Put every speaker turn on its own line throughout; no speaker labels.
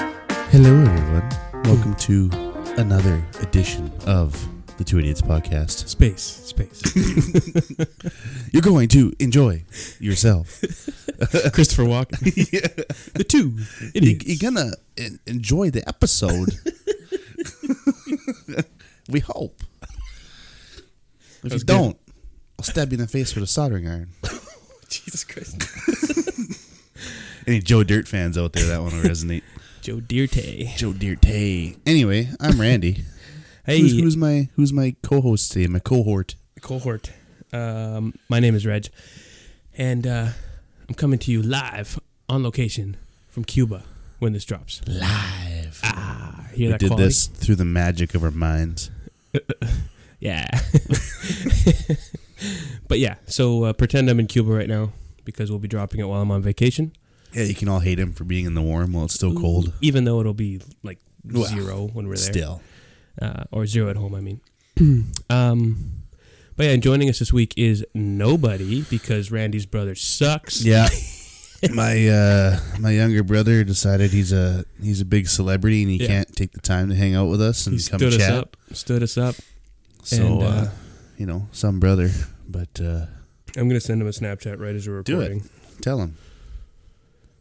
Hello, everyone. Welcome to another edition of the Two Idiots Podcast.
Space, space.
You're going to enjoy yourself.
Christopher Walken. The two
You-
idiots.
You're gonna en- enjoy the episode. we hope. If you
was good.
don't, I'll stab you in the face with a soldering iron.
Jesus Christ.
Any Joe Dirt fans out there that want to resonate?
Joe Dirte.
Joe Dirt, hey. Anyway, I'm Randy.
Hey,
Who's, who's my Who's my co-host today? My cohort.
cohort. Um, my name is Reg, and uh, I'm coming to you live on location from Cuba when this drops.
Live.
Ah, hear
we
that
did
quality?
this through the magic of our minds.
Yeah. but yeah, so uh, pretend I'm in Cuba right now because we'll be dropping it while I'm on vacation.
Yeah, you can all hate him for being in the warm while it's still cold.
Even though it'll be like
Well,
zero when we're there.
Still.
uh, or zero at home. I mean, um, but yeah, and joining us this week is nobody because Randy's brother sucks.
Yeah. my uh my younger brother decided he's a he's a big celebrity and he
Yeah.
can't take the time to hang out with us and
he
come
stood us
chat.
up, stood us up.
So
and,
uh,
uh,
you know, some brother, but uh
I'm gonna send him a Snapchat right as we're
Do it.
recording.
tell him.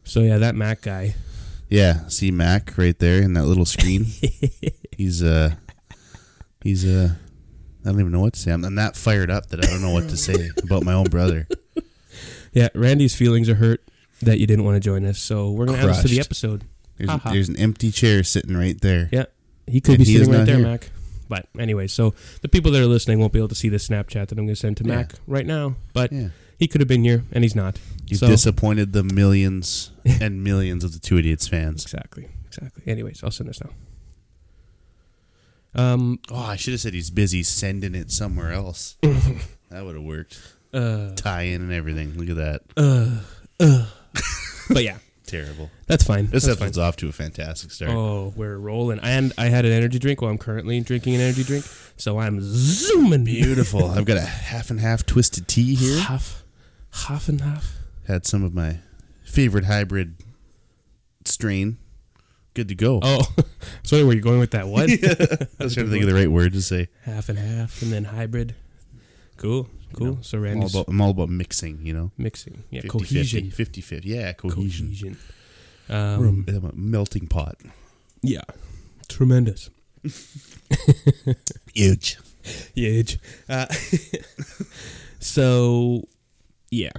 So yeah, that Mac guy.
Yeah, see Mac right there in that little screen. he's uh he's uh I don't even know what to say. I'm, I'm that fired up that I don't know what to say about my own brother.
Yeah, Randy's feelings are hurt that you didn't want to join us. So we're gonna add this to the
Crushed.
episode.
There's,
Ha ha.
there's an empty chair sitting right there.
Yeah. He could
And
be
he is
sitting right
not
there,
here.
Mac. But anyway, so the people that are listening won't be able to see the Snapchat that I'm gonna send to
Yeah.
Mac right now. But
Yeah.
he could have been here, and he's not.
You've
So-
disappointed the millions and millions of the Two Idiots fans.
Exactly. Exactly. Anyways, I'll send this now. Um.
Oh, I should have said he's busy sending it somewhere else. that would have worked.
Uh.
Tie in and everything. Look at that.
Uh. uh. but yeah,
Terrible.
that's fine.
This
that's fine.
episode's off to a fantastic start.
Oh, we're rolling. And I had an energy drink. Well, I'm currently drinking an energy drink, so I'm zooming.
Beautiful. I've got a half and half twisted tea here.
Half, half and half.
Had some of my favorite hybrid strain. Good to go.
Oh, sorry, where you going with that? What?
I was trying to think of the right word to say.
Half and half, and then hybrid. Cool, cool.
You know,
so
I'm all,
Randy's
about, I'm all about mixing, you know?
mixing. Yeah,
50,
cohesion.
50, 50. Yeah, cohesion.
Cohesion.
We're a-
Um,
I'm a melting pot.
yeah, tremendous.
Huge.
Huge. Uh, so, yeah.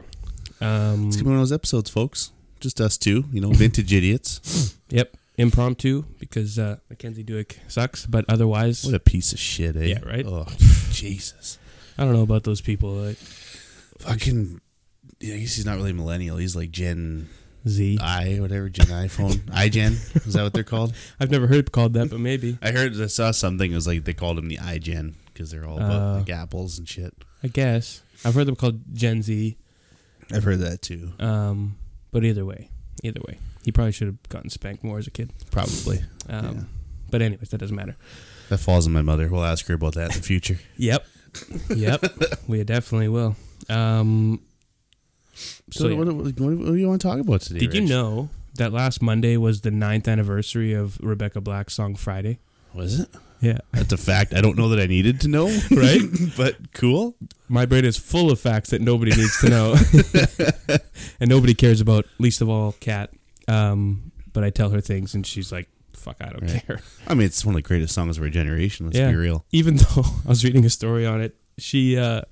Um,
It's gonna be one of those episodes, folks. Just us two, you know, vintage idiots.
yep. Impromptu because uh, Mackenzie Duick sucks, but otherwise,
What a piece of shit, eh?
Yeah, right?
Oh, Jesus.
I don't know about those people. Like
Fucking. Yeah, I guess he's not really millennial. He's like Gen
Z.
I, whatever, Gen iPhone, iGen. Is that what they're called?
I've never heard it called that, but maybe
I heard, I saw something. It was like they called him the iGen because they're all about
Uh.
like apples and shit.
I guess I've heard them called Gen Z.
I've heard that too.
Um, but either way, either way, he probably should have gotten spanked more as a kid.
Probably
Um,
Yeah.
But anyways, that doesn't matter.
that falls on my mother. We'll ask her about that in the future.
Yep. yep. We definitely will. Um,
So,
yeah.
what, what, what, do you want to talk about today?
Did you
Rich?
know that last Monday was the ninth anniversary of Rebecca Black's song Friday?
Was it?
Yeah.
That's a fact. I don't know that I needed to know,
Right?
but cool.
My brain is full of facts that nobody needs to know. and nobody cares about, least of all, Kat. Um, but I tell her things and she's like, fuck, I don't
Right.
care.
I mean, it's one of the greatest songs of our generation. Let's
Yeah.
be real.
Even though I was reading a story on it, she uh,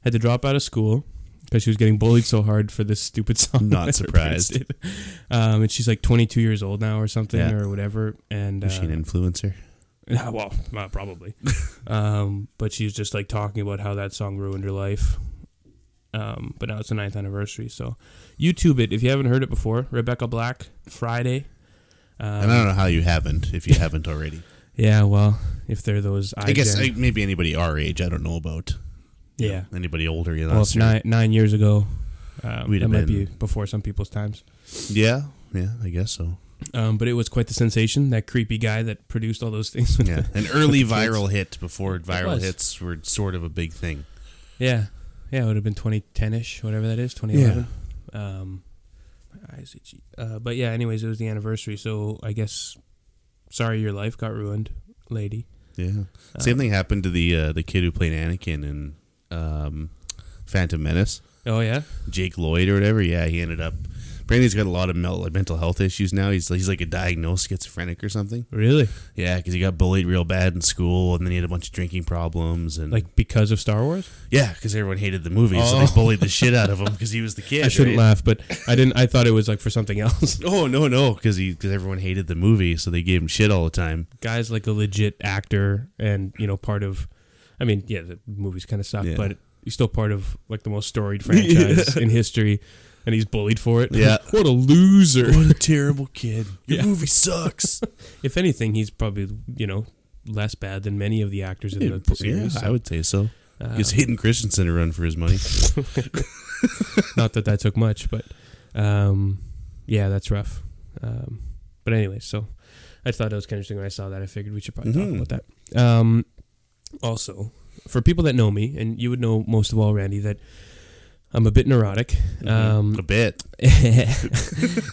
had to drop out of school because she was getting bullied so hard for this stupid song.
Not
that her
surprised.
parents did. Um, and she's like 22 years old now or something
Yeah.
or whatever. And
Was she
uh,
an influencer?
Yeah, well, uh, probably. um, but she's just like talking about how that song ruined her life. Um, but now it's the ninth anniversary, so YouTube it if you haven't heard it before. Rebecca Black Friday. Um,
and I don't know how you haven't, if you haven't already.
Yeah, well, if they're those,
I guess
iGen-
I, maybe anybody our age, I don't know about. you
yeah.
know, anybody older than
Well,
us.
it's
or-
nine nine years ago. Um,
We'd
that
have
might
been-
be before some people's times.
Yeah, yeah, I guess so.
Um, but it was quite the sensation. That creepy guy that produced all those things.
Yeah, an early
With the kids.
viral hit before viral
was.
hits were sort of a big thing.
Yeah, yeah, it would have been 2010ish, whatever that is, 2011. Um, my eyes itchy. Uh, but yeah, anyways, it was the anniversary, so I guess sorry your life got ruined, lady. Uh,
Yeah. Same thing happened to the uh, the kid who played Anakin in um, Phantom Menace,
Oh yeah,
Jake Lloyd or whatever. Yeah, he ended up. Apparently, he's got a lot of mel- mental health issues now. He's he's like a diagnosed schizophrenic or something.
really?
Yeah, because he got bullied real bad in school, and then he had a bunch of drinking problems and
Like because of Star Wars?
yeah, because everyone hated the movie, so
Oh.
they bullied the shit out of him because he was the kid.
I shouldn't
right?
laugh, but I didn't. I thought it was like for something else.
Oh no no, because he because everyone hated the movie, so they gave him shit all the time.
Guy's like a legit actor, and you know part of. I mean, yeah, the movies kind of suck,
Yeah.
but he's still part of like the most storied franchise in history, and he's bullied for it.
Yeah.
what a loser!
What a terrible kid! Your
Yeah.
movie sucks.
If anything, he's probably you know less bad than many of the actors in the
yeah,
series.
I would say so.
Uh,
Gives Hayden Christensen a run for his money.
not that that took much, but um, yeah, that's rough. Um, but anyway, so I thought it was kind of interesting when I saw that. I figured we should probably
Mhm.
talk about that. Um, also, for people that know me, and you would know most of all, Randy, that I'm a bit neurotic,
a
um,
bit.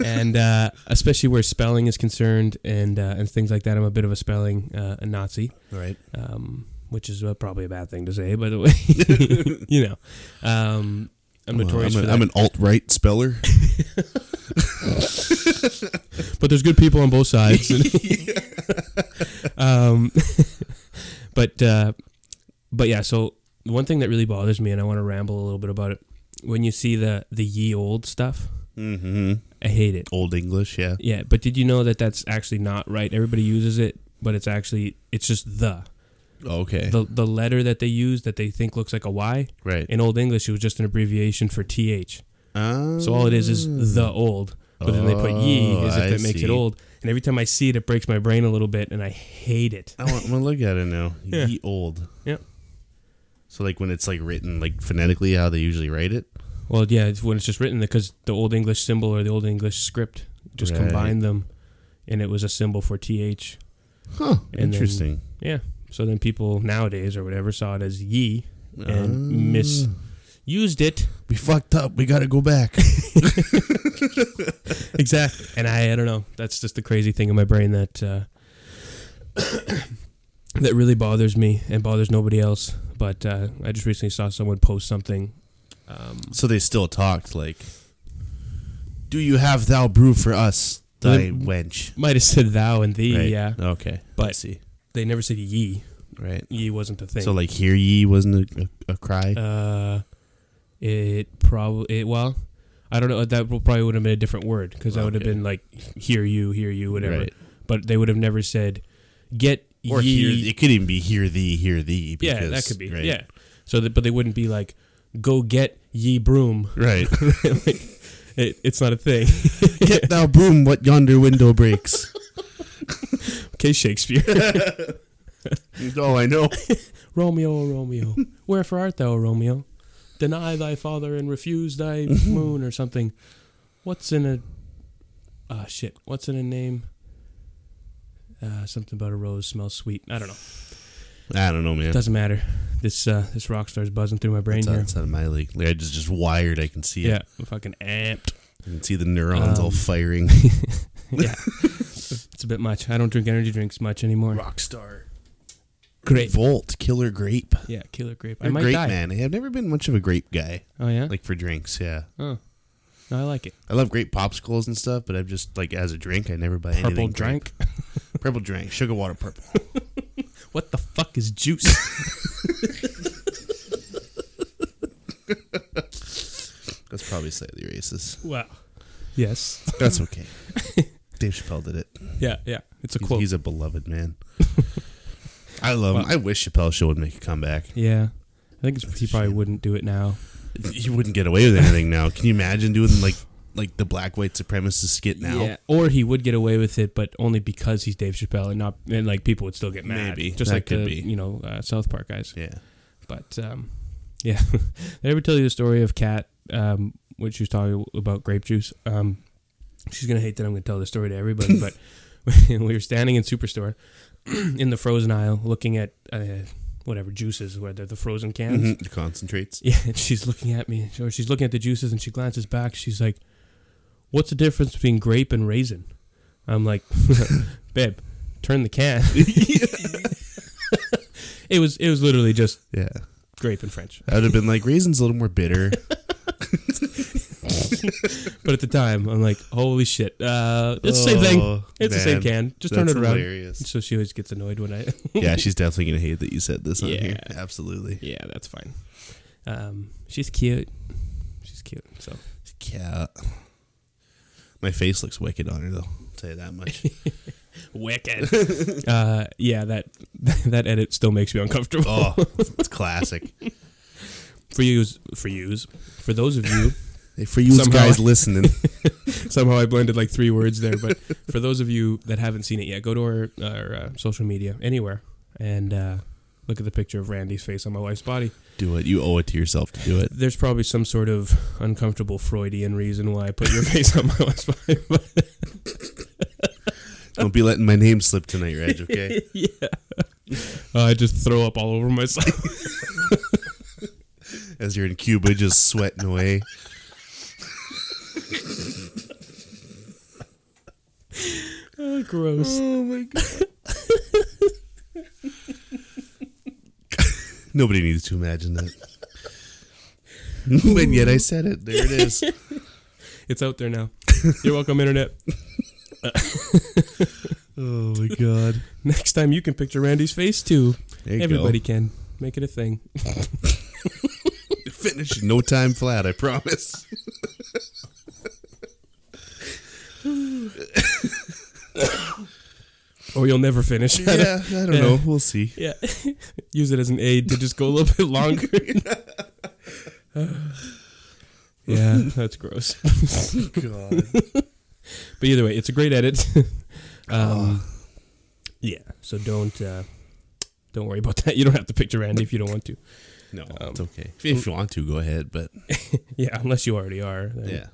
and uh, especially where spelling is concerned and uh, and things like that. I'm a bit of a spelling uh, a Nazi
Right.
um, which is uh, probably a bad thing to say, by the way. you know, um, I'm
Well,
notorious
I'm, a-
for that.
I'm an alt right speller.
but there's good people on both sides. um, but uh, but yeah, so one thing that really bothers me, and I want to ramble a little bit about it, when you see the the ye old stuff,
hmm
I hate it.
Old English, yeah.
Yeah, but did you know that that's actually not right? Everybody uses it, but it's actually it's just the
Okay.
the the letter that they use that they think looks like a Y.
right.
In Old English, it was just an abbreviation for th.
Um,
So all it is is the old, but then they put ye as if
Oh,
that
I
makes
see.
it old. And every time I see it, it breaks my brain a little bit, and I hate it.
I want to look at it now.
Yeah.
Ye old.
Yeah.
So like when it's like written like phonetically how they usually write it.
Well, yeah, it's when it's just written because the Old English symbol or the Old English script just
Right.
combined them, and it was a symbol for th.
Huh.
And then-
Interesting.
Yeah. So then people nowadays or whatever saw it as ye and miss used it
Ah. We fucked up. We got to go back.
exactly. And I, I don't know. That's just the crazy thing in my brain that uh, that really bothers me and bothers nobody else. But uh, I just recently saw someone post something. Um,
so they still talked like, "Do you have thou brew for us, thy
Lim-
wench?"
might have said thou and thee,
Right.
yeah,
Okay. I
but
see.
they never said ye.
Right.
Ye wasn't a thing.
So like, hear ye wasn't a, a, a cry.
uh, it probably it, well, I don't know. uh, That would- probably would have been a different word because that would have
Okay.
been like hear you, hear you, whatever.
Right.
But they would have never said get
Or
ye.
hear. It could even be hear thee, hear thee. Because,
yeah, that could be.
Right.
Yeah. So, that, but they wouldn't be like, "Go get ye broom."
Right.
like, it, it's not a thing.
Get thou broom what yonder window breaks.
Okay, Shakespeare.
oh, I know.
Romeo, O Romeo, wherefore art thou, O Romeo? Deny thy father and refuse thy moon or something. What's in a ah shit? What's in a name? Uh, something about a rose smells sweet. I don't know.
I don't know, man.
Doesn't matter. This uh, this rock star's buzzing through my brain
That's
here.
outside of my league. Like, I just just wired. I can see
yeah,
it.
I'm fucking amped.
I can see the neurons all
Um,
firing.
yeah. it's a bit much. I don't drink energy drinks much anymore.
Rockstar.
Grape.
Volt. Killer grape.
Yeah, killer grape. I
I'm a
might
grape
die.
man. I've never been much of a grape guy.
Oh yeah.
Like for drinks, yeah.
oh. No, I like it.
I love grape popsicles and stuff, but I've just like as a drink, I never buy
Purple
anything.
drink.
grape. Purple drink. Sugar water purple.
What the fuck is juice?
That's probably slightly racist.
wow. Yes.
That's okay. Dave Chappelle did it.
Yeah, yeah. It's a
He's,
quote.
he's a beloved man. I love him.
Wow.
I wish Chappelle show would make a comeback.
yeah. I think it's, he
a
probably
shame.
wouldn't do it now.
He wouldn't get away with anything now. Can you imagine doing like like the black white supremacist skit now?
Yeah. Or he would get away with it, but only because he's Dave Chappelle, and not and like people would still get mad.
Maybe.
just
That
like
could
the
be.
you know uh, South Park guys.
Yeah.
But um, yeah, did I ever tell you the story of Kat, um, when she was talking about grape juice? Um, she's gonna hate that I'm gonna tell the story to everybody, but we were standing in Superstore in the frozen aisle, looking at uh, whatever juices, whether the frozen cans.
Mhm. The concentrates.
Yeah, and she's looking at me, or she's looking at the juices, and she glances back. She's like, "What's the difference between grape and raisin?" I'm like, "Babe, turn the can. it was it was literally just
Yeah.
grape and French.
I would have been like, raisin's a little more bitter.
But at the time, I'm like, holy shit! Uh, it's the same thing.
Oh,
It's the same
man.
can. Just turn it
That's
around.
hilarious.
So she always gets annoyed when I.
yeah, she's definitely going to hate that you said this on
Yeah.
here. Absolutely.
yeah, that's fine. Um, she's cute. She's cute. So
Cat. My face looks wicked on her, though. I'll tell you that much.
wicked. uh, yeah, that that edit still makes me uncomfortable.
oh, it's classic.
For yous, for yous, for those of you.
For you
Somehow-
guys listening,
Somehow I blended like three words there, but for those of you that haven't seen it yet, go to our, our uh, social media anywhere and uh, look at the picture of Randy's face on my wife's body.
do it. You owe it to yourself to do it.
There's probably some sort of uncomfortable Freudian reason why I put your face on my wife's body. But
Don't be letting my name slip tonight, Reg, okay?
yeah, Uh, I just throw up all over myself.
As you're in Cuba just sweating away.
oh, gross.
Nobody needs to imagine that. but yet I said it. There it is.
It's out there now. You're welcome, internet.
Oh my god.
Next time you can picture Randy's face too.
There you
Everybody
go.
can make it a thing.
Finish in no time flat, I promise.
Or you'll never finish.
yeah, I don't know. We'll see.
Yeah. Use it as an aid to just go a little bit longer. yeah, that's gross.
God.
But either way, it's a great edit. um, Yeah, so don't uh, don't worry about that. You don't have to picture Randy if you don't want to.
No,
Um,
it's okay. If, if you want to, go ahead, but
Yeah, unless you already are. then-
yeah.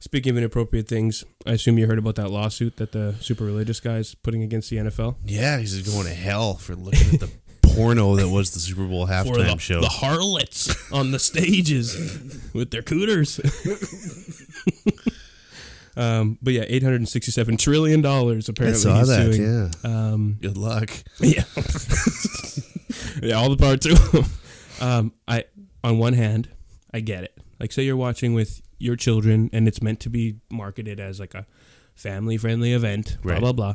Speaking of inappropriate things, I assume you heard about that lawsuit that the super religious guy is putting against the NFL
Yeah, he's just going to hell for looking at the porno that was the Super Bowl halftime show.
harlots on the stages with their cooters. um, but yeah, eight hundred and sixty-seven trillion
I
dollars apparently.
saw
he's
that,
suing.
yeah.
Um,
Good luck.
yeah, yeah, all the parts. um, I on one hand, I get it. Like, say you're watching with your children, and it's meant to be marketed as like a family-friendly event. Blah
Right.
blah blah.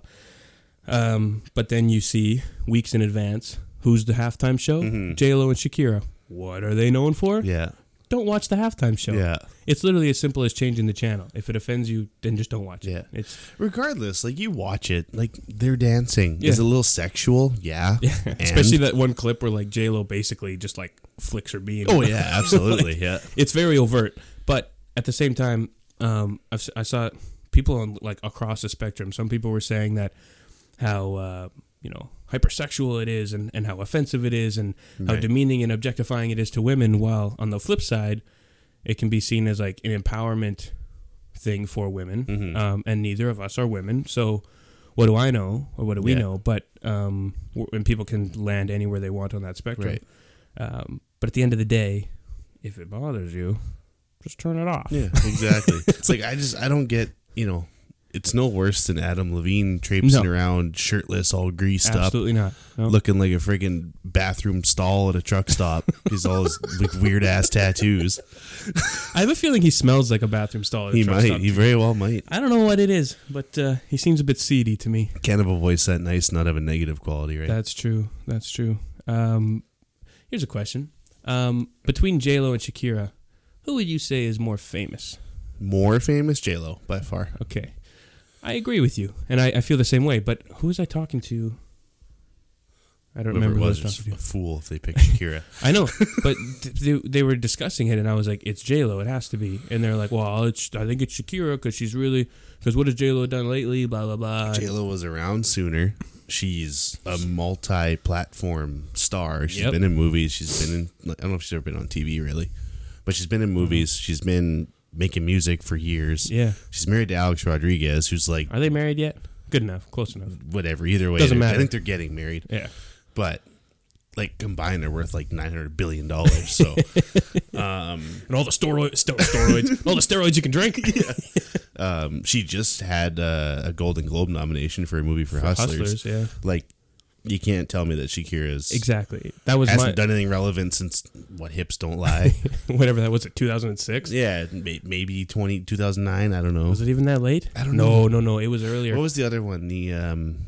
Um, but then you see weeks in advance who's the halftime show?
Mhm.
J Lo and Shakira. What are they known for?
Yeah.
Don't watch the halftime show.
Yeah.
It's literally as simple as changing the channel. If it offends you, then just don't watch
Yeah.
it. It's
Regardless, like you watch it, like they're dancing.
Yeah.
Is it a little sexual? Yeah. And-
especially that one clip where like J Lo basically just like flicks her bean.
Oh yeah, absolutely. yeah.
it's very overt, but at the same time, um, I've, si saw people on like across the spectrum. Some people were saying that how uh, you know hypersexual it is, and, and how offensive it is, and how
Right.
demeaning and objectifying it is to women. While on the flip side, it can be seen as like an empowerment thing for women,
Mm-hmm.
um, and neither of us are women, so. What do I know, or what do we
Yeah.
know? But um, w- and people can land anywhere they want on that spectrum.
Right.
Um, but at the end of the day, if it bothers you, just turn it off.
Yeah, exactly. it's like I just I don't get, you know, it's no worse than Adam Levine traipsing
No.
around shirtless, all greased up,
Absolutely not. No.
looking like a friggin' bathroom stall at a truck stop. He's all his like weird ass tattoos.
I have a feeling he smells like a bathroom stall. at a
He
truck
might.
stop.
He very well might.
I don't know what it is, but uh, he seems a bit seedy to me.
Can't have a voice that nice, not have a negative quality, right?
That's true. That's true. Um, here's a question: um, Between J Lo and Shakira, who would you say is more famous?
More famous J Lo by far.
Okay, I agree with you, and I, I feel the same way. But who was I talking to? I don't
Whoever
remember
it
who I
was
was talking
just
to.
a fool if they picked Shakira.
I know, but th- they, they were discussing it, and I was like, "It's J Lo, it has to be." And they're like, "Well, it's I think it's Shakira because she's really because what has J Lo done lately? Blah blah blah."
J Lo was around sooner. She's a multi-platform star. She's
Yep.
been in movies. She's been in. I don't know if she's ever been on TV really, but she's been in movies. She's been making music for years.
yeah,
She's married to Alex Rodriguez, who's like
are they married yet? Good enough, close enough.
whatever. Either way, they're-
Doesn't matter.
I think they're getting married,
Yeah,
but like combined, they're worth like nine hundred billion dollars. So, um,
and all the steroids, steroids, all the steroids you can drink.
Um, she just had uh, a Golden Globe nomination for a movie for, Hustlers.
Hustlers, yeah,
Like, you can't tell me that Shakira's
exactly. That was
hasn't
my,
done anything relevant since what hips don't lie.
whatever that was. It 2006.
yeah, may- maybe 20, 2009, I don't know.
Was it even that late?
I don't
no, No, no, It was earlier.
What was the other one? The um,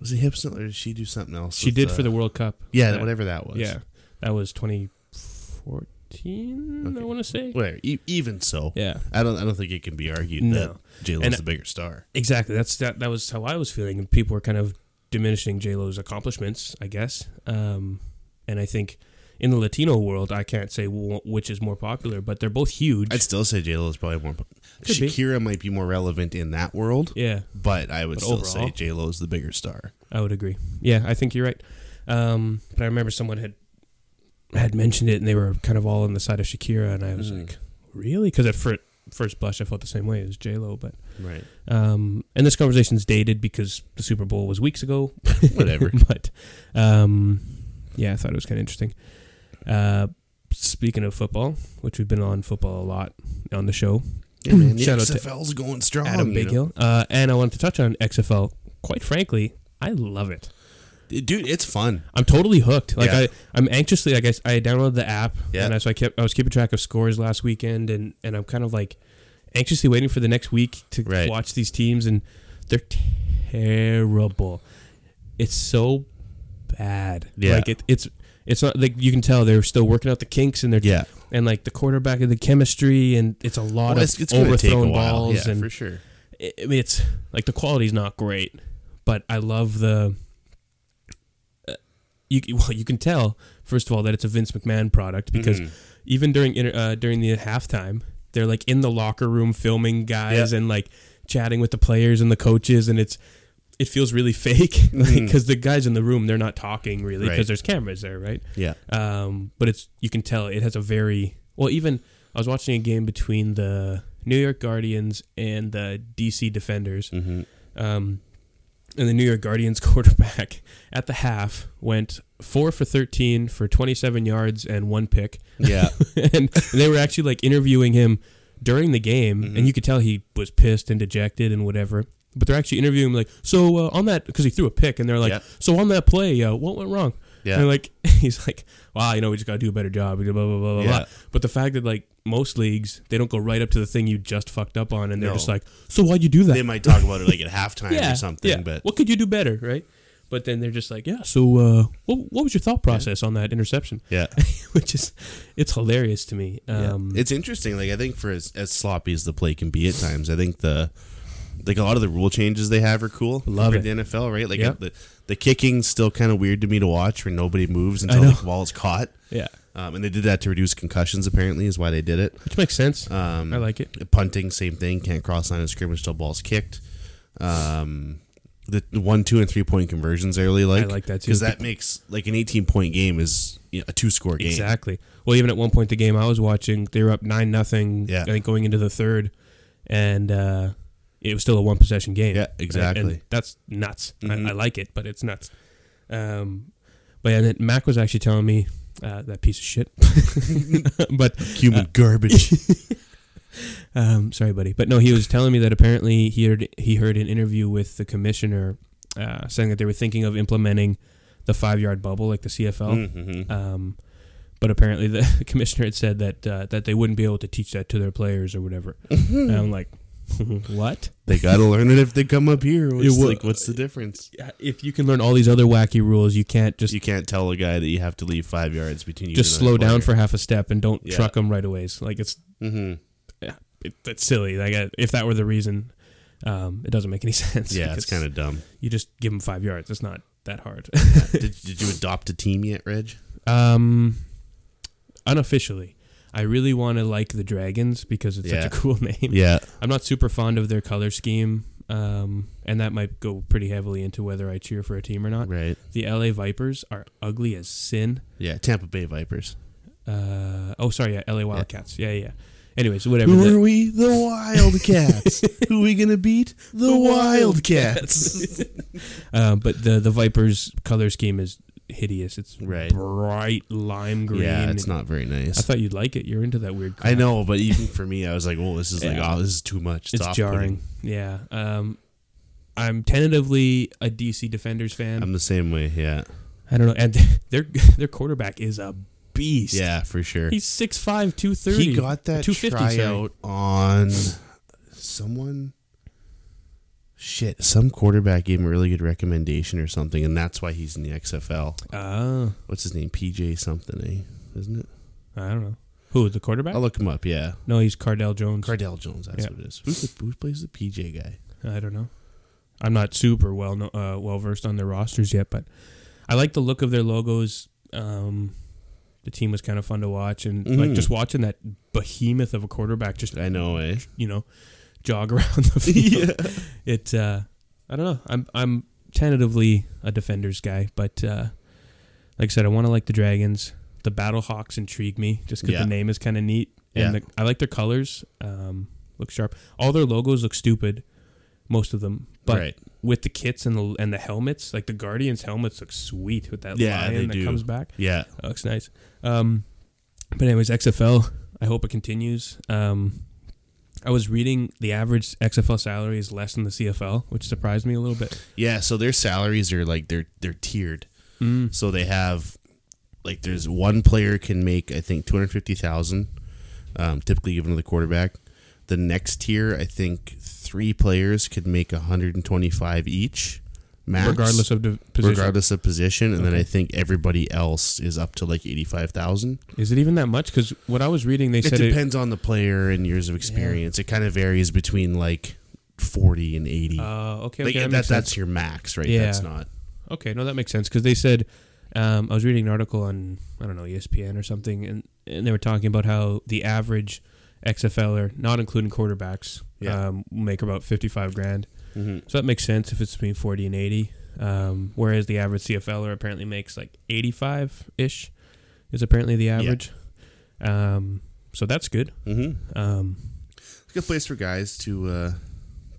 was it hips or did she do something else?
she
with,
did
uh,
for the World Cup.
yeah,
that-
whatever that was.
Yeah, that was 2014. I
Okay.
want to say.
whatever. E- even so,
Yeah,
I don't. I don't think it can be argued that
No.
J Lo's
And-
the bigger star.
exactly. That's that. That was how I was feeling. And people were kind of diminishing J Lo's accomplishments, I guess. Um, and I think in the Latino world, I can't say w- which is more popular, but they're both huge.
I'd still say J Lo is probably more.
Could be.
Shakira might be more relevant in that world,
yeah,
but I would
But
still
overall-
say J Lo is the bigger star.
I would agree. Yeah, I think you're right. Um, but I remember someone had had mentioned it, and they were kind of all on the side of Shakira, and I was
Mm.
like, really? Because at fir- first blush, I felt the same way as J Lo, but
Right.
um, and this conversation's dated because the Super Bowl was weeks ago.
Whatever.
but um, yeah, I thought it was kind of interesting. Uh, speaking of football, which we've been on football a lot on the show,
Yeah, man, the
Shout out to
XFL's going strong.
Adam
Oh, you
Big
know?
Hill, uh, and I wanted to touch on XFL. Quite frankly, I love it.
dude, it's fun.
I'm totally hooked. Like
Yeah.
I, I'm anxiously. Like I, s- I downloaded the app,
Yeah.
and I, so I kept. I was keeping track of scores last weekend, and and I'm kind of like anxiously waiting for the next week to
Right.
watch these teams, and they're terrible. It's so bad.
Yeah.
Like it, it's it's not like you can tell they're still working out the kinks, and they're
Yeah,
and like the quarterback and the chemistry, and it's a lot of
gonna
overthrown balls,
yeah,
and
for sure.
I I mean, it's like the quality's not great, but I love the. uh, You well, you can tell first of all that it's a Vince McMahon product because
Mhm.
even during inter, uh, during the halftime, they're like in the locker room filming guys
Yeah.
and like chatting with the players and the coaches, and it's it feels really fake because
Mhm.
the guys in the room they're not talking really because
Right.
there's cameras there, right?
yeah,
Um, but it's you can tell it has a very well. Even I was watching a game between the New York Guardians and the DC Defenders,
hmm
um, and the New York Guardians quarterback at the half went four for thirteen for twenty seven yards and one pick,
yeah.
and they were actually like interviewing him during the game,
Mhm.
and you could tell he was pissed and dejected and whatever. But they're actually interviewing him like, so uh, on that because he threw a pick, and they're like,
Yep.
so on that play, uh, what went wrong?
Yeah.
And like he's like, wow, you know, we just gotta do a better job. Blah blah blah blah
Yeah.
blah. But the fact that like most leagues, they don't go right up to the thing you just fucked up on, and they're
No.
just like, so why'd you do that?
they might talk about it like at halftime or something,
yeah.
but
what could you do better, right? But then they're just like, yeah. So uh, what what was your thought process on that interception?
yeah.
Which is, it's hilarious to me. Um,
it's interesting. Like I think for as, as sloppy as the play can be at times, I think the like a lot of the rule changes they have are cool.
Love
compared to NFL, right? Like
Yeah.
the the kicking's still kind of weird to me to watch, where nobody moves until
know.
like, the ball is caught.
yeah,
Um, and they did that to reduce concussions. Apparently, is why they did it.
which makes sense.
Um,
I like it.
punting, same thing. Can't cross line of scrimmage till ball's kicked. Um, the the one, two, and three point conversions I really like.
I like that too.
because that makes like an eighteen point game is you know, a two score game.
Exactly. Well, even at one point the game I was watching, they were up nine nothing.
Yeah.
I think going into the third, and uh, it was still a one possession game.
Yeah, exactly.
And- and that's nuts.
Mhm.
I, I like it, but it's nuts. Um, but yeah, and then Mac was actually telling me uh, that piece of shit. but
Human garbage.
um, sorry, buddy. But no, he was telling me that apparently he heard he heard an interview with the commissioner uh, saying that they were thinking of implementing the five yard bubble like the CFL.
Mhm.
Um, but apparently, the commissioner had said that uh, that they wouldn't be able to teach that to their players or whatever. and I'm like, what?
They gotta learn it if they come up here. What's,
It uh, wa-
like, what's the difference?
If you can learn all these other wacky rules, you can't just
You can't tell a guy that you have to leave five yards between you.
just slow down for half a step and don't
Yeah.
truck them right away. It's like it's
hmm
it, that's silly. Like I, if that were the reason, um, it doesn't make any sense.
Yeah, it's
because
kind of dumb.
you just give them five yards. It's not that hard.
did, did you adopt a team yet, Reg?
um, unofficially. I really want to like the Dragons because it's
Yeah.
such a cool name.
Yeah,
I'm not super fond of their color scheme, um, and that might go pretty heavily into whether I cheer for a team or not.
right.
The LA Vipers are ugly as sin.
Yeah, Tampa Bay Vipers.
Uh, oh, sorry, yeah, LA Wildcats. Yeah, yeah. Anyways, whatever.
Who
the-
are we? The Wildcats. Who we gonna beat? The Wildcats.
Um, Uh, but the the Vipers color scheme is hideous. It's
Right.
bright lime green.
Yeah, it's not very
I
nice.
thought you'd like it. You're into that weird.
I,
crap.
know, but even for me, I was like, "Oh, this is like,
Yeah.
oh, this is too much."
It's,
off-putting.
jarring. Yeah. Um, I'm tentatively a DC Defenders fan.
I'm the same way. Yeah,
I don't know. And their their quarterback is a beast.
yeah, for sure.
He's 6'5", 230.
He got that
250, sorry.
tryout on someone. Shit, some quarterback gave him a really good recommendation or something, and that's why he's in the XFL.
Oh,
What's his name? PJ something, eh? Isn't it?
I don't know. Who, the quarterback?
I'll look him up. Yeah,
no, he's Cardell Jones.
Cardell Jones. That's
Yeah.
what it is. Who's the, who plays the PJ guy?
I don't know. I'm not super well kno- uh, well versed on their rosters yet, but I like the look of their logos. Um, the team was kind of fun to watch, and like
Mhm.
just watching that behemoth of a quarterback just
I know, eh?
you know jog around the field. It uh, I don't know. I'm I'm tentatively a defenders guy, but uh, like I said, I want to like the dragons. The battle hawks intrigue me just because
Yeah.
the name is kind of neat, and
Yeah.
the, I like their colors. Um, look sharp. All their logos look stupid, most of them. But
right.
with the kits and the and the helmets, like the Guardians helmets look sweet with that
Yeah, they
lion that
do.
comes back.
Yeah.
That looks nice. Um, but anyways, XFL. I hope it continues. Um, I was reading the average XFL salary is less than the CFL, which surprised me a little bit.
Yeah, so their salaries are like they're they're tiered.
Mm.
So they have like there's one player can make I think 250,000 um typically given to the quarterback. The next tier, I think 3 players could make 125 each max
Regardless of the position,
regardless of position and then
Okay.
I think everybody else is up to like 85,000.
is it even that much? Because what I was reading, they
It
said it.
depends on the player and years of experience. It kind of varies between like 40 and 80.
Uh, okay,
like
okay, that
that,
makes sense.
that's your max, right?
Yeah.
That's not
Okay, no, that makes sense because they said um, I was reading an article on I don't know E ESPN or something, and and they were talking about how the average XFLer, er, not including quarterbacks,
Yeah.
um, will make about fifty five grand.
Mhm.
So that makes sense if it's between forty and eighty. Um, whereas the average CFLer er apparently makes like eighty five ish, is apparently the average. Um, so that's good.
Mhm.
Um,
it's a good place for guys to uh,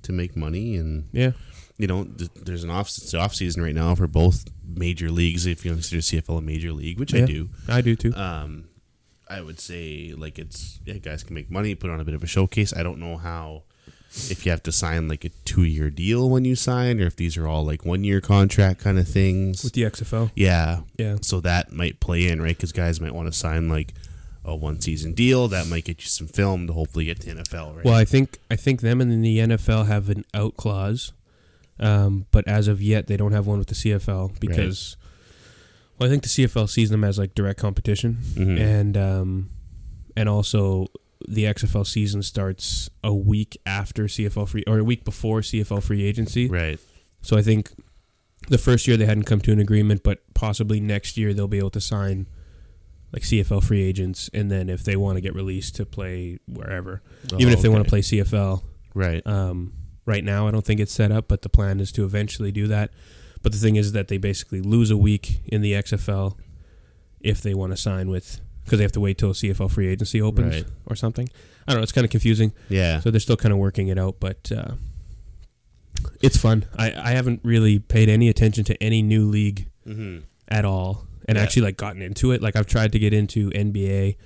to make money and
yeah,
you know th- there's an off it's off season right now for both major leagues if you consider CFL a major league which
Yeah.
I do
I do too.
um I would say like it's yeah guys can make money put on a bit of a showcase I don't know how if you have to sign like a two year deal when you sign or if these are all like one year contract kind of things
With the XFL,
yeah
yeah,
so that might play in right because guys might want to sign like a one season deal that might get you some film to hopefully get to NFL right
Well, I think I think them and the NFL have an out clause, um, but as of yet, they don't have one with the CFL because, well, I think the CFL sees them as like direct competition,
Mhm.
and um, and also the XFL season starts a week after CFL free or a week before CFL free agency.
right
So I think the first year they hadn't come to an agreement, but possibly next year they'll be able to sign like CFL free agents, and then if they want to get released to play wherever, even
Oh,
if they want to play CFL.
Right.
Um, right now, I don't think it's set up, but the plan is to eventually do that. But the thing is that they basically lose a week in the XFL if they want to sign with because they have to wait till CFL free agency opens
Right.
or something. I don't know. It's kind of confusing.
Yeah.
So they're still kind of working it out, but uh, it's fun. I, I haven't really paid any attention to any new league
mm-hmm.
at all and
Yeah.
actually like gotten into it. Like I've tried to get into NBA,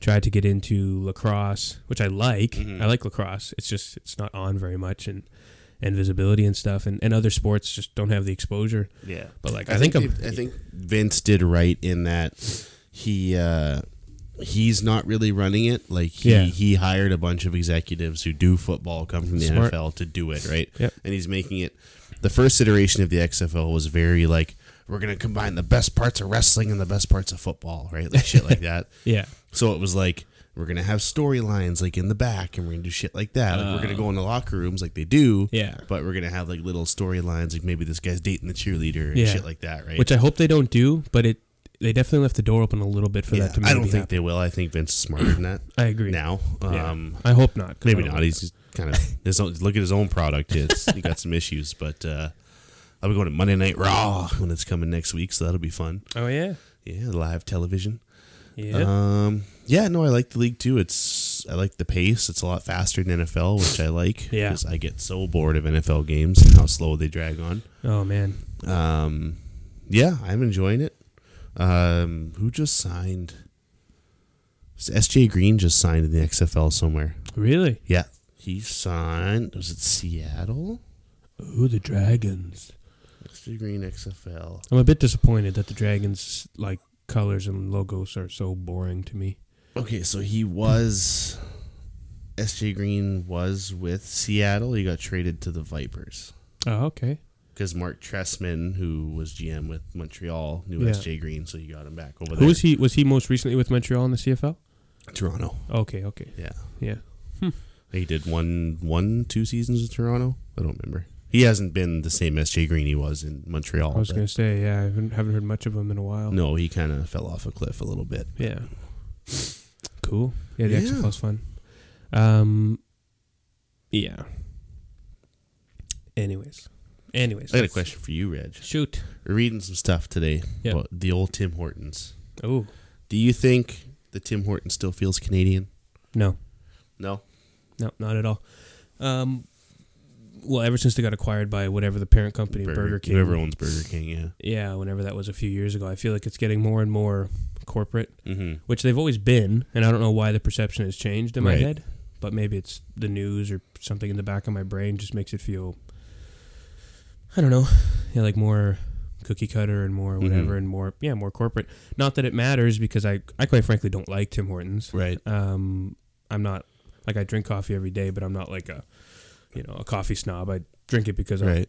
tried to get into lacrosse, which I like.
Mhm.
I like lacrosse. It's just it's not on very much and and visibility and stuff and, and other sports just don't have the exposure.
Yeah.
But like
I,
I,
think,
think,
they-
I'm
I think Vince did right in that he uh, he's not really running it. Like he,
Yeah.
he hired a bunch of executives who do football, come from the
Smart.
NFL to do it, right?
Yep.
And he's making it the first iteration of the XFL was very like we're gonna combine the best parts of wrestling and the best parts of football, right? Like shit like that.
yeah.
So it was like we're gonna have storylines like in the back, and we're gonna do shit like that. Like, we're gonna go in the locker rooms like they do,
Oh. Yeah.
But we're gonna have like little storylines, like maybe this guy's dating the cheerleader and
Yeah.
shit like that, right?
Which I hope they don't do, but it they definitely left the door open a little bit for
yeah,
that to maybe
I don't think
happen.
they will. I think Vince is smarter than that
I agree.
now.
Yeah.
Um,
I hope not. 'cause I
maybe
don't
not.
like
He's just kind of his own, look at his own product. It's he got some issues, but uh, I'll be going to Monday Night Raw when it's coming next week, so that'll be fun.
it. Oh yeah.
Yeah, live television.
Yeah.
Um, yeah, no, I like the league too. It's I like the pace. It's a lot faster than NFL, which I like.
Yeah.
I get so bored of NFL games and how slow they drag on.
oh man.
Um, yeah, I'm enjoying it. Um, who just signed? SJ Green just signed in the XFL somewhere.
Really?
Yeah, he signed. Was it Seattle?
Ooh, the Dragons.
SJ Green XFL.
I'm a bit disappointed that the Dragons like colors and logos are so boring to me.
Okay, so he was SJ Green was with Seattle. He got traded to the Vipers.
Oh, okay.
because Mark Tressman, who was GM with Montreal, knew
Yeah.
SJ Green, so you got him back over there.
Who was he? Was he most recently with Montreal in the CFL?
Toronto.
Okay, okay,
Yeah,
yeah.
he did one, one, two seasons in Toronto. I don't remember. He hasn't been the same SJ Green he was in Montreal.
I was
but-
gonna say, yeah, I haven't, haven't heard much of him in a while.
no, he kind of fell off a cliff a little bit.
Yeah. Cool. Yeah, the
Yeah.
XFL's fun. Um. Yeah. Anyways, anyways,
I got a
let's-
question for you, Reg.
Shoot.
We're reading some stuff today
Yeah.
about the old Tim Hortons.
Oh
Do you think the Tim Hortons still feels Canadian?
no,
No.
no, not at all. Um. Well, ever since they got acquired by whatever the parent company, Burger, King,
Whoever owns Burger King, yeah.
yeah, whenever that was a few years ago, I feel like it's getting more and more corporate.
Mm-hmm.
which they've always been, and I don't know why the perception has changed in my
Right.
head, but maybe it's the news or something in the back of my brain just makes it feel, I don't know, yeah, like more cookie cutter and more whatever
Mhm.
and more yeah more corporate. Not that it matters because I I quite frankly don't like Tim Hortons.
Right.
Um, I'm not like I drink coffee every day, but I'm not like a you know a coffee snob. I drink it because I
Right.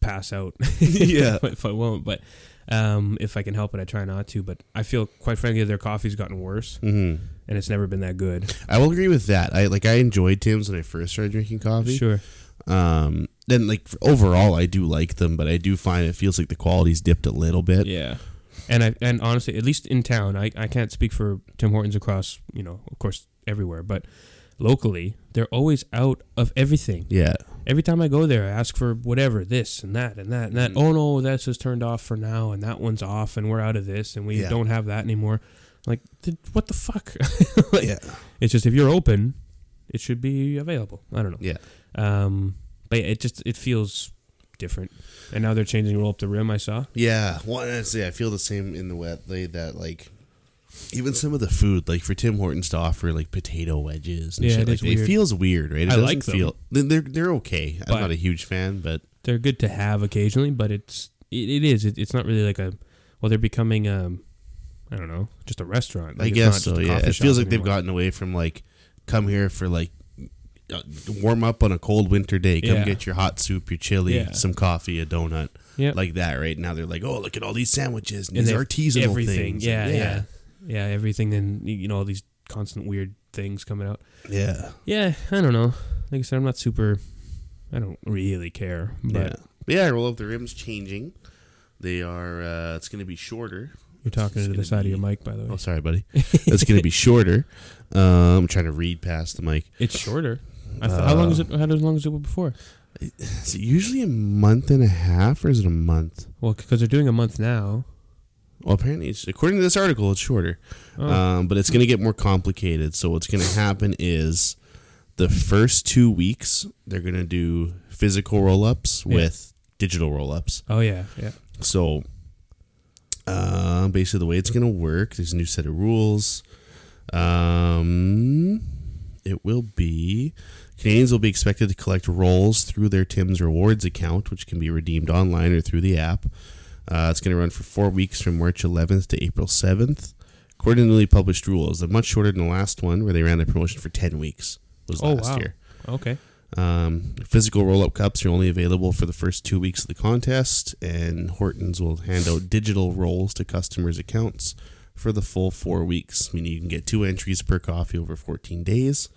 pass out.
Yeah.
if I won't, but um, if I can help it, I try not to. But I feel quite frankly their coffee's gotten worse
Mm-hmm.
and it's never been that good.
I will agree with that. I like I enjoyed Tim's when I first started drinking coffee.
Sure.
Um, then like f- overall, I do like them, but I do find it feels like the quality's dipped a little bit.
Yeah. And I and honestly, at least in town, I, I can't speak for Tim Hortons across, you know, of course everywhere, but locally, they're always out of everything.
Yeah,
Every time I go there, I ask for whatever, this and that and that and that.
Mhm.
Oh no, that's just turned off for now and that one's off and we're out of this and we
Yeah.
don't have that anymore. Like, th- what the fuck?
yeah,
It's just if you're open, it should be available. I don't know.
Yeah.
Um, but yeah, it just it feels different. And now they're changing roll up the rim. I saw.
yeah. Well, honestly, I feel the same in the wet way that like even some of the food, like for Tim Hortons to offer like potato wedges. And
Yeah,
shit,
it is
like,
weird.
it feels weird, right? It
I
doesn't
like them.
feel they- they're they're okay.
But-
I'm not a huge fan, but
They're good to have occasionally, but it's it, it is it, it's not really like a well they're becoming um I don't know just a restaurant.
I
Like, it's not
guess
just
so.
a
Yeah,
coffee
it
shop
feels like they've
anymore.
gotten away from like come here for like uh, warm up on a cold winter day. Come
Yeah.
get your hot soup, your chili,
Yeah.
some coffee, a donut,
Yep.
like that. Right now they're like, oh, look at all these sandwiches, and
And
these
they've-
artisanal
everything.
things.
Yeah, yeah, yeah,
yeah,
Everything and you know all these constant weird things coming out.
yeah.
Yeah, I don't know. Like I said, I'm not super. I don't really care, but
yeah. But yeah, roll up the rims changing. They are. Uh, it's going to be shorter.
you're talking
It's
to the
gonna
side of your
be-
mic, by the way.
Oh, sorry, buddy. It's going to be shorter. Um, I'm trying to read past the mic.
It's shorter. Uh, I th- how long is it? How long is it before?
Is it usually a month and a half, or is it a month?
Well, because they're doing a month now.
Well, apparently, it's, according to this article, it's shorter.
Oh,
Um, but it's going to get more complicated. So what's going to happen is the first two weeks they're going to do physical roll ups
Yeah.
with digital roll ups.
oh yeah, yeah.
So uh, basically, the way it's going to work, there's a new set of rules. Um, it will be Canadians will be expected to collect rolls through their Tim's Rewards account, which can be redeemed online or through the app. Uh, it's going to run for four weeks from March 11th to April 7th. According to newly published rules, they're much shorter than the last one, where they ran the promotion for 10 weeks. Was
Oh,
last
wow.
year.
Okay.
Um, physical roll up cups are only available for the first two weeks of the contest, and Hortons will hand out digital rolls to customers' accounts for the full four weeks, meaning you can get two entries per coffee over 14 days.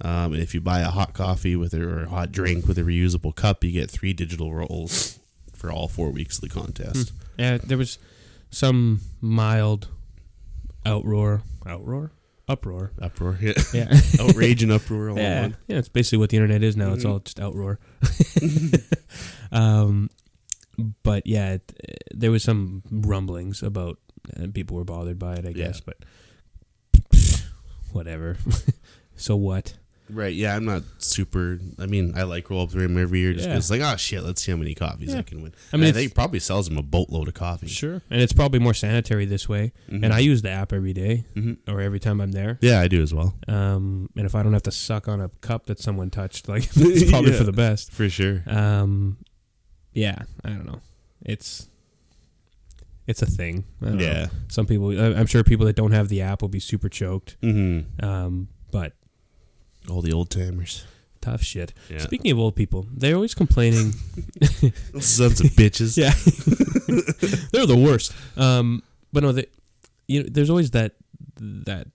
Um, and if you buy a hot coffee with a, or a hot drink with a reusable cup, you get three digital rolls for all four weeks of the contest.
Yeah, there was some mild outroar, outroar, uproar.
Uproar, yeah.
Yeah,
outrage and uproar all in
Hmm. yeah,
one.
yeah. It's basically what the internet is now. It's
Mhm.
all just outroar. um, but yeah, it, there was some rumblings about and people were bothered by it. I
Yeah.
guess, but whatever. so what?
Right. Yeah, I'm not super. I mean, I like roll up to him every year just
Yeah.
because, like, oh shit, let's see how many coffees
Yeah.
I can win. I
I mean,
mean, I
it's-
think he probably sells him a boatload of coffee.
Sure. And it's probably more sanitary this way.
Mm-hmm.
And
Mm.
I use the app every day
Mhm.
or every time I'm there.
Yeah, I do as well.
Um, and if I don't have to suck on a cup that someone touched, like it's probably
Yeah.
for the best.
For sure.
Um, yeah, I don't know. It's it's a thing. I don't know.
Yeah.
Some people, I- I'm sure people that don't have the app will be super choked.
Mm-hmm.
Um, but
All the old timers.
tough shit.
Yeah.
Speaking of old people, they're always complaining.
Sons of bitches.
yeah, they're the worst. Um, but no, they, you know, there's always that that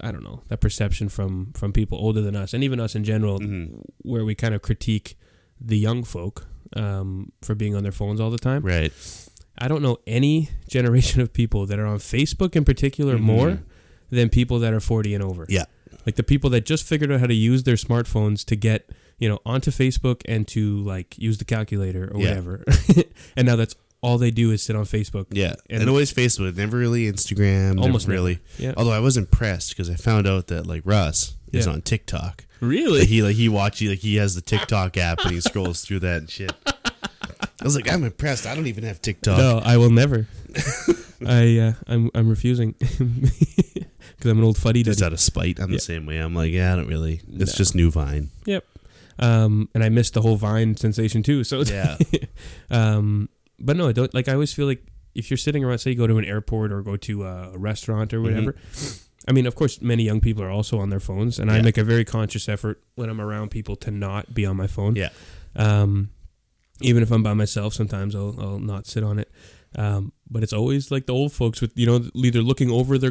I don't know that perception from from people older than us, and even us in general,
Mhm.
where we kind of critique the young folk um, for being on their phones all the time.
Right.
I don't know any generation of people that are on Facebook in particular
Mhm.
more than people that are 40 and over.
Yeah.
Like the people that just figured out how to use their smartphones to get, you know, onto Facebook and to like use the calculator or
Yeah.
whatever. and now that's all they do is sit on Facebook.
Yeah.
And-
And, always Facebook. Never really Instagram.
Almost
Almost
never.
really.
Yeah.
Although I was impressed because I found out that like Russ is
Yeah.
on TikTok. Like,
Really?
he like he watches like he has the TikTok app and he scrolls through that and shit. I was like, I'm impressed. I don't even have TikTok.
No, I will never. I uh, I'm I'm refusing because I'm an old fuddy duddy.
Just out of spite, I'm
Yeah.
the same way. I'm like, yeah, I don't really. It's
No.
just new Vine.
Um, and I missed the whole Vine sensation too. So
Yeah,
Um, but no, I don't like. I always feel like if you're sitting around, say you go to an airport or go to uh, a restaurant
Mm-hmm.
or whatever. I mean, of course, many young people are also on their phones, and I
Yeah.
make a very conscious effort when I'm around people to not be on my phone.
Yeah.
Um, even if I'm by myself, sometimes I'll I'll not sit on it. Um, but it's always like the old folks with you know either looking over their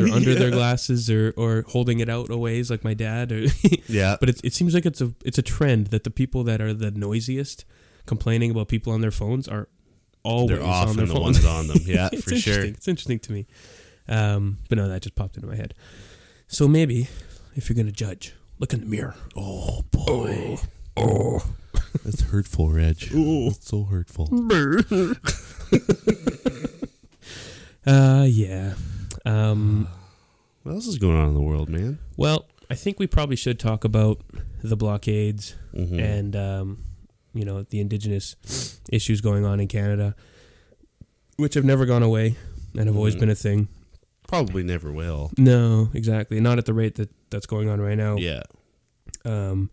or under their
Yeah.
glasses or or holding it out a ways like my dad or
yeah,
but it, it seems like it's a it's a trend that the people that are the noisiest complaining about people on their phones are always
they're off
Oh, on their
and the
phones.
ones on them. Yeah,
it's
for
interesting.
sure.
It's interesting to me. Um, but no, that just popped into my head. So maybe if you're gonna judge, look in the mirror.
Oh boy,
Oh,
that's hurtful, Reg. That's so hurtful.
oh. uh, yeah. Um,
What else is going on in the world, man?
well, I think we probably should talk about the blockades
Mm-hmm.
and um, you know the indigenous issues going on in Canada, which have never gone away and have always
Mhm.
been a thing.
Probably never will.
No, exactly, not at the rate that that's going on right now.
Yeah,
Um,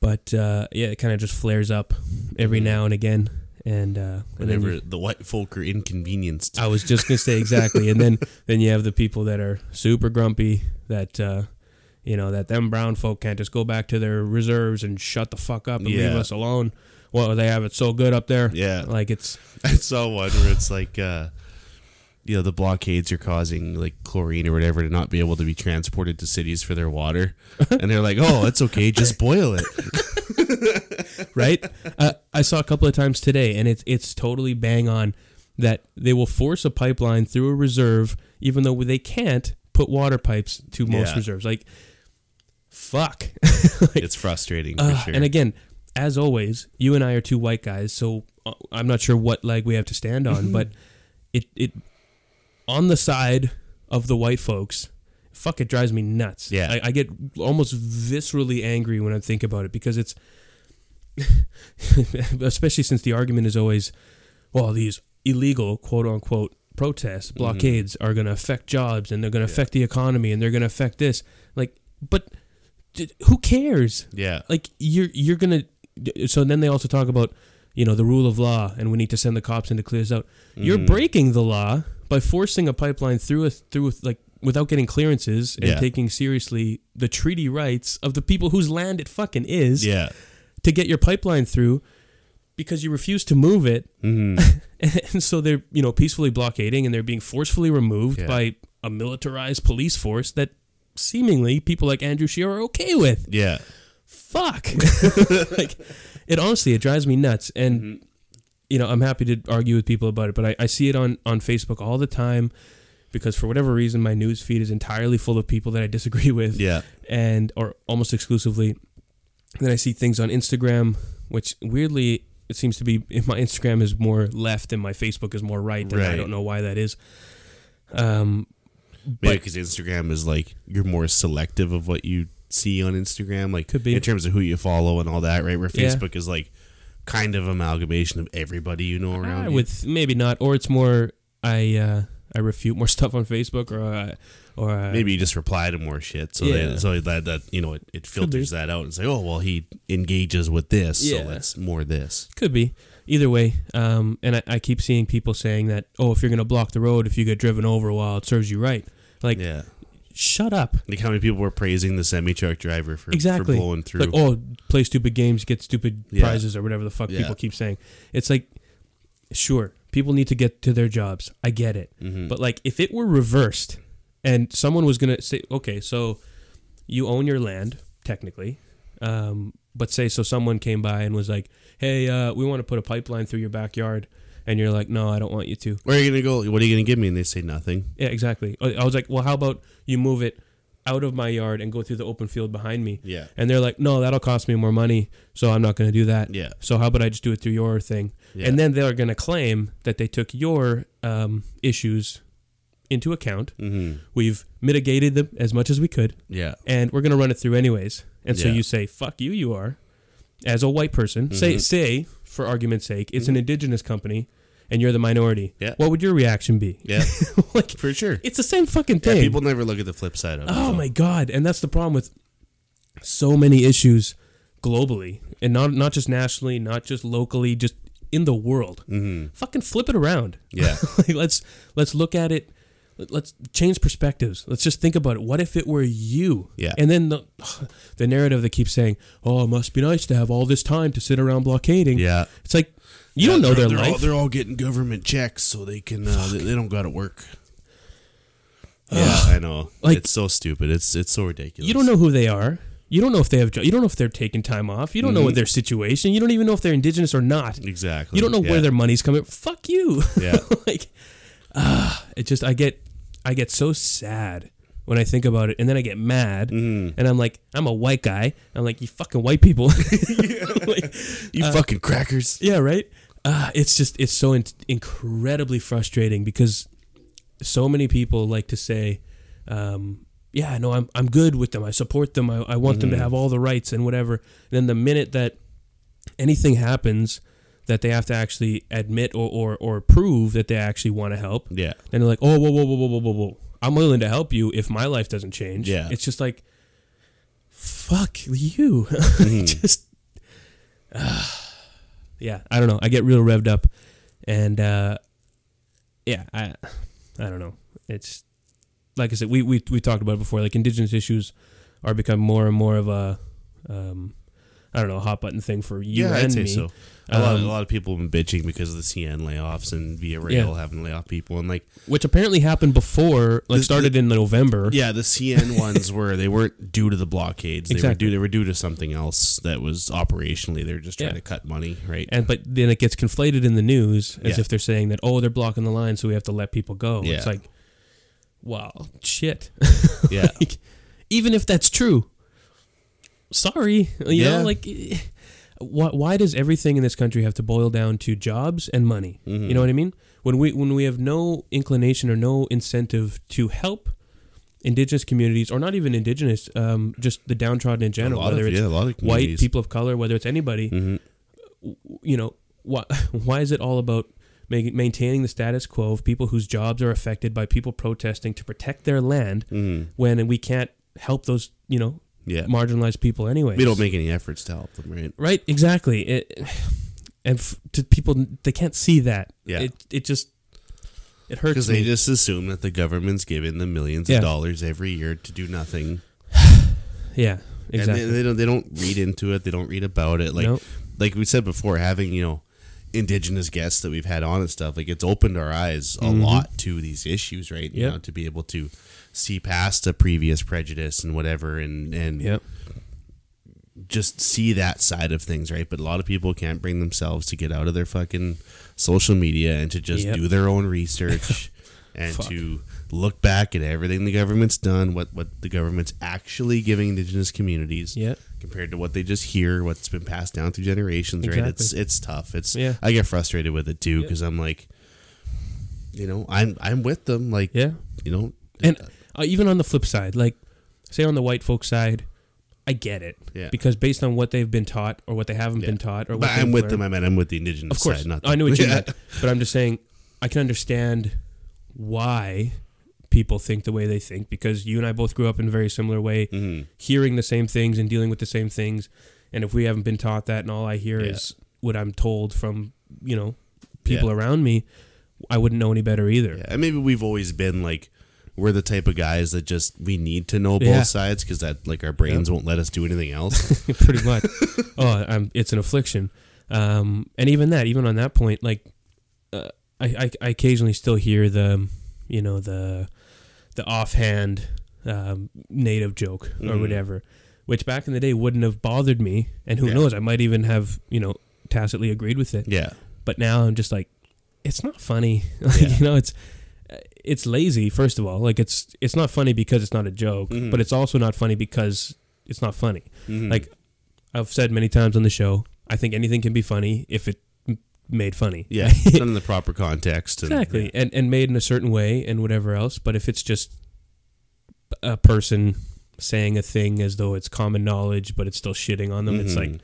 but uh, yeah, it kind of just flares up every now and again, and uh, and then
Mm-hmm. whenever
you-
the white folk are inconvenienced.
I was just gonna say exactly, and then then you have the people that are super grumpy that. Uh, you know that them brown folk can't just go back to their reserves and shut the fuck up and leave
Yeah.
us alone. Well, they have it so good up there.
Yeah,
Like it's
I saw one where it's like, uh, you know, the blockades are causing like chlorine or whatever to not be able to be transported to cities for their water, and they're like, oh, it's okay, just boil it.
right? uh, I saw a couple of times today, and it's it's totally bang on that they will force a pipeline through a reserve, even though they can't put water pipes to most
Yeah.
reserves. Like, fuck.
It's frustrating for
Ugh,
sure.
Uh, And again, as always, you and I are two white guys, so uh, I'm not sure what leg we have to stand on, but it it on the side of the white folks. Fuck, it drives me nuts.
Yeah.
I, I get almost viscerally angry when I think about it because it's, especially since the argument is always, well, these illegal quote unquote
Mm-hmm.
protests, blockades are going to affect jobs and they're going to affect the economy and they're going to affect this. Like, but d- who cares?
yeah,
like you're you're gonna so then they also talk about you know the rule of law and we need to send the cops in to clear this out you're
Mhm.
breaking the law by forcing a pipeline through a through like without getting clearances and
Yeah.
taking seriously the treaty rights of the people whose land it fucking is
yeah.
to get your pipeline through because you refuse to move it
hmm
and so they're you know peacefully blockading and they're being forcefully removed
Yeah.
by a militarized police force that seemingly people like Andrew Scheer are okay with
Yeah.
fuck like it honestly it drives me nuts
Mm-hmm.
and you know i'm happy to argue with people about it but I, I see it on on facebook all the time because for whatever reason my news feed is entirely full of people that i disagree with
Yeah.
and or almost exclusively then i see things on instagram which weirdly it seems to be if my instagram is more left and my facebook is more right and i
Right.
don't know why that is um
Maybe because Instagram is like you're more selective of what you see on Instagram, like
Could be.
in terms of who you follow and all that, right? Where
Yeah.
Facebook is like kind of amalgamation of everybody you know around.
Ah,
you.
with maybe not, or it's more I uh, I refute more stuff on Facebook or uh, or uh,
maybe you just reply to more shit, so
Yeah.
they, so that that you know it, it filters that out and say, oh well, he engages with this,
Yeah.
so let's more this.
Could be. Either way, um, and I, I keep seeing people saying that, oh, if you're going to block the road, if you get driven over, while it serves you right. Like,
yeah,
shut up.
like how many people were praising the semi truck driver for
Exactly.
for blowing through.
Like, oh, play stupid games, get stupid
Yeah.
prizes, or whatever the fuck
Yeah.
people keep saying. It's like, sure, people need to get to their jobs. I get it.
Mhm.
But, like, if it were reversed and someone was going to say, okay, so you own your land, technically. Um, but say, so someone came by and was like, hey, uh, we want to put a pipeline through your backyard. And you're like, no, I don't want you to.
Where are you gonna go? What are you gonna give me? And they say nothing.
Yeah, exactly. I I was like, well, how about you move it out of my yard and go through the open field behind me?
Yeah.
And they're like, no, that'll cost me more money, so I'm not going to do that.
Yeah.
So how about I just do it through your thing?
Yeah.
And then they're going to claim that they took your um, issues into account.
Mm-hmm.
We've mitigated them as much as we could,
Yeah.
and we're going to run it through anyways. And so
Yeah.
you say, fuck you, you are, as a white person. Say,
Mhm.
say, for argument's sake, it's an indigenous company, and you're the minority.
Mm-hmm. Yeah.
What would your reaction be?
Yeah.
like,
For sure.
it's the same fucking
Yeah,
thing.
people never look at the flip side of it.
oh
so.
my god! And that's the problem with so many issues globally, and not not just nationally, not just locally, just in the world.
Mhm.
Fucking flip it around.
Yeah.
like, let's let's look at it. Let- Let's change perspectives. Let's just think about it. What if it were you?
Yeah.
And then the the narrative that keeps saying, "Oh, it must be nice to have all this time to sit around blockading."
Yeah.
It's like you
Yeah,
don't know
they're,
their
they're
life.
All, they're all getting government checks, so they can. Uh, they, they don't got to work. Yeah, I know.
Like-
it's so stupid. It's it's so ridiculous.
You don't know who they are. You don't know if they have. jo- You don't know if they're taking time off. You don't
Mm-hmm.
know what their situation. You don't even know if they're indigenous or not.
exactly.
You don't know
yeah.
where their money's coming. Fuck you.
Yeah.
like, ah, it just I get, I get so sad when I think about it, and then I get mad,
Mm-hmm.
and I'm like, I'm a white guy. I'm like, you fucking white people. Like,
You fucking crackers.
yeah, right. Uh, it's just it's so in- incredibly frustrating because so many people like to say, um, "Yeah, no, I'm I'm good with them. I support them. I, I want them to have all the rights and whatever." And then the minute that anything happens that they have to actually admit or or, or prove that they actually want to help,
Yeah.
then they're like, "Oh, whoa, whoa, whoa, whoa, whoa, whoa, whoa! I'm willing to help you if my life doesn't change."
Yeah.
it's just like, fuck you.
Mm-hmm.
just, ah. yeah, I don't know. I get real revved up, and uh, yeah, I, I don't know. It's like I said, we we we talked about it before. Like indigenous issues are becoming more and more of a, um, I don't know, a hot button thing for you
Yeah,
and
I'd say
me.
so. A lot,
Um,
a lot of people have been bitching because of the CN layoffs and Via Rail having to lay off people, and like
Which apparently happened before, like
This-
started in November.
Yeah, the CN ones were they weren't due to the blockades. They were
Exactly.
due they were due to something else that was operationally. They were just trying
Yeah.
to cut money, right?
and but then it gets conflated in the news as
Yeah.
if they're saying that oh they're blocking the line so we have to let people go
Yeah.
it's like wow shit
yeah.
Like, even if that's true sorry you
Yeah.
know like eh, why, why does everything in this country have to boil down to jobs and money you
Hmm.
know what i mean when we when we have no inclination or no incentive to help indigenous communities or not even indigenous um, just the downtrodden in general whether it's
yeah, a lot of
white
communities. Mm-hmm,
people of color whether it's anybody you know why why is it all about making, maintaining the status quo of people whose jobs are affected by people protesting to protect their land when we can't help those you know
mm-hmm. Yeah.
marginalized people anyway
We don't make any efforts to help them, right?
right exactly it, and f- to people they can't see that
Yeah.
it, it just it hurts
Because they
me.
just assume that the government's giving them millions
Yeah.
of dollars every year to do nothing,
yeah
and
exactly
they, they don't they don't read into it. They don't read about it. Like
Nope.
like we said before, having you know indigenous guests that we've had on and stuff like it's opened our eyes a lot to these issues, right? You
Mm-hmm. Yep.
know, to be able to see past a previous prejudice and whatever, and and
yep
just see that side of things, right? But a lot of people can't bring themselves to get out of their fucking social media and to just
Yep.
do their own research and
Fuck.
to look back at everything the government's done, what what the government's actually giving indigenous communities
Yep.
compared to what they just hear, what's been passed down through generations, right? It's
Exactly.
it's tough. It's
Yeah.
I get frustrated with it too because I'm like you know, I'm I'm with them like
yeah
you know
and uh, even on the flip side, like say on the white folk side, I get it.
Yeah.
Because based on what they've been taught or what they haven't
Yeah.
been taught or what
But I'm
they've
with
learned-
them. I mean, I'm with the indigenous
Of course,
side. Not
I know what you
Yeah.
meant, but I'm just saying I can understand why people think the way they think because you and I both grew up in a very similar way,
Mhm.
hearing the same things and dealing with the same things. And if we haven't been taught that, and all I hear
Yeah.
is what I'm told from you know people
Yeah.
around me, I wouldn't know any better either.
Yeah, and maybe we've always been like we're the type of guys that just we need to know both
Yeah.
sides because that like our brains won't let us do anything else.
pretty much. oh, I'm, it's an affliction. Um, and even that, even on that point, like uh, I, I, I occasionally still hear the, you know, the, the offhand um, native joke or
Mhm.
whatever, which back in the day wouldn't have bothered me, and who
Yeah.
knows, I might even have you know tacitly agreed with it.
yeah,
But now I'm just like, it's not funny.
Yeah.
you know, it's uh, it's lazy. First of all, like it's it's not funny because it's not a joke,
Mhm.
but it's also not funny because it's not funny.
Mhm.
Like I've said many times on the show, I think anything can be funny if it m- made funny.
yeah, done in the proper context. And,
exactly, and and made in a certain way and whatever else. But if it's just a person saying a thing as though it's common knowledge, but it's still shitting on them, it's like,
Mhm.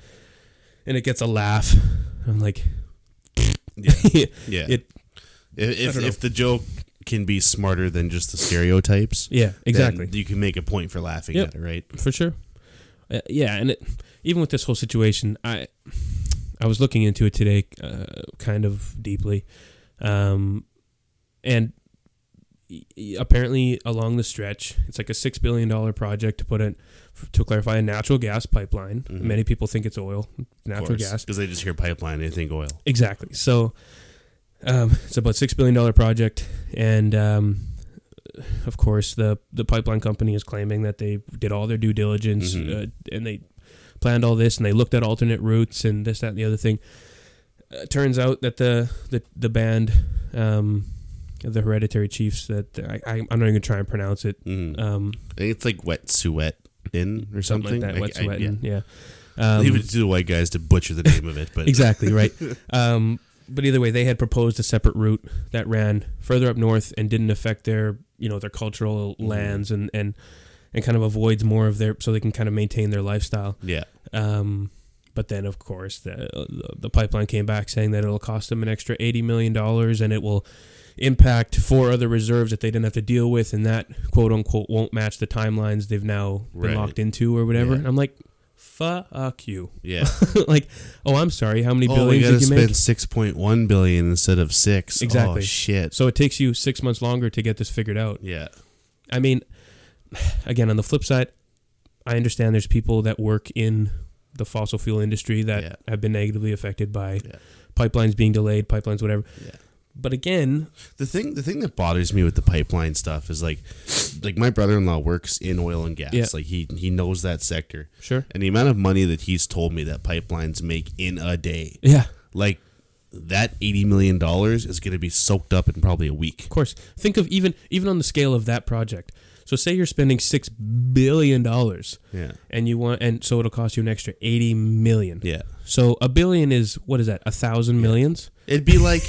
and it gets a laugh. I'm like,
Mm-hmm. yeah, yeah.
yeah, it-
if
I
if,
don't
if the joke can be smarter than just the stereotypes, then
exactly,
you can make a point for laughing
Yep.
at it, right?
for sure. Uh, yeah, and it, even with this whole situation, I I was looking into it today, uh, kind of deeply, um, and y- y- apparently along the stretch, it's like a six billion dollar project to put in f- to clarify a natural gas pipeline.
Mhm.
Many people think it's oil, natural gas.
because they just hear pipeline and they think oil.
Exactly. So um, it's about six billion dollar project, and um, of course the the pipeline company is claiming that they did all their due diligence
Mhm.
uh, and they planned all this and they looked at alternate routes and this that and the other thing. Uh, turns out that the the the band, um, the Hereditary Chiefs, that I, I I'm not even gonna try and pronounce it.
Mhm.
Um,
I think it's like wet suet in or something.
something like that. What's
I- I- yeah.
sweating? Yeah.
Leave
Um,
it to the white guys to butcher the name of it, but
exactly right. Um, but either way, they had proposed a separate route that ran further up north and didn't affect their you know their cultural
Mhm.
lands and and and kind of avoids more of their so they can kind of maintain their lifestyle.
yeah,
Um, but then of course the the pipeline came back saying that it'll cost them an extra eighty million dollars and it will impact four other reserves that they didn't have to deal with and that quote unquote won't match the timelines they've now been
Right.
locked into or whatever.
Yeah.
And I'm like, fuck you.
yeah.
like, oh, I'm sorry. How many
oh, we
billions
gotta
did you
spend
make?
six point one billion instead of six.
Exactly.
Oh shit.
So it takes you six months longer to get this figured out.
Yeah.
I mean, again, on the flip side, I understand there's people that work in the fossil fuel industry that
Yeah.
have been negatively affected by
Yeah.
pipelines being delayed, pipelines, whatever.
Yeah.
But again,
The thing, the thing that bothers me with the pipeline stuff is like, like my brother in law works in oil and gas.
Yeah.
Like he he knows that sector,
sure.
and the amount of money that he's told me that pipelines make in a day,
Yeah,
like that eighty million dollars is gonna be soaked up in probably a week.
of course. Think of even even on the scale of that project. So say you're spending six billion dollars
Yeah.
and you want and so it'll cost you an extra eighty million.
Yeah.
So a billion is what is that? A thousand millions?
It'd be like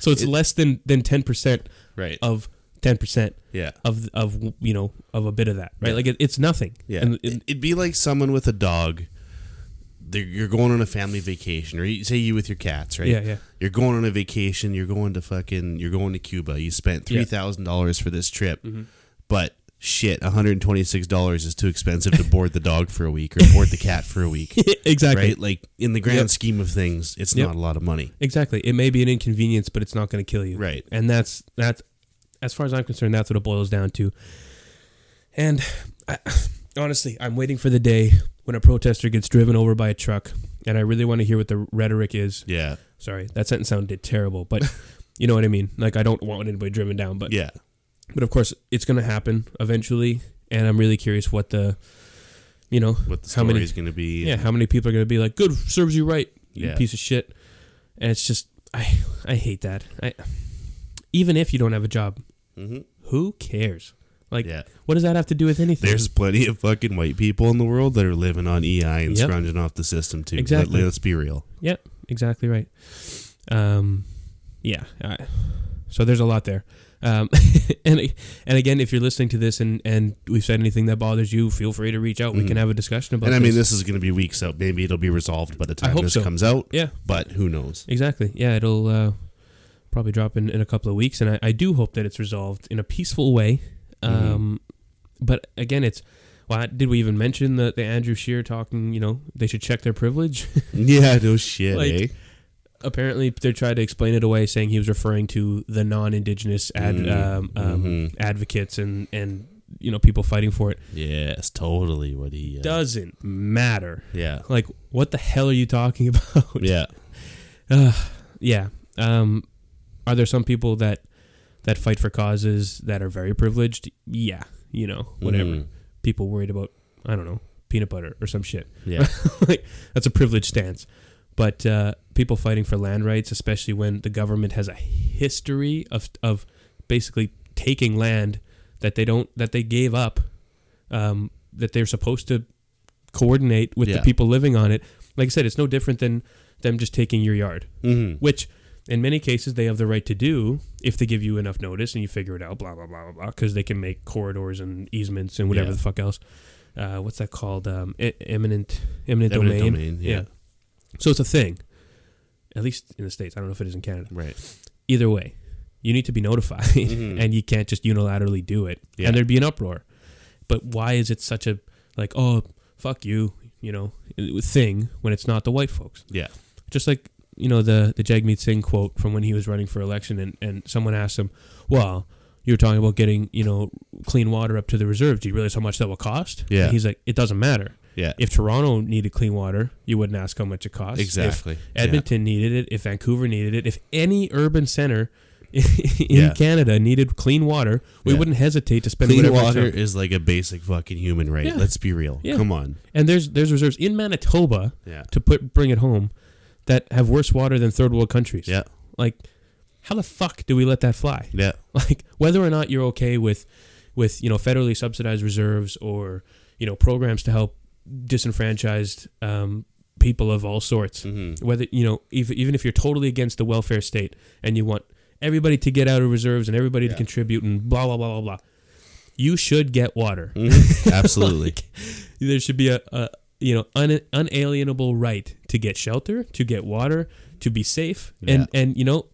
So it's
It-
less than than ten percent
right.
of ten percent
Yeah.
of of you know of a bit of that, right?
Yeah.
Like it, it's nothing.
Yeah,
And it-
it, would be like someone with a dog. They're, you're going on a family vacation, or you, say you with your cats, right?
Yeah, yeah.
You're going on a vacation. You're going to fucking. You're going to Cuba. You spent
Yeah. Mm-hmm.
three thousand dollars for this trip, but shit, one hundred twenty six dollars is too expensive to board the dog for a week or board the cat for a week,
exactly.
right? Like in the grand
Yep.
scheme of things, it's
Yep.
not a lot of money,
Exactly. It may be an inconvenience, but it's not going to kill you.
right?
And that's that's as far as I'm concerned, that's what it boils down to. And I, honestly, I'm waiting for the day when a protester gets driven over by a truck, and I really want to hear what the rhetoric is.
Yeah,
Sorry, that sentence sounded terrible, but you know what I mean. Like I don't want anybody driven down, but
yeah,
but of course it's going to happen eventually and i'm really curious what the you know
what the
How many-
story is going to be?
yeah, how many people are going to be like good serves you right you
Yeah.
piece of shit and it's just i i hate that i even if you don't have a job
hmm
who cares like
yeah.
what does that have to do with anything
There's plenty of fucking white people in the world that are living on EI and
Yep.
scrounging off the system too.
Exactly.
Let, us be real.
exactly right um yeah I, so there's a lot there Um, and and again, if you're listening to this and and we've said anything that bothers you, feel free to reach out. We
Mhm.
can have a discussion about.
And I mean, this is going to be weeks out. Maybe it'll be resolved by the time
hope
this
so.
comes out.
Yeah.
But who knows?
Exactly. Yeah, it'll uh, probably drop in, in a couple of weeks, and I, I do hope that it's resolved in a peaceful way. Um, But again, it's well, did we even mention the, the Andrew Shear talking? You know, they should check their privilege.
yeah, no shit,
Like,
eh?
Apparently, they tried to explain it away, saying he was referring to the non-indigenous ad,
Mm,
um, um,
mhm.
advocates and and you know people fighting for it.
Yes, totally what he uh,
Doesn't matter.
Yeah.
Like, what the hell are you talking about?
Yeah.
Yeah. Um, are there some people that that fight for causes that are very privileged? Yeah, you know, whatever.
Mhm.
People worried about I don't know peanut butter or some shit.
Yeah.
like that's a privileged stance. But uh, people fighting for land rights, especially when the government has a history of of basically taking land that they don't that they gave up, um, that they're supposed to coordinate with the
Yeah.
people living on it. Like I said, it's no different than them just taking your yard
Mhm.
which in many cases they have the right to do if they give you enough notice and you figure it out blah blah blah blah blah because they can make corridors and easements and whatever
Yeah.
the fuck else uh, what's that called um, e- eminent eminent
Eminent
domain,
domain, yeah.
so it's a thing at least in the states i don't know if it is in canada
Right.
either way you need to be notified
Mhm.
and you can't just unilaterally do it
Yeah.
and there'd be an uproar but why is it such a like oh fuck you you know thing when it's not the white folks
Yeah.
just like you know the the Jagmeet Singh quote from when he was running for election, and and someone asked him, "Well, you were talking about getting you know clean water up to the reserve. Do you realize how much that will cost?"
Yeah.
And he's like, "It doesn't matter.
Yeah.
If Toronto needed clean water, you wouldn't ask how much it costs. If
Exactly.
Edmonton needed it. If Vancouver needed it. If any urban center." in
Yeah.
Canada needed clean water. We
Yeah.
wouldn't hesitate to spend
Clean
whatever it
water
took.
is like a basic fucking human right.
Yeah.
Let's be real.
Yeah.
Come on.
And there's there's reserves in Manitoba
Yeah.
to put bring it home that have worse water than third world countries.
Yeah.
Like, how the fuck do we let that fly?
Yeah.
Like, whether or not you're okay with, with you know, federally subsidized reserves or you know programs to help disenfranchised um, people of all sorts.
Mhm.
Whether you know, ev even if you're totally against the welfare state and you want everybody to get out of reserves and everybody to
Yeah.
contribute and blah blah blah blah blah, you should get water.
Mhm. Absolutely.
There should be a, a you know un, unalienable right to get shelter, to get water, to be safe, and and you know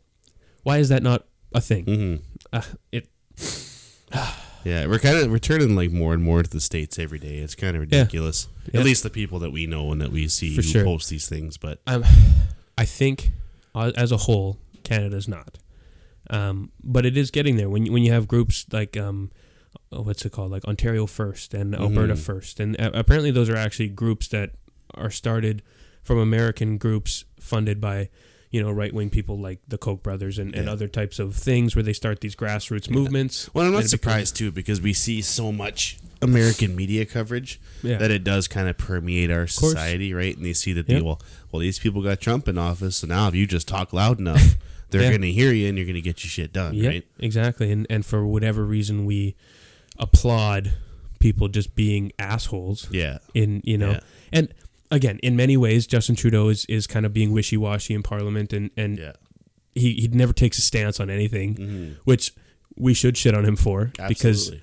why is that not a thing?
hmm
Uh, it
Yeah, we're kind of returning like more and more to the states every day. It's kind of ridiculous.
Yeah.
At least the people that we know and that we see
For
who
sure.
post these things. But
um, I think uh, as a whole Canada's not, um, but it is getting there. When you- when you have groups like um, oh, what's it called like Ontario First and Alberta
Mhm.
First, and uh, apparently those are actually groups that are started from American groups funded by you know right wing people like the Koch brothers and, and
Yeah.
other types of things where they start these grassroots movements.
well, I'm
And
not
it
surprised too because we see so much American media coverage
Yeah.
that it does kind of permeate our
course.
society, right? And they see that
Yeah.
they well, well, these people got Trump in office, so now if you just talk loud enough, they're
Yeah.
going to hear you and you're going to get your shit done,
Yeah,
right?
exactly. And and for whatever reason we applaud people just being assholes.
Yeah,
in you know
Yeah.
and again in many ways justin trudeau is, is kind of being wishy-washy in parliament and and
yeah,
he, he never takes a stance on anything
Mhm.
which we should shit on him for because
absolutely.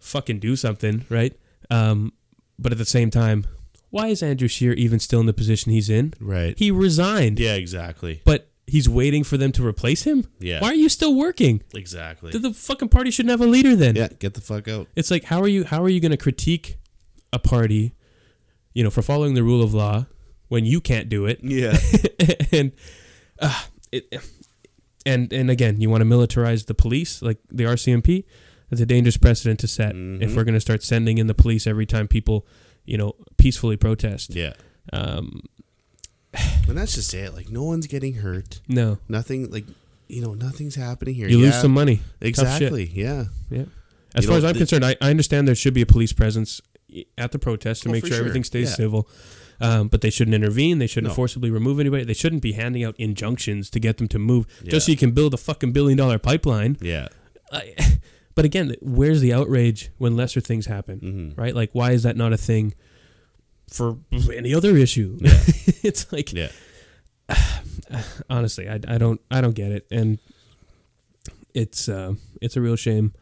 fucking do something right um but at the same time why is andrew shear even still in the position he's in
right?
he resigned
yeah, exactly.
but he's waiting for them to replace him
Yeah.
why are you still working
Exactly.
the, the fucking party shouldn't have a leader then
yeah, get the fuck out.
it's like how are you how are you going to critique a party you know for following the rule of law when you can't do it
Yeah,
and uh, it, and and again you want to militarize the police like the RCMP that's a dangerous precedent to set if
Mhm.
we're going to start sending in the police every time people you know peacefully protest
yeah.
um
And that's just it. Like no one's getting hurt.
no
Nothing like you know, nothing's happening here.
you lose
Yeah,
some money
Exactly. Yeah.
yeah as
You
far
know,
as I'm
the-
concerned I, I understand there should be a police presence i- at the protest to
Oh,
make
for
sure,
sure.
everything stays
Yeah.
civil um, but they shouldn't intervene they shouldn't
No.
forcibly remove anybody they shouldn't be handing out injunctions to get them to move
Yeah.
just so you can build a fucking billion dollar pipeline
Yeah.
I, but again, where's the outrage when lesser things happen,
hmm
right? Like, why is that not a thing for any other issue?
Yeah.
it's like,
Yeah.
honestly, I, I don't, I don't get it, and it's uh, it's a real shame.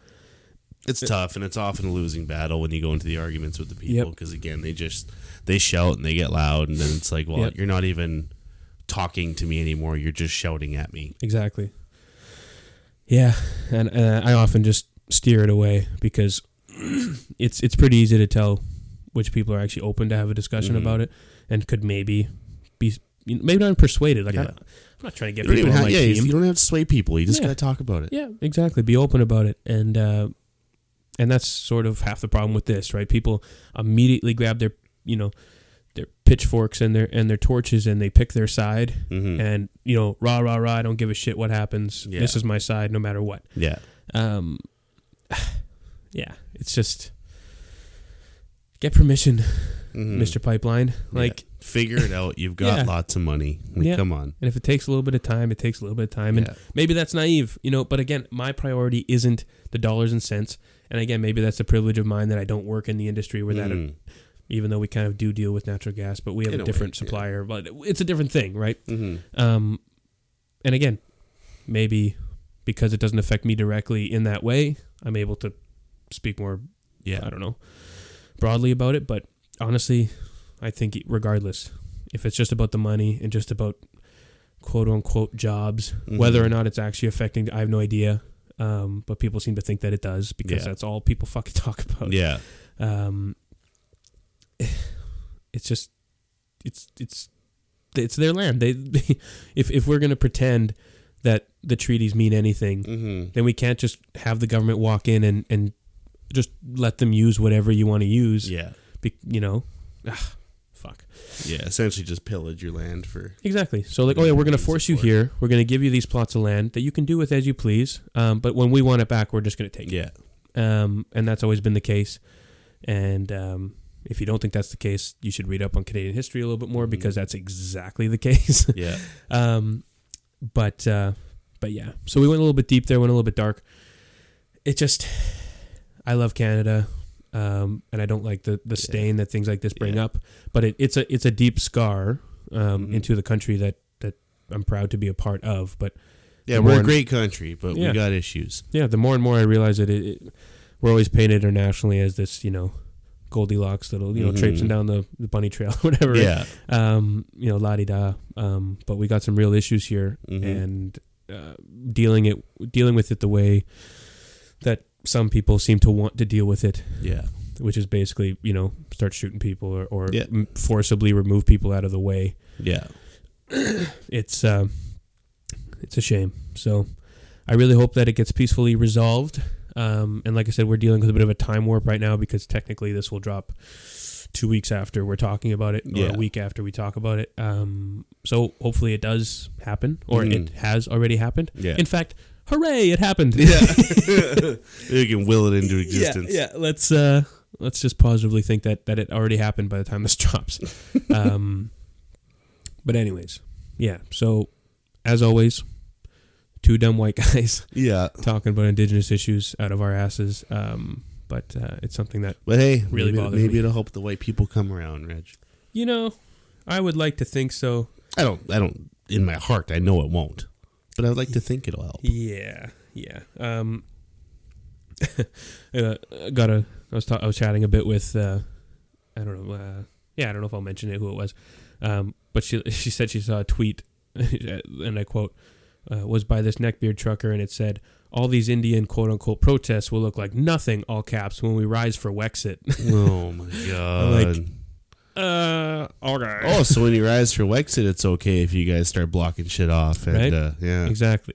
It's tough, and it's often a losing battle when you go into the arguments with the people
Yep.
because again, they just they shout and they get loud, and then it's like, well,
Yep.
you're not even talking to me anymore. You're just shouting at me.
Exactly. Yeah, and, and I often just steer it away because it's it's pretty easy to tell which people are actually open to have a discussion
Mhm.
about it and could maybe be you know, maybe not persuaded. Like I,
Yeah.
am not trying
You
to get
don't,
people
even
on
have,
my
yeah,
team.
you don't have to sway people. You just
Yeah.
gotta talk about it.
Yeah, exactly. Be open about it, and uh, and that's sort of half the problem with this, right? People immediately grab their you know their pitchforks and their and their torches and they pick their side,
Mm-hmm.
and you know rah rah rah. I don't give a shit what happens.
Yeah.
This is my side, no matter what.
yeah.
Um, yeah, it's just get permission,
Mhm.
Mister Pipeline.
Yeah.
Like,
figure it out. You've got
Yeah.
lots of money. Like,
Yeah.
Come on.
and if it takes a little bit of time, it takes a little bit of time, and
Yeah.
maybe that's naive, you know, but again, my priority isn't the dollars and cents. And again, maybe that's a privilege of mine that I don't work in the industry where that,
Mhm.
even though we kind of do deal with natural gas, but we have
In
Hmm. a
a way,
different
yeah.
supplier, but it's a different thing, right?
Mhm.
Um, and again, maybe because it doesn't affect me directly in that way, I'm able to speak more,
Yeah.
I don't know, broadly about it. But honestly, I think regardless, if it's just about the money and just about quote unquote jobs,
Mm-hmm.
whether or not it's actually affecting, I have no idea. Um, but people seem to think that it does because
Yeah.
that's all people fucking talk about.
Yeah.
Um, it's just, it's it's it's their land. They, they if if we're gonna pretend that the treaties mean anything,
Mm-hmm.
then we can't just have the government walk in and and just let them use whatever you want to use.
Yeah.
Be, you know, Ugh, fuck.
Yeah. Essentially, just pillage your land for.
Exactly. So like, oh yeah, we're gonna
Needs
force you
support.
here. We're gonna give you these plots of land that you can do with as you please. Um, but when we want it back, we're just gonna take
Yeah.
it. Um, and that's always been the case. And um, if you don't think that's the case, you should read up on Canadian history a little bit more
Mhm.
because that's exactly the case.
Yeah.
um, but uh, but yeah, so we went a little bit deep there, went a little bit dark. It just, I love Canada, um, and I don't like the the
Yeah.
stain that things like this bring
Yeah.
up. But it, it's a it's a deep scar um,
Mhm.
into the country that that I'm proud to be a part of. But
Yeah.
The
We're
more-
a great country, but
Yeah.
we got issues.
yeah, the more and more I realize that it, it we're always painted internationally as this, you know, Goldilocks little, you know,
Mhm.
traipsing down the, the bunny trail, whatever.
Yeah.
Um, you know, la di da. Um, but we got some real issues here,
Mhm.
and uh, dealing it, dealing with it the way that some people seem to want to deal with it,
Yeah.
which is basically, you know, start shooting people or, or
Yeah.
m- forcibly remove people out of the way
Yeah.
it's um, it's a shame. So I really hope that it gets peacefully resolved. Um, and like I said, we're dealing with a bit of a time warp right now because technically this will drop two weeks after we're talking about it, or
Yeah.
a week after we talk about it. Um, so hopefully it does happen, or it
Mhm.
has already happened.
Yeah.
In fact, hooray! It happened.
yeah. you can will it into
yeah,
existence.
yeah. Let's uh, let's just positively think that that it already happened by the time this drops. um, but anyways, yeah. So as always, two dumb white guys
Yeah.
talking about indigenous issues out of our asses. Um, but uh, it's something that
But hey,
Really
maybe,
bothers
maybe
me.
it'll help the white people come around, Reg.
you know I would like to think so.
I don't. I don't. In my heart, I know it won't. But I would like to think it'll help.
Yeah, yeah. Um, uh, got a. I was ta- I was chatting a bit with. Uh, I don't know. Uh, yeah, I don't know if I'll mention it who it was, um, but she she said she saw a tweet, and I quote, uh, "Was by this neckbeard trucker, and it said." All these Indian quote unquote protests will look like nothing, all caps, when we rise for Wexit.
oh my god.
like- Uh, okay.
oh, so when you rise for Wexit, it's okay if you guys start blocking shit off. And,
Right?
Uh, yeah.
Exactly.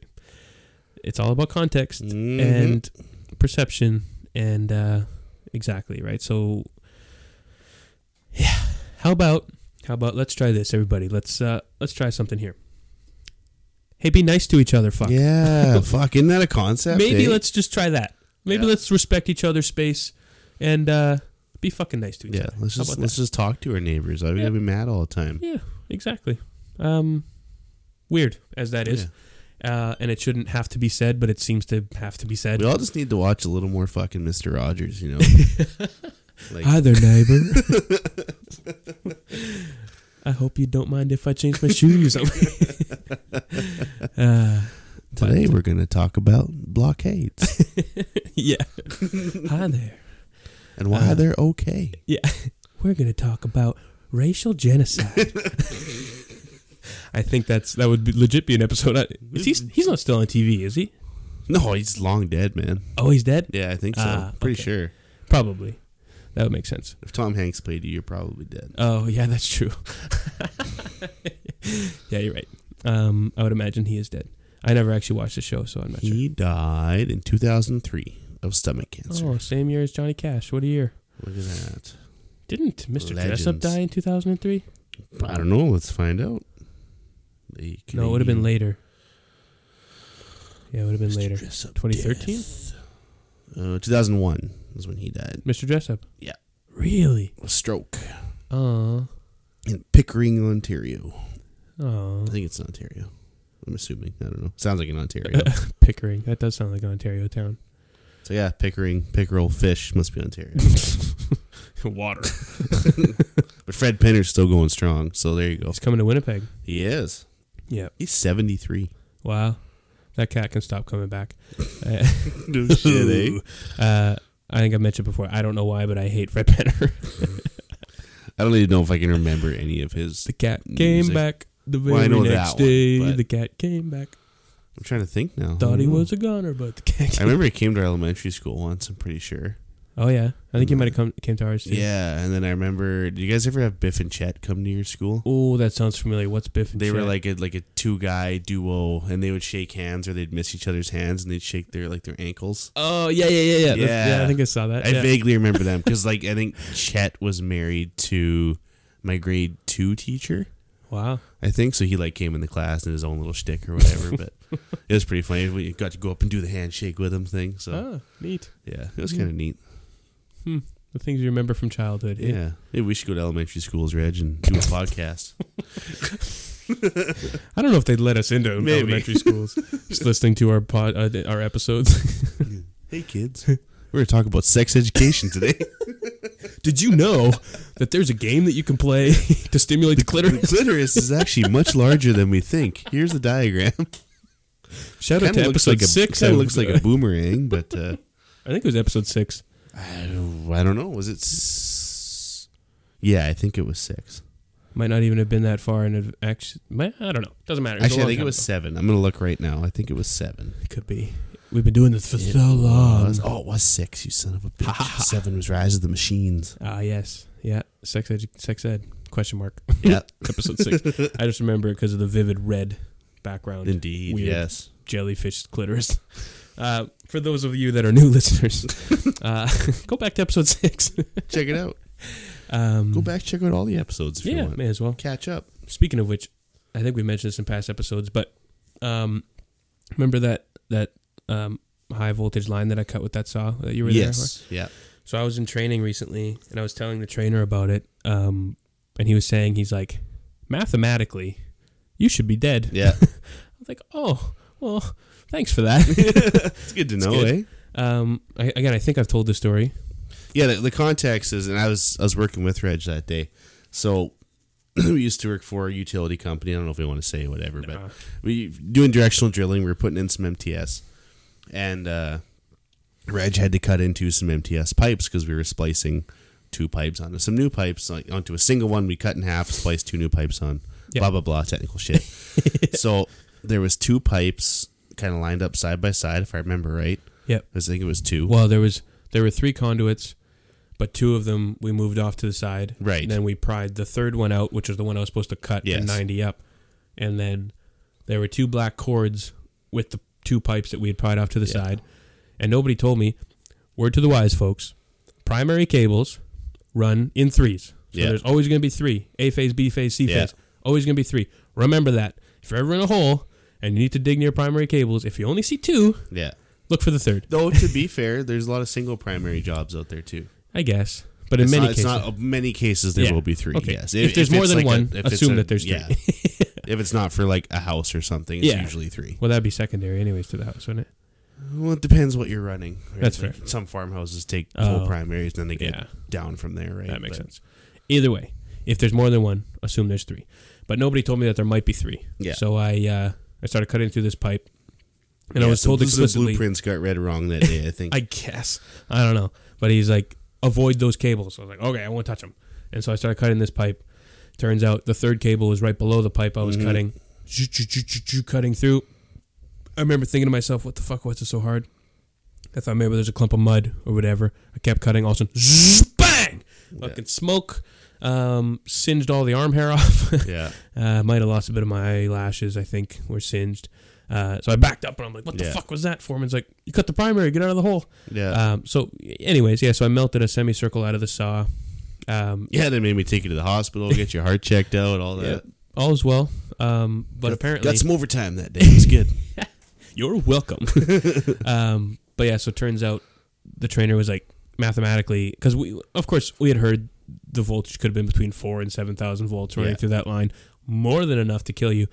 It's all about context.
Mhm.
and perception and uh exactly right so yeah how about how about let's try this everybody let's uh let's try something here hey be nice to each other fuck
yeah, fuck. Isn't that a concept?
maybe
eh?
let's just try that maybe
Yeah.
let's respect each other's space and uh be fucking nice to each
Yeah,
other
let's
How
just
about
let's just talk to our neighbors. I'd
Yeah.
be mad all the time.
yeah exactly um weird as that is uh and it shouldn't have to be said but it seems to have to be
Yeah.
said
We all just need to watch a little more fucking Mister Rogers. You know. like,
Hi there, neighbor. I hope you don't mind if I change my shoes. uh,
Today
but-
we're going to talk about
blockades
yeah. Hi there.
and why
Uh,
they're okay.
We're going to talk about racial genocide. I think that's that would be legit be an episode. I- Is he, he's not still on TV, is he?
No, he's long dead, man.
Oh, he's dead?
Yeah, I think so.
Ah,
Pretty
okay.
sure.
Probably. That would make sense.
If Tom Hanks played you, you're probably dead.
Oh, yeah, that's true. yeah, you're right. Um, I would imagine he is dead. I never actually watched the show, so I'm not
He died in 2003 of stomach cancer.
sure. Oh, same year as Johnny Cash. What a year.
Look at that.
Didn't Mr. Dressup
Legends.
die in 2003?
I don't know. Let's find out. They
No, it would have been
Canadian
later. Yeah, it would have been later.
dress up
2013?
death. Uh, 2001 is when he died.
Mr. Dressup.
Yeah.
Really?
A stroke
Oh.
in Pickering, Ontario.
Oh.
I think it's Ontario. I'm assuming. I don't know. Sounds like an Ontario.
Pickering. That does sound like an Ontario town.
so yeah, Pickering, pickerel fish must be Ontario.
Water.
but Fred Penner's still going strong. So there you go.
He's coming to Winnipeg.
He is.
Yeah.
He's 73.
Wow. That cat can stop coming back. Uh,
No
shit, eh? uh, I think I mentioned before. I don't know why, but I hate Fred Penner.
I don't even know if I can remember any of his.
the cat came
Music.
back the very
Well, I know
next
that one,
day.
but-
the cat came back.
I'm trying to think now.
Thought he
I don't know.
was a goner, but the cat.
Mm-hmm. I
Came.
remember he came to our elementary school once. I'm pretty sure.
Oh yeah, I think he might have come came to ours too.
Mm-hmm. Yeah, and then I remember. Do you guys ever have Biff and Chet come to your school?
Oh, that sounds familiar. What's Biff and
They were
Chet?
like a like a two guy duo, and they would shake hands or they'd miss each other's hands and they'd shake their like their ankles.
Oh yeah, yeah, yeah, yeah. That's-
Yeah.
I think I saw that.
I
yeah.
vaguely remember them because like I think Chet was married to my grade two teacher.
Wow.
I think so. He like came in the class in his own little shtick or whatever, but it was pretty funny. We got to go up and do the handshake with him thing. So
ah, neat.
yeah, it was kind of neat.
The things you remember from childhood. eh?
Yeah, maybe we should go to elementary schools, Reg, and do a podcast.
I don't know if they'd let us into
Maybe.
elementary schools. Just listening to our pod, uh, th- our episodes.
Hey kids, we're gonna talk about sex education today.
Did you know that there's a game that you can play to stimulate the
the
clitoris?
clitoris is actually much larger than we think. Here's the diagram.
Shout out
Kinda
to
looks
episode
like a,
six.
Kind
of-
of looks like a boomerang, but uh,
I think it was episode six.
I, don't- I don't know. Was it? S- yeah, I think it was six.
Might not even have been that far in actually. I don't know. Doesn't matter.
Actually, I think it was seven. I'm gonna look right now. I think it was seven.
It could be. We've been doing this for
It
so long.
was- oh, it was six. You son of a bitch. seven was Rise of the Machines.
Ah, yes, yeah. Sex ed. Sex ed. Question mark.
Yeah,
episode six. I just remember it because of the vivid red background.
indeed.
Weird.
Yes.
jellyfish clitoris. Uh, for those of you that are new listeners, uh, go back to episode six.
Check it out.
Um,
Go back. Check out all the episodes if you
Yeah,
want.
may as well.
Catch up.
Speaking of which, I think we mentioned this in past episodes, but um, remember that that um, high voltage line that I cut with that saw that you were there for?
yes. Yeah.
So I was in training recently, and I was telling the trainer about it, um, and he was saying he's like, mathematically, you should be dead.
Yeah.
I was like, oh, well, thanks for that.
it's good to know,
good.
eh?
Um, I, again, I think I've told this story.
Yeah, the, the context is, and I was I was working with Reg that day, so we used to work for a utility company. I don't know if we want to say whatever,
Nah.
but we doing directional drilling. We were putting in some MTS, and uh, Reg had to cut into some MTS pipes because we were splicing two pipes onto some new pipes, like onto a single one. We cut in half, spliced two new pipes on.
Yeah.
Blah blah blah, technical shit. so there was two pipes kind of lined up side by side, if I remember right.
Yep.
I think it was two.
Well, there was there were three conduits, but two of them we moved off to the side.
Right.
And then we pried the third one out, which was the one I was supposed to cut to
Yes.
ninety up. And then there were two black cords with the two pipes that we had pried off to the
Yeah.
side. And nobody told me. Word to the wise folks. Primary cables run in threes. So
Yeah.
there's always gonna be three. A phase, B phase, C
Yeah.
phase. Always gonna be three. Remember that. If you're ever in a hole and you need to dig near primary cables, if you only see two,
yeah.
look for the third.
Though to be fair, there's a lot of single primary jobs out there too.
I guess. But in
it's
many
not,
cases,
it's not many cases there
Yeah.
will be three.
Okay.
Yes,
If there's more
it's
than one,
if it's
assume that there's
yeah. if it's not for like a house or something, it's
Yeah.
usually three.
well, that'd be secondary, anyways, to the house, wouldn't it?
Well, it depends what you're running. right?
That's
Like,
fair.
Some farmhouses take
Oh.
full primaries, then they get
Yeah.
down from there. Right,
that makes
But-
sense. Either way, if there's more than one, assume there's three. But nobody told me that there might be three.
Yeah.
So I uh, I started cutting through this pipe, And I was told explicitly.
The blueprints got read wrong that day. I think
I guess. I don't know. But he's like, avoid those cables. I was like, okay, I won't touch them. And so I started cutting this pipe. Turns out the third cable was right below the pipe I was
Mhm.
cutting. Shoo, shoo, shoo, shoo, shoo, Cutting through. I remember thinking to myself, what the fuck was it so hard? I thought maybe there's a clump of mud or whatever. I kept cutting. Also, bang! Fucking smoke. Um, singed all the arm hair off.
yeah,
Uh, might have lost a bit of my eyelashes, I think, were singed. Uh, so I backed up and I'm like, what the
Yeah.
fuck was that? Foreman's like, you cut the primary, get out of the hole.
yeah,
Um, so, anyways, yeah, so I melted a semicircle out of the saw. Um,
yeah. They made me take you to the hospital, get your heart checked out, all that.
yeah, all's well. Um, but
Got-
apparently,
got some overtime that day. It was good.
you're welcome. um, but yeah, so it turns out the trainer was like, mathematically, because we, of course, we had heard the voltage could have been between four and 7,000 volts running
Yeah.
through that line, more than enough to kill you.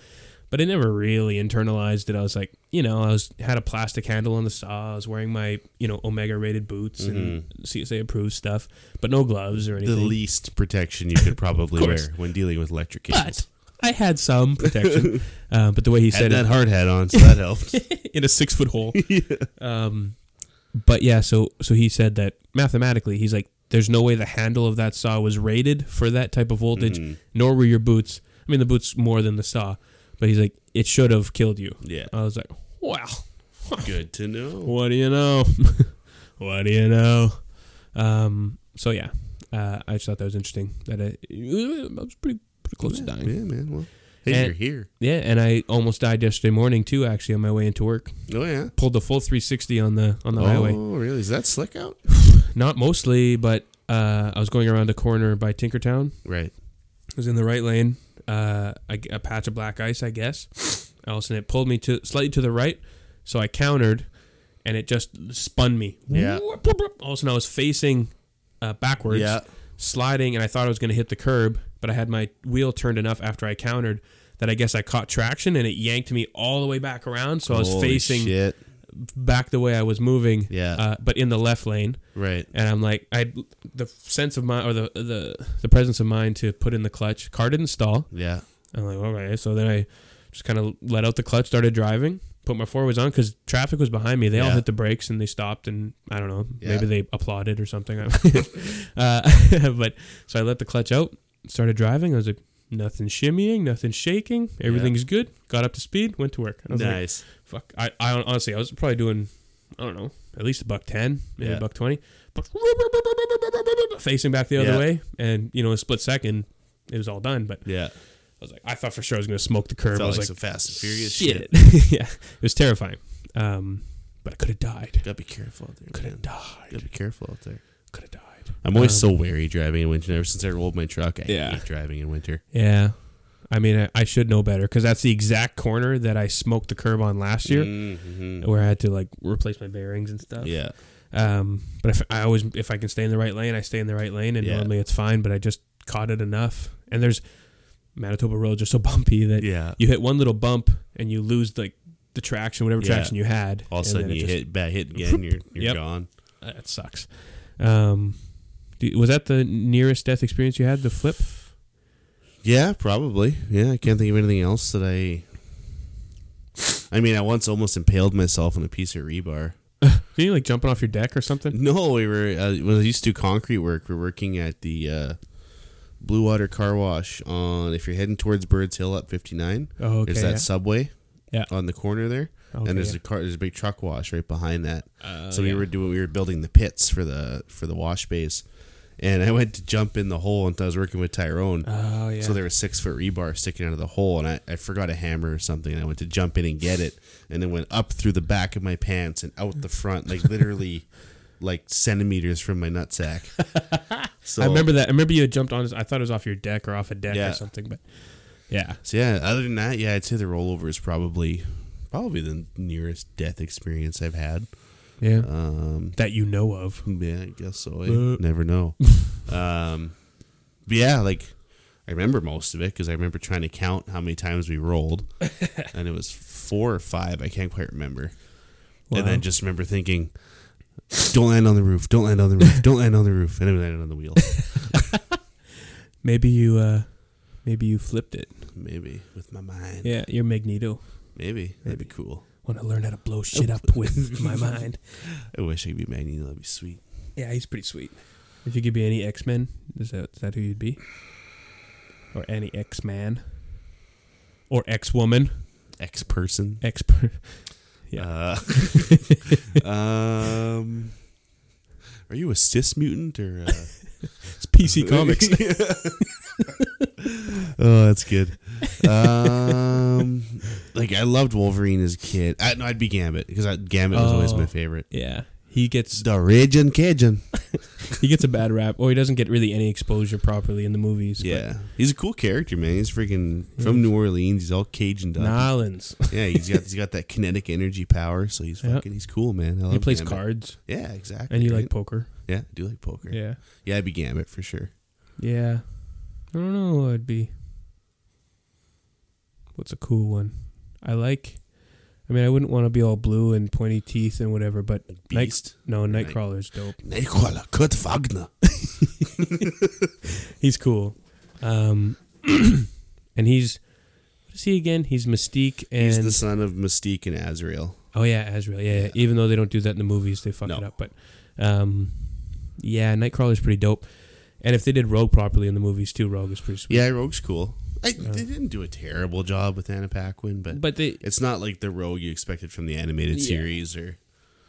But I never really internalized it. I was like, you know, I was had a plastic handle on the saw. I was wearing my, you know, Omega rated boots and CSA approved stuff, but no gloves or
Mm-hmm. the
anything.
least protection you could probably wear
course.
when dealing with electric
But
cables.
I had some protection. uh, but the way he
Had
said
that
it
hard hat on, so that helped.
in a six foot hole. Um, but yeah, so so he said that mathematically, he's like, there's no way the handle of that saw was rated for that type of voltage,
Mhm.
nor were your boots. I mean, the boots more than the saw, but he's like, it should have killed you.
Yeah,
I was like, wow,
good to know.
what do you know? what do you know? Um, so yeah, uh, I just thought that was interesting. That I, I was pretty pretty close to
Yeah,
dying.
yeah, man. Well, hey,
And-
you're here.
Yeah, and I almost died yesterday morning too. Actually, on my way into work,
Oh yeah.
pulled the full 360 on the on the
Oh
highway.
really? Is that slick out?
Not mostly, but uh, I was going around a corner by Tinkertown.
Right.
I was in the right lane, uh, a, a patch of black ice, I guess. Allison, it pulled me to slightly to the right, so I countered, and it just spun me.
Yeah.
All of a sudden, I was facing uh, backwards,
Yeah.
sliding, and I thought I was going to hit the curb, but I had my wheel turned enough after I countered that I guess I caught traction, and it yanked me all the way back around. So I was
Holy
facing
Shit.
back the way I was moving,
Yeah.
uh, but in the left lane
right.
and I'm like, I the sense of mind or the the the presence of mind to put in the clutch. Car didn't stall.
Yeah.
I'm like, okay. So then I just kind of let out the clutch, started driving, put my forwards on because traffic was behind me. They all
Yeah.
hit the brakes and they stopped, and I don't know,
Yeah.
maybe they applauded or something. uh, but so I let the clutch out, started driving. I was like, nothing shimmying, nothing shaking, everything's good. Got up to speed, went to work. I was like,
Nice.
Fuck, I, I hon- honestly, I was probably doing, I don't know, at least a buck ten, maybe
Yeah.
a buck twenty, but facing back the other
Yeah.
way, and you know, in a split second, it was all done. But I
yeah.
was like, I thought for sure I was gonna smoke the curb. I
Felt
was
like,
like,
some Fast and Furious shit.
shit, yeah, it was terrifying. Um, but I could have died.
Gotta be careful out there.
Could have
man. Gotta
died.
be careful out there.
Could have died.
I'm always
Um,
so wary driving in winter. Ever since I rolled my truck, I
Yeah.
hate driving in winter.
Yeah. I mean, I, I should know better because that's the exact corner that I smoked the curb on last year,
Mhm.
where I had to like replace my bearings and stuff.
Yeah.
Um, but if I always, if I can stay in the right lane, I stay in the right lane, and
Yeah.
normally it's fine. But I just caught it enough. And there's Manitoba roads are so bumpy that
Yeah.
you hit one little bump and you lose like the traction, whatever
Yeah.
traction you had.
All of a
and
sudden,
then it
you
just-
hit bad hit again. You're you're
Yep.
gone.
uh, That sucks. Um, do- was that the nearest death experience you had? The flip?
Yeah, probably. Yeah, I can't think of anything else that I. I mean, I once almost impaled myself on a piece of rebar.
Were you like jumping off your deck or something?
No, we were uh, when I used to do concrete work. We were working at the uh, Blue Water Car Wash on if you're heading towards Birds Hill up 59.
Oh, okay.
there's Mm-hmm. that
yeah.
subway.
Yeah.
on the corner there,
Okay,
and there's
yeah.
a car. There's a big truck wash right behind that.
Uh,
so
yeah.
we were doing. We were building the pits for the for the wash bays, and I went to jump in the hole. And I was working with Tyrone.
Oh yeah.
So there was six foot rebar sticking out of the hole, and I, I forgot a hammer or something. And I went to jump in and get it, and then went up through the back of my pants and out the front, like literally, like centimeters from my nutsack. So,
I remember that. I remember you had jumped on. I thought it was off your deck or off a deck
Yeah.
or something. But yeah.
So yeah, other than that, yeah, I'd say the rollover is probably probably the nearest death experience I've had.
Yeah.
Um,
that you know of.
yeah, I guess so. I
Uh.
never know. um, but yeah, like I remember most of it because I remember trying to count how many times we rolled, and it was four or five. I can't quite remember.
Wow.
And then just remember thinking, "Don't land on the roof! Don't land on the roof! Don't land on the roof!" And then we landed on the wheel.
Maybe you uh maybe you flipped it.
Maybe with my mind.
Yeah, you're magneto.
Maybe that'd be cool.
want to learn how to blow shit up with my mind.
I wish I could be Magneto. That'd be sweet.
Yeah, he's pretty sweet. If you could be any X Men, is that is that who you'd be? Or any X Man? Or X Woman?
X person.
X. Yeah.
Uh, um, are you a cis mutant or? Uh,
It's PC Comics.
oh, that's good. Um, like I loved Wolverine as a kid. I, no, I'd be Gambit because I, Gambit was always
Oh.
my favorite.
yeah. He gets
The Raging Cajun.
he gets a bad rap. Oh, he doesn't get really any exposure properly in the movies. but
Yeah, he's a cool character, man. He's freaking from New Orleans. He's all Cajun up.
Nolans.
Yeah, he's got he's got that kinetic energy power, so he's
Yeah.
fucking he's cool, man. I love
He plays
Gambit.
cards
Yeah, exactly.
and you
right?
like poker.
Yeah, I do like poker. Yeah,
Yeah.
I'd be Gambit for sure.
Yeah. I don't know what I'd be. What's a cool one? I like. I mean, I wouldn't want to be all blue and pointy teeth and whatever, but Night-
Beast.
no,
Night-
Nightcrawler's dope.
Nightcrawler, Kurt Wagner.
He's cool. Um, and he's. What is he again? He's Mystique and.
He's the son of Mystique and Azrael.
oh, yeah, Azrael. Yeah, yeah.
Yeah.
Even though they don't do that in the movies, they fuck
No.
it up. But um, yeah, Nightcrawler's pretty dope. And if they did Rogue properly in the movies, too, Rogue is pretty sweet.
Yeah, Rogue's cool. I,
Yeah.
They didn't do a terrible job with Anna Paquin, but,
But they.
it's not like the Rogue you expected from the animated
Yeah.
series, or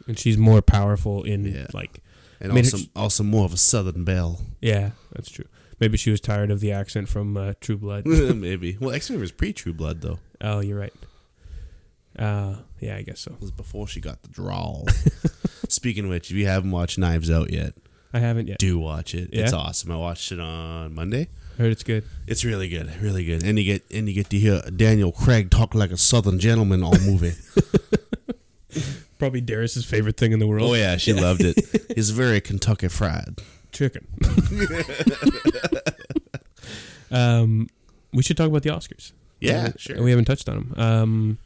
And she's more powerful in,
Yeah.
like.
and
I mean,
also
it's-
also more of a Southern belle.
Yeah, that's true. Maybe she was tired of the accent from uh, True Blood.
Maybe. Well, X Men was pre True Blood though.
oh, you're right. Uh, yeah, I guess so.
It was before she got the drawl. Speaking of which, if you haven't watched Knives Out yet,
I haven't yet.
do watch it. It's
Yeah?
awesome. I watched it on Monday.
Heard it's good.
It's really good, really good. And you get and you get to hear Daniel Craig talk like a Southern gentleman all movie.
Probably Darius's favorite thing in the world.
oh yeah, she loved it. He's very Kentucky fried.
chicken. um, we should talk about the Oscars.
Yeah,
Uh,
sure.
We haven't touched on them. Um,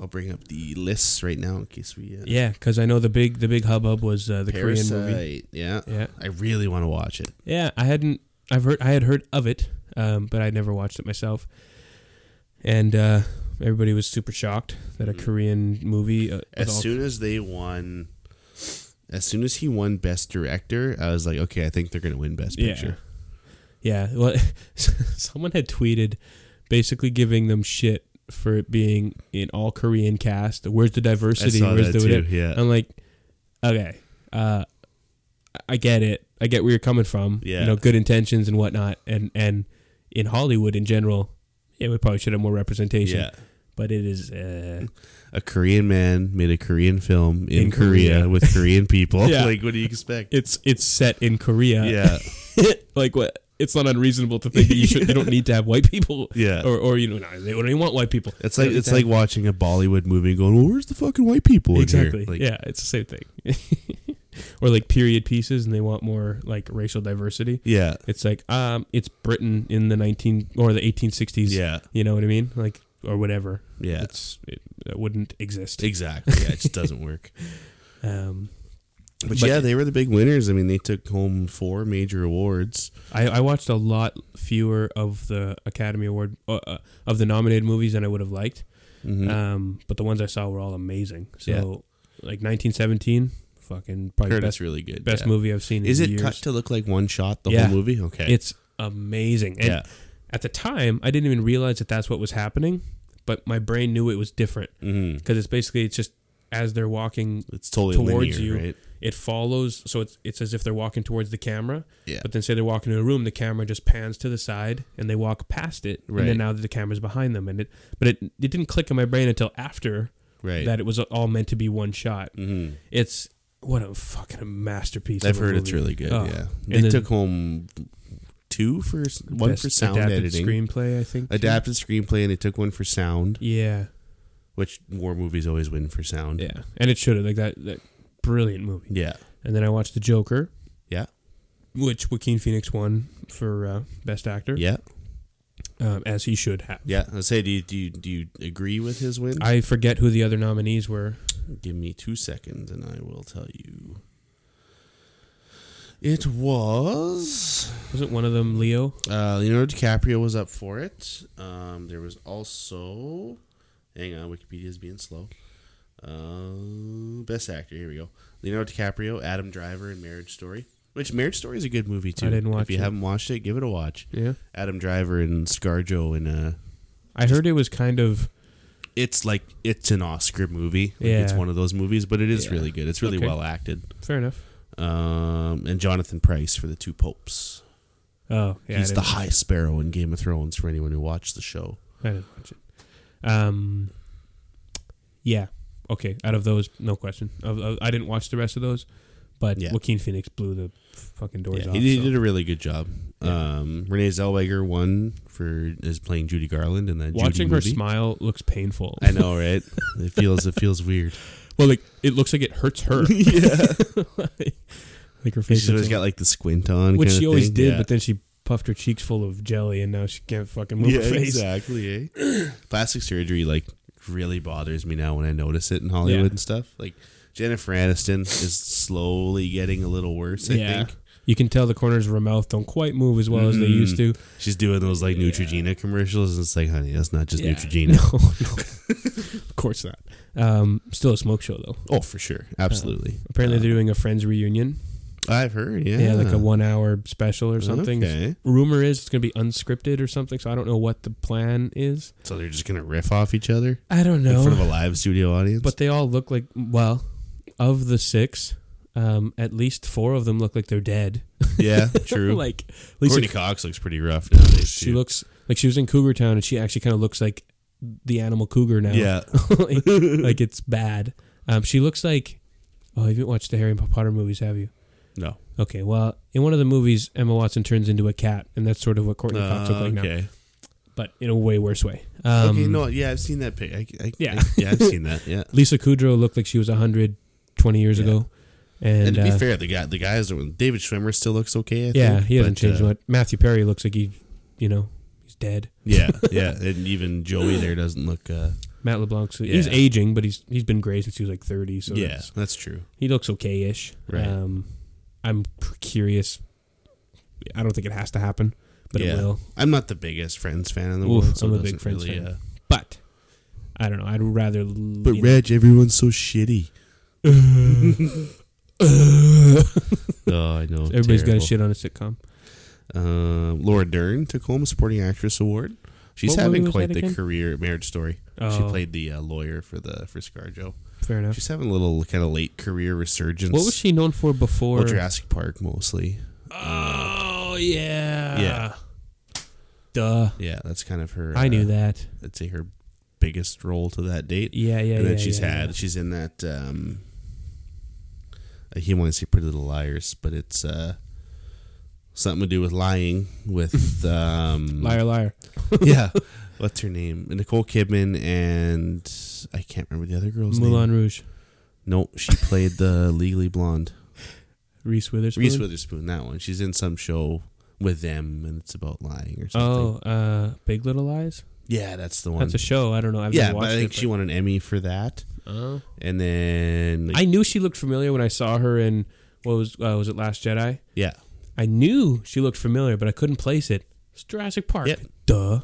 I'll bring up the lists right now in case we. Uh,
yeah, because I know the big the big hubbub was uh, the Korean movie.
Parasite. Yeah,
Yeah,
I really want to watch it.
yeah. I hadn't. I've heard. I had heard of it, um, but I never watched it myself. And uh, everybody was super shocked that a
Mhm.
Korean movie. Uh, with
As
all-
soon as they won, as soon as he won Best Director, I was like, okay, I think they're gonna win Best
Yeah.
Picture.
Yeah. Well, someone had tweeted basically giving them shit for it being an all Korean cast. Where's the diversity?
I saw
Where's
that
the
too. Yeah,
I'm like, okay, uh, I get it. I get where you're coming from.
Yeah.
You know, good intentions and whatnot, and and in Hollywood in general, yeah, we probably should have more representation.
yeah.
But it is. Uh,
a Korean man made a Korean film in,
In
Korea,
Korea.
with Korean people.
Yeah.
Like, what do you expect?
it's it's set in Korea.
yeah,
like what? It's not unreasonable to think that you should. They don't need to have white people.
yeah.
Or, or you know, no, they don't even want white people.
it's like
Yeah,
it's like watching a Bollywood movie and going, "Well, where's the fucking white people in
exactly
here?" Like,
yeah it's the same thing or like period pieces and they want more like racial diversity
yeah,
it's like um it's britain in the 19 or the 1860s
yeah,
you know what i mean like or whatever
yeah.
it's it, it wouldn't exist
Exactly. Yeah, it just doesn't work.
um
But,
But-
yeah, they were the big winners. I mean, they took home four major awards.
I, I watched a lot fewer of the academy award uh, uh, of the nominated movies than i would have liked
Mhm.
um but the ones i saw were all amazing so
Yeah.
like 1917 fucking probably
Heard
best
it's really good.
best
yeah.
movie i've seen in
Is it
years.
cut to look like one shot the
Yeah.
whole movie? Okay.
it's amazing and
yeah.
at the time i didn't even realize that that's what was happening but my brain knew it was different
hmm
because it's basically it's just as they're walking
It's totally
towards
linear,
you.
right?
it follows so it's, it's as if they're walking towards the camera
Yeah.
but then say they're walking in a room the camera just pans to the side and they walk past it and
Right.
then now the camera's behind them and it but it, it didn't click in my brain until after
Right.
that it was all meant to be one shot
mm-hmm.
it's what a fucking masterpiece
I've
of a
heard it's
movie.
really good.
Oh.
yeah,
And
they
then-
took home two for s- one
Best
for sound
adapted
editing,
screenplay i think too.
adapted screenplay, and they took one for sound,
yeah
which war movies always win for sound.
yeah and it should have like that that brilliant movie
yeah,
And then I watched The Joker.
Yeah.
Which Joaquin Phoenix won for uh, Best Actor,
yeah.
um, as he should have.
yeah. I say, do you, do you do you agree with his win?
I forget who the other nominees were.
Give me two seconds, and I will tell you. It was
Wasn't one of them Leo?
uh, Leonardo DiCaprio was up for it. Um, there was also Hang on, Wikipedia's being slow. Uh, best actor. Here we go. Leonardo DiCaprio, Adam Driver, and Marriage Story. Which Marriage Story is a good movie too.
I didn't watch
If you
it.
haven't watched it, give it a watch.
Yeah.
Adam Driver and ScarJo and uh,
I heard it was kind of
it's like it's an Oscar movie. Like, It's
Yeah.
one of those movies, but it is
Yeah.
really good. It's really
Okay.
well acted.
fair enough.
Um, and Jonathan Price for the two popes.
Oh, yeah. I
He's the
didn't-
High Sparrow in Game of Thrones. For anyone who watched the show,
I didn't watch it. Um, yeah. Okay. Out of those, no question. Of, of, I didn't watch the rest of those, but
Yeah.
Joaquin Phoenix blew the fucking doors
yeah,
off.
he, did,
so-
did a really good job.
Yeah.
Um, Renee Zellweger won for is playing Judy Garland in that
Watching
Judy
her
movie.
smile looks painful.
I know, right? it feels it feels weird.
well, like it looks like it hurts her.
yeah,
like, like her face.
she's
Looks
always got like the squint on,
which
kinda
she always
thing.
did,
Yeah.
but then she puffed her cheeks full of jelly, and now she can't fucking move her
yeah,
face.
exactly. Eh? Plastic surgery like really bothers me now when I notice it in Hollywood
Yeah.
and stuff. Like Jennifer Aniston is slowly getting a little worse. I
Yeah.
think
You can tell the corners of her mouth don't quite move as well as
Mm-hmm.
they used to.
she's doing those like
Yeah.
Neutrogena commercials, and it's like, honey, that's not just
Yeah.
Neutrogena.
No, no. of course not. Um, still a smoke show though.
Oh, for sure, absolutely.
Apparently
Uh,
they're doing a Friends reunion.
I've heard, yeah,
Yeah, like a one-hour special or something.
Okay.
Rumor is it's going to be unscripted or something, so I don't know what the plan is.
So they're just gonna riff off each other
I don't
in front of
know.
a live studio audience.
But they all look like well, of the six, um, at least four of them look like they're dead.
yeah, true.
like Lisa
Courtney Cox looks pretty rough nowadays.
she
too.
looks like she was in Cougar Town, and she actually kind of looks like the animal cougar now.
yeah.
like, like it's bad. Um, she looks like. Oh, you haven't watched the Harry Potter movies, have you?
No,
Okay, well, in one of the movies, Emma Watson turns into a cat, and that's sort of what Courtney Cox
Uh,
looks like now,
okay.
but in a way worse way. Um,
okay, no, yeah, I've seen that pic. I, I,
Yeah.
I- yeah, I've seen that. Yeah,
Lisa Kudrow looked like she was 120 years
Yeah.
ago, and,
and, to be
uh,
fair, the guy, the guys, are- David Schwimmer still looks okay. I
yeah,
think,
he hasn't
but,
changed
uh,
much. Matthew Perry looks like he, you know, he's dead.
Yeah, yeah, and even Joey there doesn't look. Uh,
Matt LeBlanc, so he's
Yeah.
aging, but he's he's been gray since he was like 30, so
yeah,
that's-
that's true.
he looks okay-ish.
Right.
Um, I'm p- curious. I don't think it has to happen, but
Yeah.
it will.
I'm not the biggest Friends fan in the
Oof,
world. So
I'm a
it
big
doesn't
Friends
really,
fan.
uh,
But I don't know. I'd rather. l-
but
you know-
Reg, everyone's so shitty. Oh, I know.
Everybody's got a
terrible.
shit on a sitcom.
Uh, Laura Dern took home a Supporting Actress Award. She's
What movie
having
was
quite
that
the
again?
career. Marriage Story.
Oh,
She played the uh, lawyer for the for ScarJo.
Fair enough.
She's having a little kind of late career resurgence.
What was she known for before?
Well, Jurassic Park mostly.
oh yeah.
Yeah.
Duh.
Yeah, that's kind of her.
I
uh,
knew that.
I'd say her biggest role to that date.
Yeah, yeah,
and then
yeah,
she's
yeah,
had
yeah.
she's in that um I he wants to see Pretty Little Liars, but it's uh something to do with lying with um
Liar, liar.
yeah. What's her name? Nicole Kidman and I can't remember the other girl's name.
Moulin Rouge.
No, she played the Legally Blonde.
Reese Witherspoon.
Reese Witherspoon, that one. She's in some show with them and it's about lying or something.
Oh, uh, Big Little Lies.
Yeah, that's the one.
That's a show. I don't know. I've
yeah,
never
but
watched
I think
it,
she won an Emmy for that.
but- Oh.
And then
I knew she looked familiar when I saw her in what was uh, was it Last Jedi?
yeah.
I knew she looked familiar, but I couldn't place it. It's Jurassic Park.
Yep.
Duh.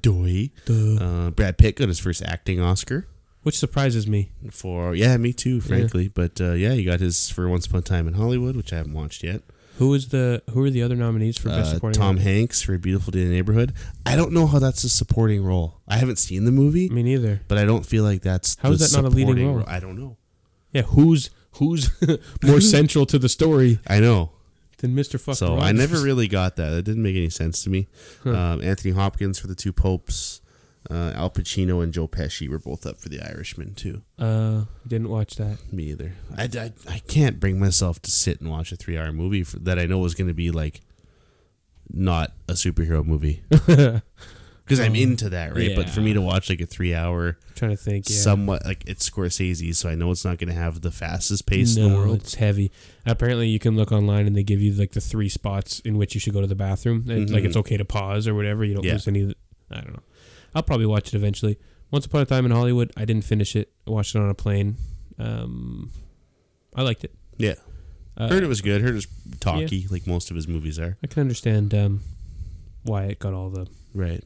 Doy.
Duh.
Uh, Brad Pitt got his first acting Oscar
Which surprises me.
for yeah, me too, frankly. But uh, yeah, he got his for Once Upon a Time in Hollywood, which I haven't watched yet.
Who is the who are the other nominees for best
Uh,
supporting?
Tom
actor?
Hanks for A Beautiful Day in the Neighborhood. I don't know how that's a supporting role. I haven't seen the movie,
Me neither.
but I don't feel like that's
Mm. How is
the
that not a leading
supporting
role?
I don't know.
Yeah, who's who's more central to the story
I know.
than Mr. Fuck?
so I
Rogers?
never really got that. That didn't make any sense to me.
Huh.
Um, Anthony Hopkins for the two popes. Uh, Al Pacino and Joe Pesci were both up for The Irishman too.
uh, didn't watch that.
Me either. I, I, I can't bring myself to sit and watch a three hour movie for, that I know is going to be like not a superhero movie because I'm
Um,
into that, right? But for me
yeah.
to watch like a three hour,
trying to think. Yeah.
somewhat like it's Scorsese, so I know it's not going to have the fastest pace in the
No,
world.
It's heavy. Apparently, you can look online and they give you like the three spots in which you should go to the bathroom. And, Like
Mhm.
it's okay to pause or whatever. You don't
Yeah.
lose any. Of the, I don't know. I'll probably watch it eventually. Once upon a time in Hollywood, I didn't finish it. I watched it on a plane. Um, I liked it.
Yeah.
Uh,
Heard it was good. Heard it was talky, like most of his movies are.
I can understand um, why it got all the
Right.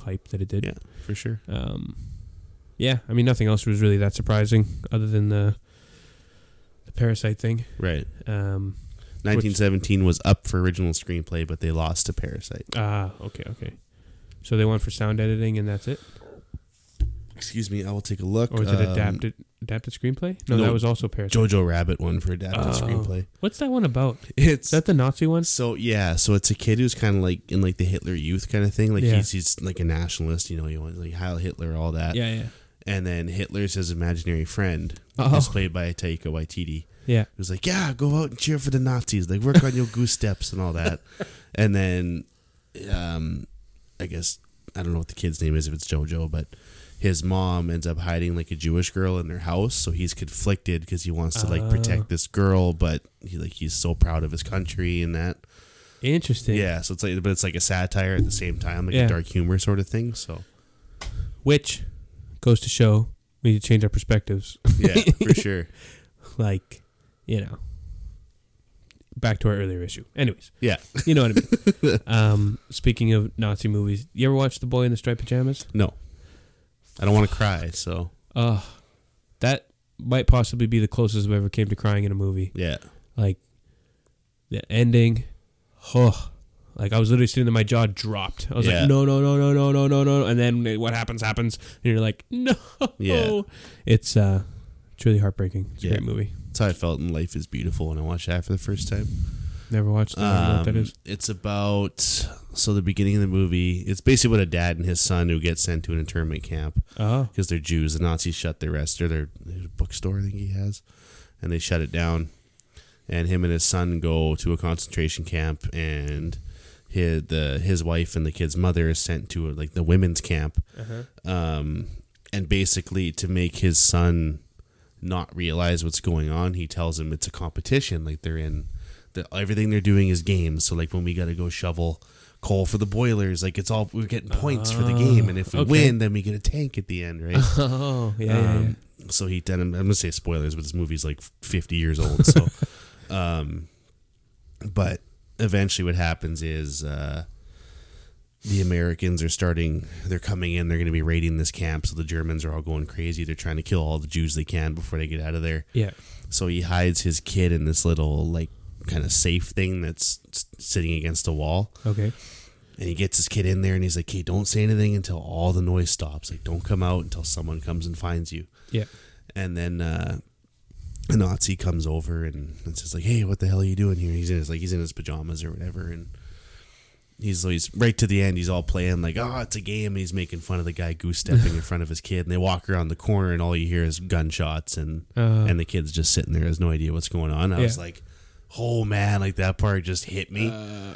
hype that it did.
Yeah, for sure.
Um, yeah, I mean nothing else was really that surprising other than the the parasite thing.
Right.
Um,
1917 was up for original screenplay, but they lost to Parasite.
ah, okay, okay. So they went for sound editing, and that's it,
Excuse me, I will take a look.
or is it
Um,
adapted adapted screenplay? No,
no,
that was also parasite.
Jojo Rabbit won for adapted
Oh.
screenplay.
What's that one about? Is
It's
that the Nazi one?
so yeah. So it's a kid who's kind of like in like the Hitler Youth kind of thing. Like
Yeah.
he's he's like a nationalist. You know, he wants like Heil Hitler, all that.
Yeah, yeah,
And then Hitler's his imaginary friend,
Oh.
who's played by Taika Waititi.
yeah.
It was like, yeah, go out and cheer for the Nazis. Like, work on your goose steps and all that. And then, um, I guess I don't know what the kid's name is if it's JoJo, but his mom ends up hiding like a Jewish girl in their house, so he's conflicted because he wants to like
Oh.
protect this girl, but he like he's so proud of his country and that.
Interesting.
Yeah, so it's like, but it's like a satire at the same time, like
Yeah.
a dark humor sort of thing. So
Which goes to show we need to change our perspectives.
yeah, for sure.
like, you know, back to our earlier issue. Anyways,
Yeah,
you know what I mean. um, speaking of Nazi movies, you ever watch The Boy in the Striped Pajamas?
no, I don't want to cry. So
Ugh, that might possibly be the closest I've ever came to crying in a movie.
yeah,
Like the ending, huh. Like I was literally sitting there, my jaw dropped. I was
Yeah.
like, no, no, no, no, no, no, no, no. And then what happens happens, and you're like, no.
Yeah.
It's uh, it's really heartbreaking. It's a
Yeah.
great movie.
that's how I felt in Life Is Beautiful when I watched that for the first time.
Never watched. That. I don't know what that
Um,
is.
It's about so the beginning of the movie. It's basically about a dad and his son who get sent to an internment camp
Oh,
because they're Jews. The Nazis shut their rest or their, their bookstore, I think he has, and they shut it down. And him and his son go to a concentration camp, and his the his wife and the kid's mother is sent to like the women's camp,
Uh-huh.
um, and basically to make his son not realize what's going on, he tells him it's a competition. Like they're in, the, everything they're doing is games. So like when we got to go shovel coal for the boilers, like it's all we're getting points for the game, and if we
okay.
win, then we get a tank at the end, right?
oh, yeah, yeah, yeah.
Um, So he then I'm, I'm gonna say spoilers, but this movie's like 50 years old. So, um, but eventually, what happens is uh, the Americans are starting. They're coming in. They're gonna be raiding this camp. So the Germans are all going crazy. They're trying to kill all the Jews they can before they get out of there.
yeah.
So he hides his kid in this little like kind of safe thing that's s- sitting against a wall.
Okay.
And he gets his kid in there and he's like, hey, don't say anything until all the noise stops. Like, don't come out until someone comes and finds you
Yeah.
and then uh, a Nazi comes over and it's just like, "Hey, what the hell are you doing here?" He's in his like he's in his pajamas or whatever, and he's so he's right to the end. He's all playing like, "Oh, it's a game." And he's making fun of the guy goose stepping in front of his kid, and they walk around the corner, and all you hear is gunshots, and
Uh,
and the kid's just sitting there, has no idea what's going on. I
Yeah.
was like, "Oh man!" Like that part just hit
Uh,
me.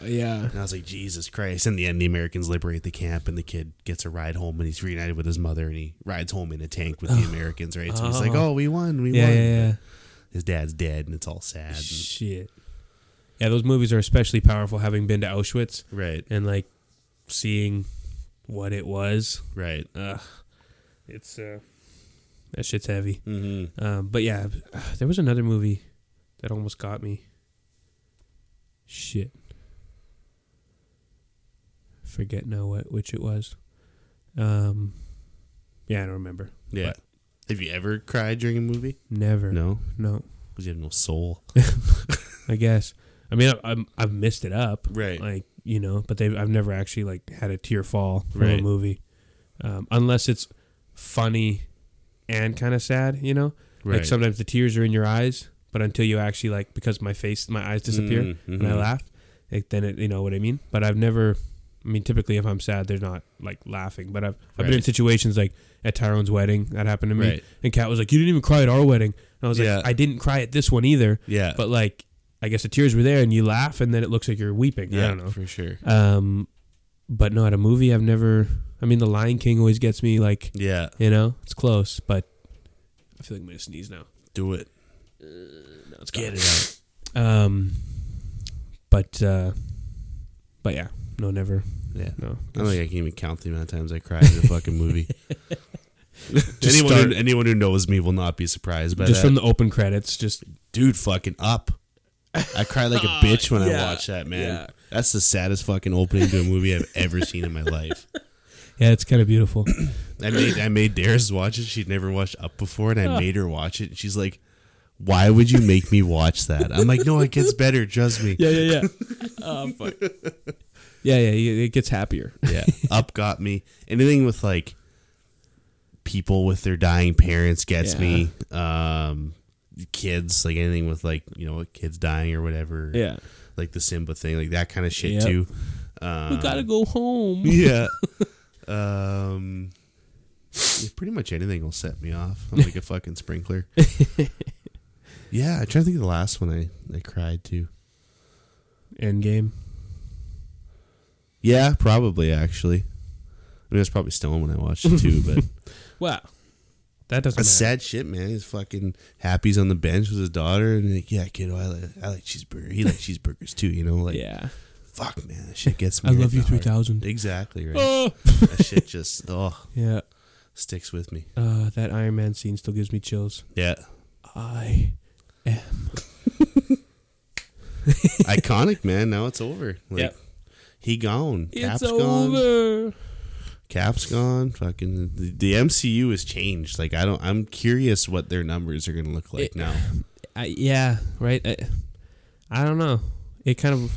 yeah.
And I was like, Jesus Christ. In the end, the Americans liberate the camp, and the kid gets a ride home, and he's reunited with his mother, and he rides home in a tank with the Americans, right? So he's like,
Oh.
oh, we won, we
Yeah,
won.
yeah, yeah.
His dad's dead, and it's all sad. and-
Shit. Yeah, those movies are especially powerful having been to Auschwitz
right,
and like seeing what it was.
right.
Ugh. It's uh that shit's heavy.
hmm
Um but yeah, uh, there was another movie that almost got me. Shit. Forget now what which it was. Um yeah, I don't remember.
Yeah.
But-
have you ever cried during a movie?
Never.
No,
No.
because you have no soul.
I guess. I mean, I, I'm I've missed it up.
Right.
like you know but they i've never actually like had a tear fall from a
Right.
movie um, unless it's funny and kind of sad you know like
Right.
sometimes the tears are in your eyes but until you actually like because my face my eyes disappear
Mm,
and i
mhm.
laugh like then it you know what i mean but i've never i mean typically if i'm sad they're not like laughing but i've, I've been in
Right.
situations like at tyrone's wedding that happened to me
Right.
and kat was like you didn't even cry at our wedding and i was
Yeah.
like i didn't cry at this one either
Yeah.
but like i guess the tears were there and you laugh and then it looks like you're weeping
yeah,
i don't know
For sure.
um, but no, at a movie, I've never. I mean, The Lion King always gets me. Like
Yeah.
you know, it's close, but I feel like I'm gonna sneeze now.
Do it.
Uh, No, it's
Get it out.
Um, but uh, but yeah, no, never,
Oh, Yeah.
no.
I don't think I can even count the amount of times I cried in a fucking movie.
Just
anyone, who,
start-
anyone who knows me will not be surprised by
just
that.
from the open credits, just
dude fucking up. I cry like a bitch when I watch that, man.
yeah.
That's the saddest fucking opening to a movie I've ever seen in my life.
Yeah, it's kind of beautiful.
I made I made Darius watch it. She'd never watched Up before, and I made her watch it. And she's like, "Why would you make me watch that?" I'm like, "No, it gets better. Trust me."
yeah, yeah, yeah. Oh, fuck. Yeah, yeah, yeah, it gets happier.
Yeah, Up got me. Anything with like people with their dying parents gets
Yeah.
me. Um, kids, like anything with like you know kids dying or whatever.
Yeah.
like the Simba thing, like that kind of shit
Yep.
too. Um,
we gotta go home.
Yeah. um, yeah, pretty much anything will set me off. I'm like a fucking sprinkler. yeah, I try to think of the last one I, I cried to.
End game.
Yeah, probably actually. I mean, I was probably stoned when I watched it too, but
Wow. That doesn't
that's
matter.
sad shit, man. He's fucking happy's on the bench with his daughter, and like, yeah, kiddo, I like, I like cheeseburger. He likes cheeseburgers too, you know. Like,
yeah.
fuck, man, that shit gets me.
I
right
love you
in the heart.
3000.
Exactly right.
Oh.
that shit just oh
Yeah.
sticks with me.
Uh, that Iron Man scene still gives me chills.
Yeah,
I.
iconic, man. Now it's over. Like,
Yep.
He gone. Cap's
It's
gone.
over.
Cap's gone. Fucking the, the MCU has changed. Like I don't. I'm curious what their numbers are gonna look like
It-
now.
I, yeah, right. I, I don't know. It kind of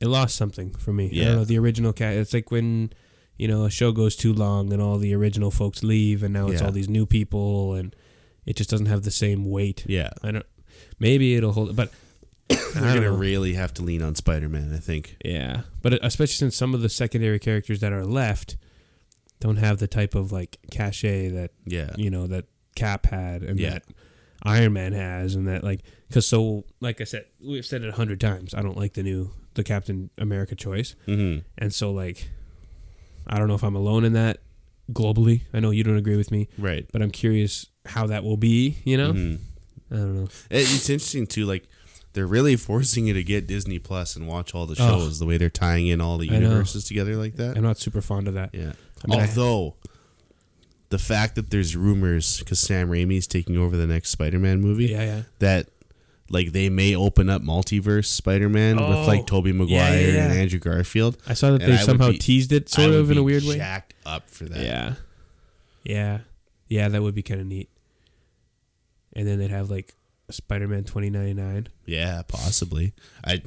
it lost something for me. I
Yeah.
don't know the original cat. It's like when you know a show goes too long and all the original folks leave, and now it's
Yeah.
all these new people, and it just doesn't have the same weight.
Yeah,
I don't. Maybe it'll hold, but
they're
I don't
gonna
know.
really have to lean on Spider-Man. I think.
yeah. But e, especially since some of the secondary characters that are left don't have the type of like cachet that
Yeah.
you know that Cap had and
Yeah.
that Iron Man has and that like because so like I said we've said it a hundred times I don't like the new the Captain America choice
Mm-hmm.
and so like I don't know if I'm alone in that globally I know you don't agree with me
Right.
but I'm curious how that will be you know
Mhm.
I don't know
It- It's interesting too. Like they're really forcing you to get Disney Plus and watch all the
Ugh.
shows. The way they're tying in all the
I know.
universes together like that.
I'm not super fond of that
Yeah.
I mean, I-
Although the fact that there's rumors because Sam Raimi's taking over the next Spider-Man movie
yeah yeah
that like they may open up multiverse Spider-Man with
Oh.
like Tobey Maguire
Yeah, yeah, yeah.
and Andrew Garfield.
I saw that
And
they
I would
somehow
be-
teased it sort
I would
of in
be
a weird way
Jacked up for that.
Yeah. Yeah. Yeah, that would be kind of neat. And then they'd have like Spider Man 2099.
Yeah, possibly. I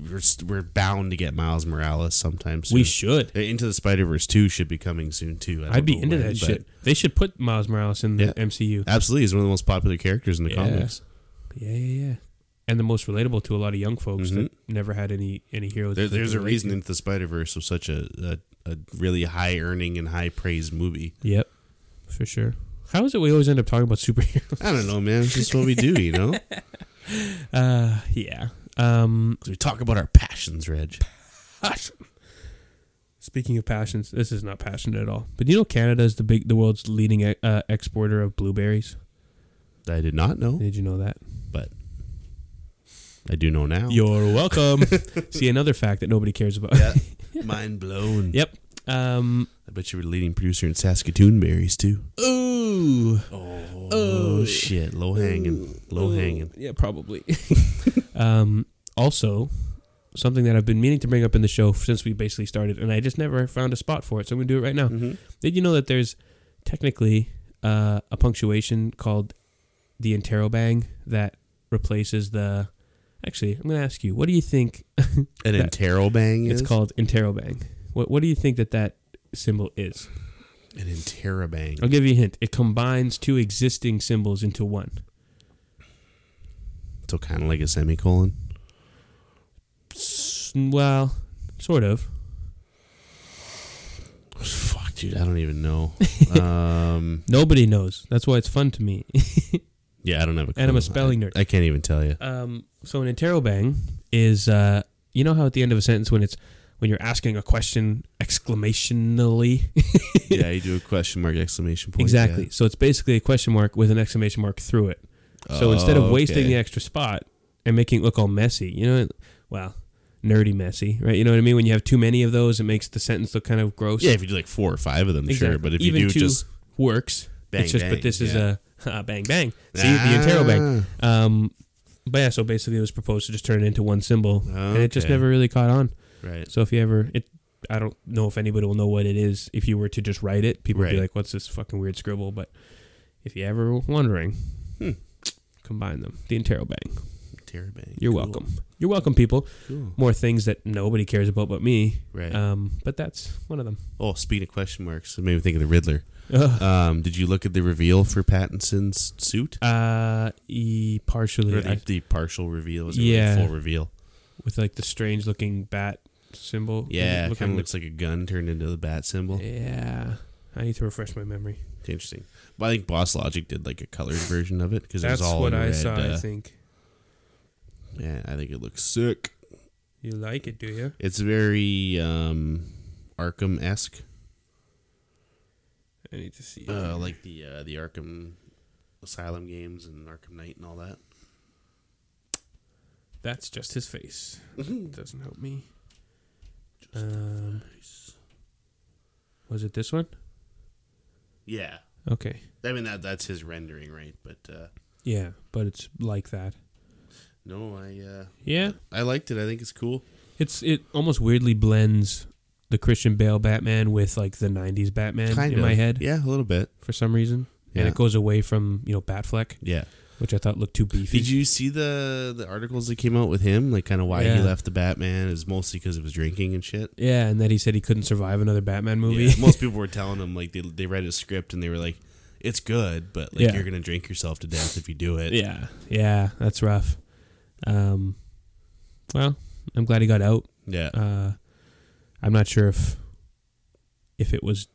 we're, we're bound to get Miles Morales sometime soon.
We should.
Uh, Into the Spider Verse two should be coming soon too. I don't
I'd be
know
into
when,
that
but
shit. They should put Miles Morales in the
Yeah.
MCU.
Absolutely, he's one of the most popular characters in the
Yeah.
comics.
Yeah, yeah, yeah. And the most relatable to a lot of young folks that never had any any heroes.
Mm-hmm. There,
that they
there's
could
a
relate
reason
to.
Into the Spider Verse was such a, a a really high earning and high praise movie.
Yep, for sure. How is it we always end up talking about superheroes?
I don't know, man. It's just what we do, you know. 'Cause
Uh, yeah. Um,
we talk about our passions, Reg.
Speaking of passions, this is not passionate at all. But you know, Canada is the big, the world's leading uh, exporter of blueberries.
I did not know.
Did you know that?
but I do know now.
You're welcome. See another fact that nobody cares about.
Yeah. Mind blown.
yep. Um.
I bet you were the leading producer in Saskatoon Berries too.
Ooh.
Oh,
Oh.
shit, low hanging, low hanging.
Mm, Yeah, probably. um. Also, something that I've been meaning to bring up in the show since we basically started, and I just never found a spot for it, so I'm gonna do it right now.
Mhm.
Did you know that there's technically uh, a punctuation called the interrobang that replaces the? Actually, I'm gonna ask you. What do you think
An
That-
interrobang is
It's called interrobang. What What do you think that that symbol is?
an interrobang.
I'll give you a hint. It combines two existing symbols into one.
So kind of like a semicolon.
S- Well, sort of.
Fuck, dude, I don't even know. um,
Nobody knows. That's why it's fun to me.
yeah, I don't have a. Clue.
And I'm a spelling
I-
nerd.
I can't even tell you.
Um, so an interrobang is uh, you know how at the end of a sentence when it's when you're asking a question exclamationally
yeah, you do a question mark exclamation point.
exactly. So it's basically a question mark with an exclamation mark through it.
Oh,
So instead of wasting the extra spot and making it look all messy, you know, well, nerdy messy, right? You know what I mean? When you have too many of those, it makes the sentence look kind of gross.
Yeah, if you do like four or five of them, sure.
Exactly.
But if
Even
you do
two
just
works.
bang,
it's just,
bang,
but this is
yeah. Ah,
a ah, bang bang. See the intero bang. Um, but yeah, so basically it was proposed to just turn it into one symbol, and it just
Okay.
never really caught on.
Right.
So if you ever, it I don't know if anybody will know what it is. If you were to just write it, people would be
Right.
like, "What's this fucking weird scribble?" But if you ever were wondering,
Hmm.
combine them. The interrobang.
Terabang.
You're
Cool.
welcome. You're welcome, people.
Cool.
More things that nobody cares about but me.
Right.
Um, but that's one of them.
oh, speaking of question marks, it made me think of the Riddler.
Ugh.
Um, did you look at the reveal for Pattinson's suit?
Uh, e partially
Or the,
I-
the partial reveal? Was
Yeah.
it really full reveal?
with like the strange looking bat symbol.
Yeah,
Look-
kind of
look-
looks like a gun turned into the bat symbol.
Yeah, I need to refresh my memory.
Interesting. But I think Boss Logic did like a colored version of it because it was
That's
all
what
in
I
red.
saw. I
uh,
think
yeah, I think it looks sick.
you like it, do you?
It's very um, Arkham esque,
I need to see.
uh, like the uh, the Arkham Asylum games and Arkham Knight and all that.
That's just his face. Doesn't help me. Um, was it this one?
Yeah,
Okay.
I mean that that's his rendering, right? But uh,
Yeah, but it's like that.
no, I uh,
Yeah,
I liked it. I think it's cool.
it's it almost weirdly blends the Christian Bale Batman with like the '90s Batman in my head
Yeah, a little bit.
for some reason,
Yeah.
and it goes away from you know Batfleck,
yeah.
which I thought looked too beefy.
Did you see the the articles that came out with him? Like, kind of why
Yeah.
he left the Batman is mostly because of his drinking and shit.
Yeah, and that he said he couldn't survive another Batman movie.
Yeah, most people were telling him like they they read his script and they were like, "It's good, but like
Yeah.
you're gonna drink yourself to death if you do it."
yeah, yeah, that's rough. Um, well, I'm glad he got out.
yeah.
Uh, I'm not sure if if it was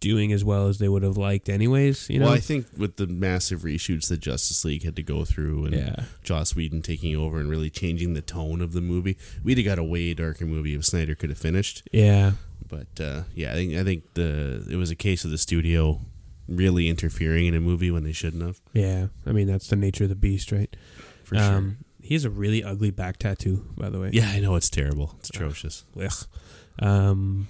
doing as well as they would have liked, anyways. You know,
well, I think with the massive reshoots that Justice League had to go through and
yeah,
Joss Whedon taking over and really changing the tone of the movie, we'd have got a way darker movie if Snyder could have finished.
yeah,
But uh, yeah, I think I think the it was a case of the studio really interfering in a movie when they shouldn't have.
yeah. I mean, that's the nature of the beast, right?
For
Um,
sure.
he has a really ugly back tattoo, by the way.
Yeah, I know it's terrible. It's atrocious.
Ugh. Um,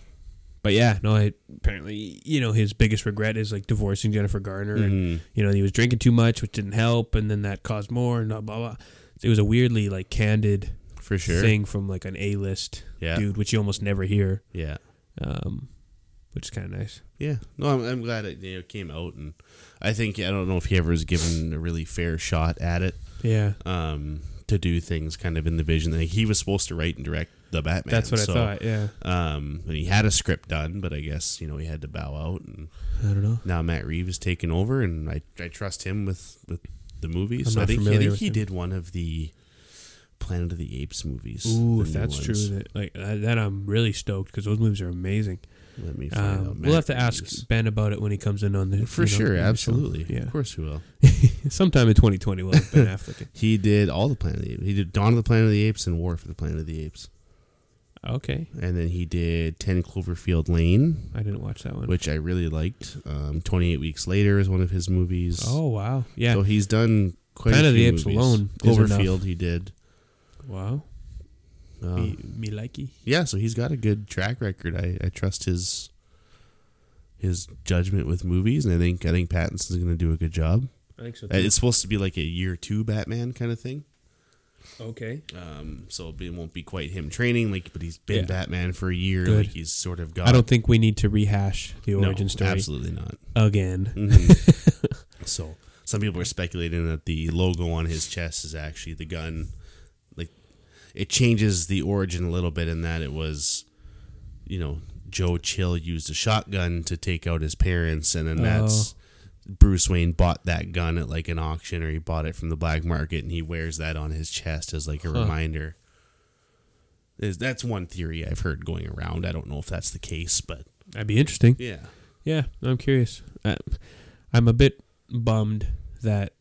but yeah, no. I, apparently, you know, his biggest regret is like divorcing Jennifer Garner and
Mhm.
you know, he was drinking too much, which didn't help, and then that caused more, and blah blah. blah. So it was a weirdly like candid
For sure.
thing from like an A-list
yeah.
dude, which you almost never hear,
Yeah.
um, which is kind of nice.
Yeah, no, I'm, I'm glad it you know, came out, and I think I don't know if he ever was given a really fair shot at it
Yeah,
um, to do things kind of in the vision. Like he was supposed to write and direct the Batman.
that's what
so,
I thought. Yeah,
Um, and he had a script done, but I guess you know he had to bow out, and
I don't know.
now Matt Reeves is taking over, and I, I trust him with with the movies.
I'm
so I
not
think, I
familiar
think
with
he
him.
did one of the Planet of the Apes movies. the
Ooh, if
new
that's true,
ones.
that like that, that I'm really stoked because those movies are amazing.
let me find out.
Um,
Matt
we'll have to
Reeves.
ask Ben about it when he comes in on the
for
you know,
sure,
on the show.
absolutely.
Yeah,
of course we will.
sometime in 2020 we'll have Ben Affleck.
He did all the Planet of the Apes. He did Dawn of the Planet of the Apes and War for the Planet of the Apes.
Okay,
And then he did 10 Cloverfield Lane,
I didn't watch that one.
which I really liked. Um, 28 Weeks Later is one of his movies.
oh wow, yeah,
So he's done quite
Planet
a
of
few
the Apes
movies.
alone is enough.
Cloverfield he did.
wow,
Uh,
me, me likey.
yeah, so he's got a good track record. I, I trust his his judgment with movies, and I think I think Pattinson's going to do a good job.
I think so.
Uh, It's supposed to be like a year two Batman kind of thing.
okay.
Um, so it'll be- it won't be quite him training, like, but he's been
Yeah.
Batman for a year.
Good.
Like he's sort of got.
I don't think we need to rehash the
No,
origin story
Absolutely not.
again.
Mhm. so some people are speculating that the logo on his chest is actually the gun. Like it changes the origin a little bit in that it was, you know, Joe Chill used a shotgun to take out his parents, and then that's. Bruce Wayne bought that gun at like an auction or he bought it from the black market and he wears that on his chest as like a reminder. Is that's one theory I've heard going around. I don't know if that's the case, but
That'd be interesting.
yeah.
Yeah, I'm curious. I, I'm a bit bummed that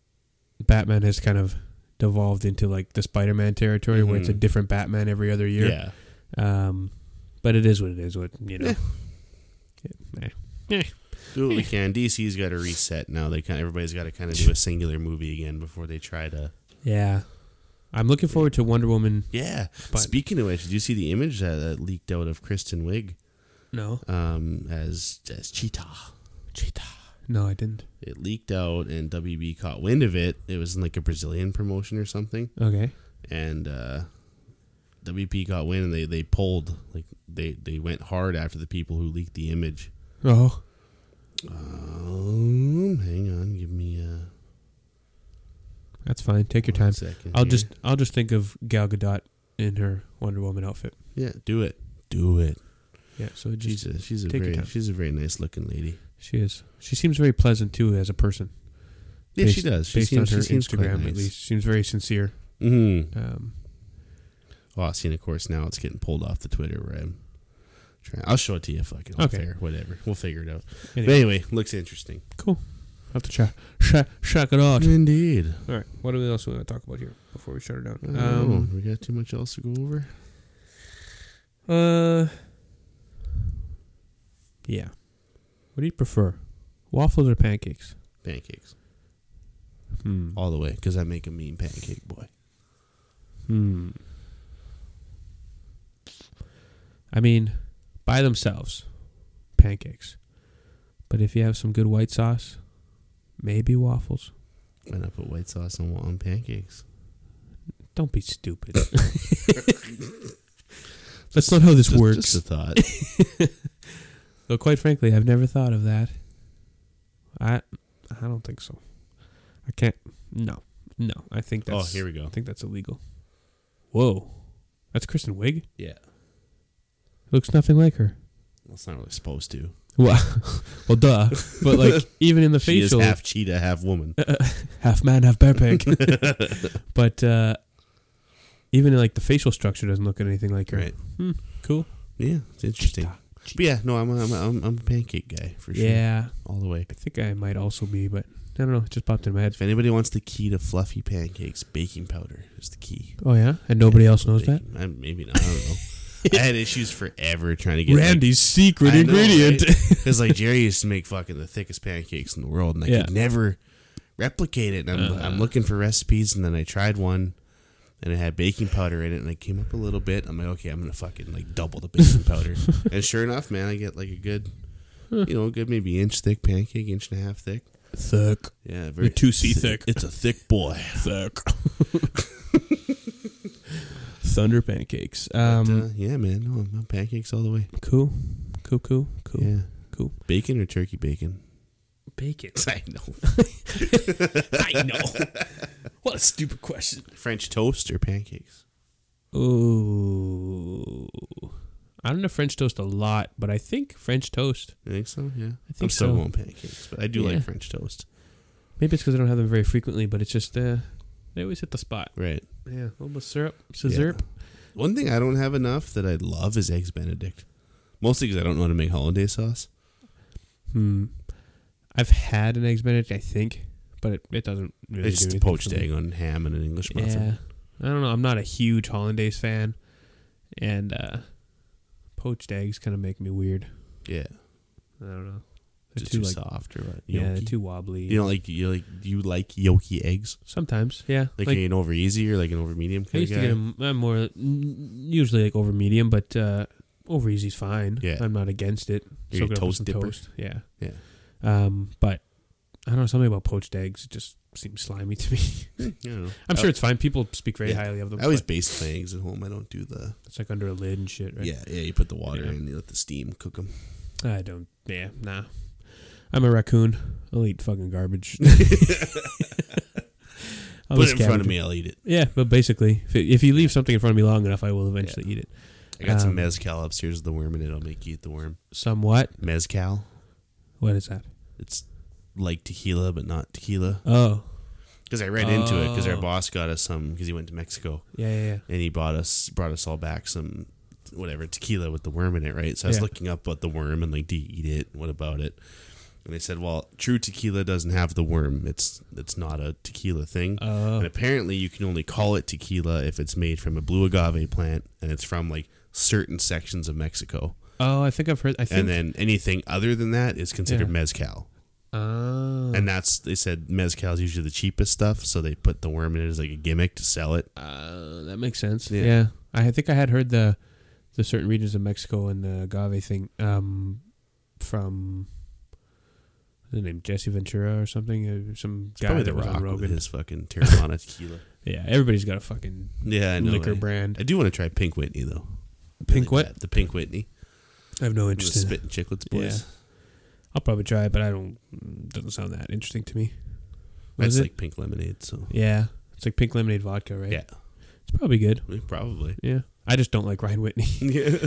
Batman has kind of devolved into like the Spider-Man territory, where it's a
Mhm.
different Batman every other year.
Yeah.
Um, but it is what it is. What you know. Yeah, eh. Eh.
do what we can. DC's got to reset now. They kind of, everybody's got to kind of do a singular movie again before they try to.
Yeah. I'm looking forward to Wonder Woman.
Yeah.
But-
Speaking of which, did you see the image that, that leaked out of Kristen Wiig
No,
um, as as Cheetah? Cheetah.
no, I didn't.
It leaked out, and WB caught wind of it. It was in like a Brazilian promotion or something,
Okay.
and uh, WP got wind and they they pulled like they they went hard after the people who leaked the image.
Oh,
Um, hang on, give me a
that's fine. Take your
one
time.
second
I'll
here.
just I'll just think of Gal Gadot in her Wonder Woman outfit.
yeah, do it, do it.
Yeah, so
She's
just
a she's a
take your
very
time.
she's a very nice looking lady.
she is. She seems very pleasant too as a person.
Yeah, she
Based-
does. She
based
seems,
on her
she seems quite
Instagram, at
nice.
least, seems very sincere.
Mm.
Um,
Oh, see, and of course now it's getting pulled off the Twitter where I'm trying. I'll show it to you, fucking
Okay.
okay. fair, whatever. We'll figure it out. But
anyway,
anyway, looks interesting.
cool. I'll have to check check check it out.
Indeed.
All right, Mm-hmm. what else we want to talk about here before we shut her down?
Um,
Um,
we got too much else to go over.
uh, yeah. What do you prefer, waffles or pancakes?
Pancakes
Hmm.
all the way because I make a mean pancake boy.
Hmm. I mean, by themselves, pancakes. But if you have some good white sauce, maybe waffles.
And I put white sauce on on pancakes.
Don't be stupid. That's not how this
Just-
works.
Just a thought.
Though, quite frankly, I've never thought of that. I I don't think so. I can't. No, no. I think
oh,
that's.
here we
I
go.
think that's illegal. Whoa, that's Kristen Wiig.
Yeah,
Looks nothing like her.
that's not really supposed to.
Well, well, duh. But like, even in the
She is
facial,
half cheetah, half woman.
half man, half bear pig. but uh, even like the facial structure doesn't look anything like her. Hmm,
right.
Cool.
Yeah, it's interesting.
Cheetah.
But yeah, no, I'm a, I'm, a, I'm I'm a pancake guy for sure.
Yeah,
all the way.
I think I might also be, but I don't know. It just popped in my head.
If anybody wants the key to fluffy pancakes, baking powder is the key.
Oh yeah, and nobody else knows that.
Baking- I, maybe not. I don't know. I had issues forever trying to get
secret
Because like Jerry used to make fucking the thickest pancakes in the world, and I
Yeah.
could never replicate it. And I'm, I'm looking for recipes, and then I tried one, and it had baking powder in it, and I came up a little bit. I'm like, okay, I'm gonna fucking like double the baking powder, and sure enough, man, I get like a good, you know, a good maybe inch thick pancake, inch and a half thick.
Thick,
Yeah, very
two C
thi- It's a thick boy.
thick. Thunder pancakes.
But,
Um,
uh, yeah, man, no, I'm on pancakes all the way.
cool, cool, cool, cool.
Yeah,
cool.
Bacon or turkey bacon?
Bacon.
I know.
I know. what a stupid question.
French toast or pancakes?
Ooh. I don't know French toast a lot, but I think French toast.
You think so? Yeah,
I think
I'm still
so.
going pancakes, but I do
Yeah.
like French toast.
Maybe it's because I don't have them very frequently, but it's just uh, they always hit the spot.
Right.
Yeah, a little bit of syrup,
Yeah.
syrup.
One thing I don't have enough that I love is eggs Benedict. Mostly because I don't know how to make hollandaise sauce.
Hmm. I've had an eggs benedict, I think, but it, it doesn't really.
it's just
do
a
anything
poached
for me.
egg on ham and an English muffin.
Yeah, I don't know. I'm not a huge hollandaise fan, and uh, poached eggs kind of make me weird.
Yeah,
I don't know. They're
just too,
too, like
soft or what?
yeah, they're
Yolky?
too wobbly.
You don't like you like you like yolky eggs?
Sometimes, yeah.
Like,
Like,
an over easy or like an over medium
I
kind
used
of
to
guy?
get them I'm more n- usually like over medium, but uh, over easy's fine.
Yeah.
I'm not against it.
Your
Soak it up with
toast
some
dipper.
toast, yeah,
Yeah.
Um, but I don't know something about poached eggs. It just seems slimy to me.
Hmm, I don't know.
I'm sure it's fine. People speak very
Oh. Yeah.
highly of them.
I always
but
baste my eggs at home. I don't do the
it's like under a lid and shit, right?
yeah yeah. You put the water
Yeah.
in, you let the steam cook them.
I don't. Yeah, nah. I'm a raccoon. I'll eat fucking garbage. I'll
put it
be
in front
scavenger.
of me, I'll eat it.
Yeah, but basically, if, if you leave something in front of me long enough, I will eventually eat it.
I got some
Um,
mezcal upstairs with the worm in it. I'll make you eat the worm.
Somewhat.
Mezcal.
What is that?
It's like tequila, but not tequila.
Oh,
Because I read into it because our
Oh.
boss got us some because he went to Mexico
yeah, yeah, yeah.
and he bought us brought us all back some whatever tequila with the worm in it, right? So I was
Yeah.
looking up what the worm and like, do you eat it? What about it? And they said, well, true tequila doesn't have the worm. It's it's not a tequila thing.
Oh,
And apparently, you can only call it tequila if it's made from a blue agave plant and it's from like certain sections of Mexico.
oh, I think I've heard. I think.
and then anything other than that is considered
Yeah.
mezcal.
oh,
And that's they said mezcal is usually the cheapest stuff, so they put the worm in it as like a gimmick to sell it.
uh, that makes sense.
Yeah.
Yeah. I think I had heard the the certain regions of Mexico and the agave thing um, from his name Jesse Ventura or something. uh, Some
It's
guy
probably
that
the
was on
rock with
Rogan.
his fucking Terramana tequila.
yeah, everybody's got a fucking
Yeah, I know.
liquor
I, I
brand.
do want to try Pink Whitney though.
Pink
Really
what?
bad. The Pink Whitney.
I have no
The
interest in it.
Spit and Chicklets boys.
I'll probably try it, but I don't. mm, Doesn't sound that interesting to me.
That's
Was it?
like pink lemonade. So
yeah, it's like pink lemonade vodka, right?
yeah,
it's probably good.
we probably.
Yeah, I just don't like Ryan Whitney.
Yeah.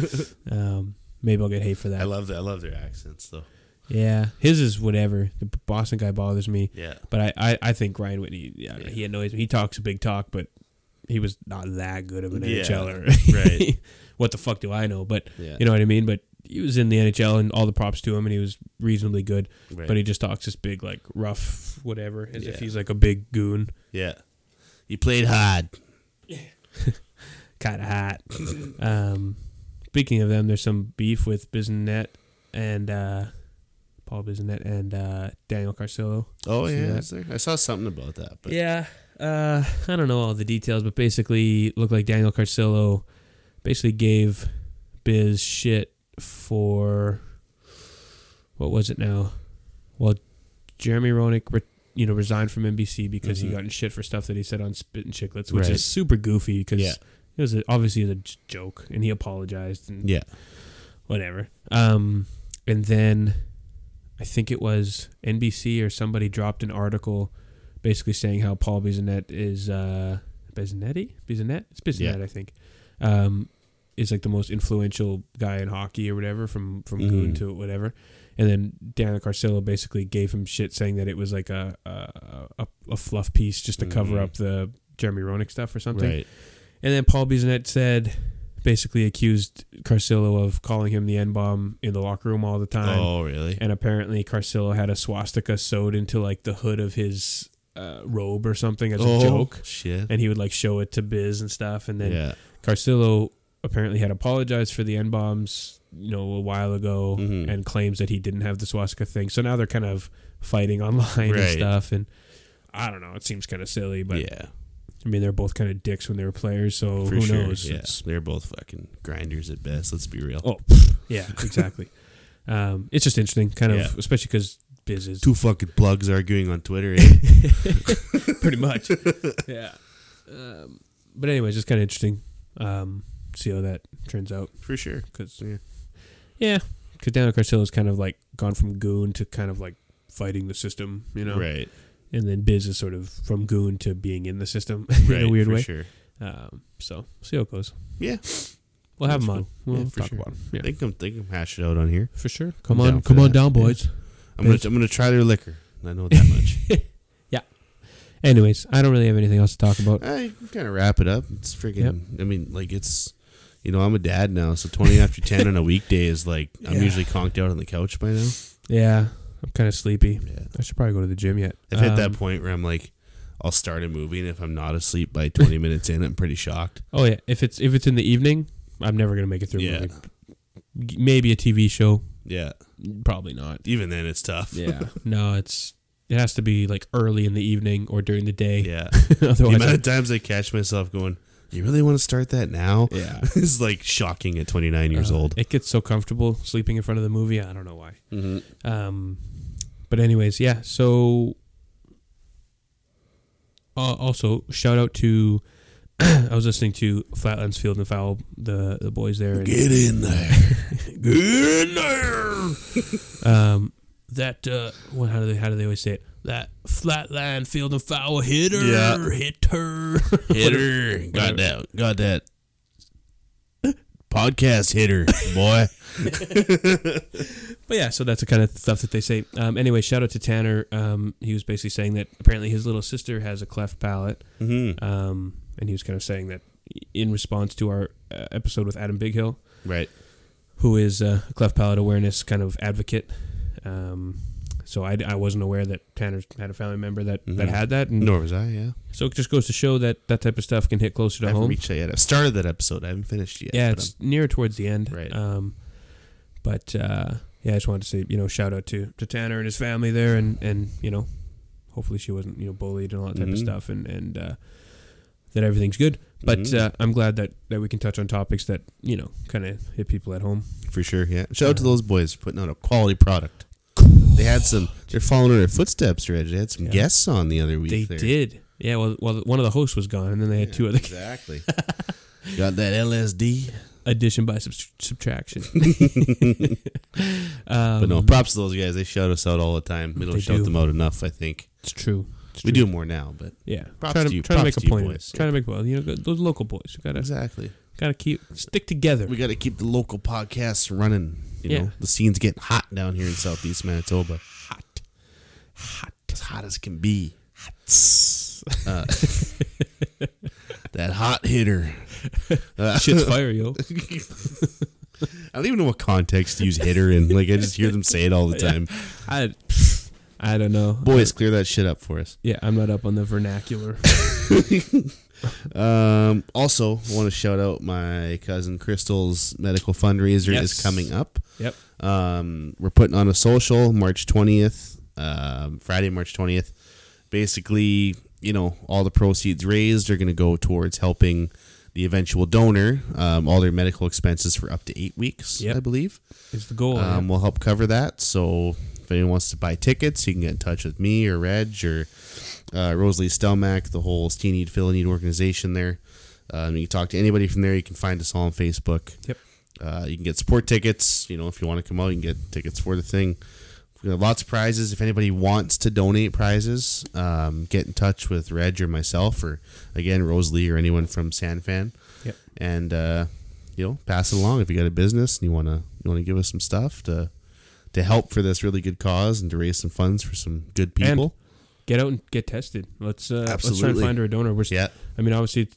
Um, maybe I'll get hate for that.
I love that. I love their accents though.
yeah, his is whatever. The Boston guy bothers me.
Yeah.
But I, I, I think Ryan Whitney, yeah,
Yeah.
he annoys me. He talks a big talk, but he was not that good of an
Yeah,
NHLer.
right.
what the fuck do I know? But
Yeah.
you know what I mean. But he was in the NHL, and all the props to him, and he was reasonably good.
Right.
But he just talks this big, like rough, whatever, as if
Yeah.
he's like a big goon,
yeah. He played hard.
kind of hot. um, speaking of them, there's some beef with Bizinet and uh, Paul Bizinet and uh, Daniel Carcillo.
Oh
See
yeah,
that?
is there? I saw something about that. But
yeah, uh, I don't know all the details, but basically, looked like Daniel Carcillo basically gave Biz shit for what was it now? Well, Jeremy Roenick, re- you know, resigned from NBC because
Mhm.
he got in shit for stuff that he said on Spit and Chicklets, which
Right.
is super goofy because
Yeah.
it was a, obviously it was a j- joke, and he apologized and
yeah,
whatever. Um, and then I think it was NBC or somebody dropped an article basically saying how Paul Bizanet is uh, Bizanetti? Bizanet? It's Bizanet, I think. Um, is like the most influential guy in hockey or whatever from from
Mm.
goon to whatever. And then Daniel Carcillo basically gave him shit saying that it was like a a, a, a fluff piece just to cover
Mhm.
up the Jeremy Roenick stuff or something.
right.
And then Paul Bizanet said, basically accused Carcillo of calling him the N bomb in the locker room all the time.
Oh really?
And apparently, Carcillo had a swastika sewed into like the hood of his uh, robe or something as
oh
a joke.
shit.
And he would like show it to Biz and stuff. And then
yeah.
Carcillo apparently had apologized for the N bombs, you know, a while ago
Mhm.
oh, and claims that he didn't have the swastika thing. So now they're kind of fighting online and
Right.
stuff. And I don't know. It seems kind of silly, but
yeah.
I mean, they're both kind of dicks when they were players. So
For
who
sure.
knows?
Yeah.
It's-
They're both fucking grinders at best. Let's be real.
Oh, yeah, exactly. um, it's just interesting, kind of,
Yeah.
especially because Biz is
Two fucking plugs arguing on Twitter. eh?
pretty much. yeah. Um, but anyways, it's kind of interesting. Um, see how that turns out
For sure.
because
Yeah.
yeah, because Daniel Carcillo's kind of like gone from goon to kind of like fighting the system, you know,
Right.
and then Biz is sort of from goon to being in the system
Right.
in a weird
for
way.
Sure.
Um, so see how it goes.
Yeah.
We'll have
That's
him on.
cool.
We'll
Yeah, for
talk
sure.
about him. Yeah.
They can they can hash it out on here.
for sure. Come
I'm
on,
down for
come on
that.
down,
Yeah.
boys.
I'm gonna I'm gonna try their liquor. I know that much.
Anyways, I don't really have anything else to talk about.
I kind of wrap it up. It's freaking.
Yep.
I mean, like it's. You know, I'm a dad now, so 20 after 10 on a weekday is like I'm
Yeah.
usually conked out on the couch by now.
Yeah, I'm kind of sleepy.
Yeah.
I should probably go to the gym yet.
I've hit that
Um,
point where I'm like, I'll start a movie, and if I'm not asleep by 20 minutes in, I'm pretty shocked.
Oh yeah, if it's if it's in the evening, I'm never gonna make it through. a
Yeah.
movie. G- Maybe a TV show,
Yeah.
probably not.
Even then, it's tough.
no, it's it has to be like early in the evening or during the day.
yeah. The
Otherwise,
amount of times I catch myself going, "You really want to start that now?"
yeah.
is like shocking at 29 years
Uh,
old.
It gets so comfortable sleeping in front of the movie. I don't know why.
Mm-hmm.
Um, but anyways, yeah. So uh, also shout out to I was listening to Flatlands Field and Foul the the boys there. And,
Get in there. Get in there.
um, that uh, what, how do they how do they always say it? That Flatland Field and Foul hitter,
Yeah.
hitter.
hitter. Got that. Got that. Podcast hitter, boy.
But yeah, so that's the kind of stuff that they say. Um, anyway, shout out to Tanner. Um, he was basically saying that apparently his little sister has a cleft palate.
mm-hmm.
Um, and he was kind of saying that in response to our uh, episode with Adam Big Hill,
Right.
who is uh, a cleft palate awareness kind of advocate. Um, so I, I wasn't aware that Tanner had a family member that, that
Mhm.
had that. And
Nor was I. Yeah.
So it just goes to show that that type of stuff can hit closer
I
to
haven't
home.
reached that yet. I've started that episode. I haven't finished yet.
yeah,
but
it's near towards the end.
Right.
Um, but uh, yeah, I just wanted to say you know shout out to, to Tanner and his family there, and and you know, hopefully she wasn't you know bullied and all that type
Mhm.
of stuff, and and uh, that everything's good. But
Mhm.
uh, I'm glad that that we can touch on topics that you know kind of hit people at home.
I'm- for sure. Yeah. Shout out to
Uh,
those boys for putting out a quality product. They had some. They're following in her footsteps, Reg. They had some
Yeah.
guests on the other week.
They
there.
did. Yeah, well, well, one of the hosts was gone, and then they had two other
Exactly. Got that LSD.
addition by subs- subtraction. Uh,
but no, props to those guys. They shout us out all the time. We don't
Um, They
shout
do.
them out enough, I think.
It's true. It's
We
true.
do more now, but
Yeah.
Props
trying to,
to you-
trying to
props
make a
to you
point. Of it.
boys.
Trying to make a point. You know, those local boys. We gotta
exactly.
gotta keep stick together.
We got to keep the local podcasts running. You
Yeah.
know, the scene's getting hot down here in southeast Manitoba. Hot. Hot. As hot as can be. Uh, that hot hitter. Uh,
Shit's fire, yo.
I don't even know what context to use hitter in. Like, I just hear them say it all the time.
I I don't know.
Boys, clear that shit up for us.
Yeah, I'm not up on the vernacular.
Um, also, want to shout out my cousin Crystal's medical fundraiser
Yes.
is coming up.
Yep.
Um, we're putting on a social March 20th, um, Friday, March 20th. Basically, you know, all the proceeds raised are going to go towards helping the eventual donor, um, all their medical expenses for up to eight weeks,
Yep.
I believe.
It's the goal.
Um, we'll help cover that. So if anyone wants to buy tickets, you can get in touch with me or Reg or uh, Rosalie Stelmack, the whole Steeneed Philoneed organization there. Um, you can talk to anybody from there. You can find us all on Facebook.
Yep.
Uh, you can get support tickets. You know, if you want to come out, you can get tickets for the thing. We got lots of prizes. If anybody wants to donate prizes, um, get in touch with Reg or myself, or again Rosalie or anyone from Sanfan.
Yep.
And uh, you know, pass it along if you got a business and you wanna you wanna give us some stuff to to help for this really good cause and to raise some funds for some good
And-
people.
get out and get tested. Let's uh, let's try and
Absolutely.
find her a donor. We're,
yeah.
I mean, obviously,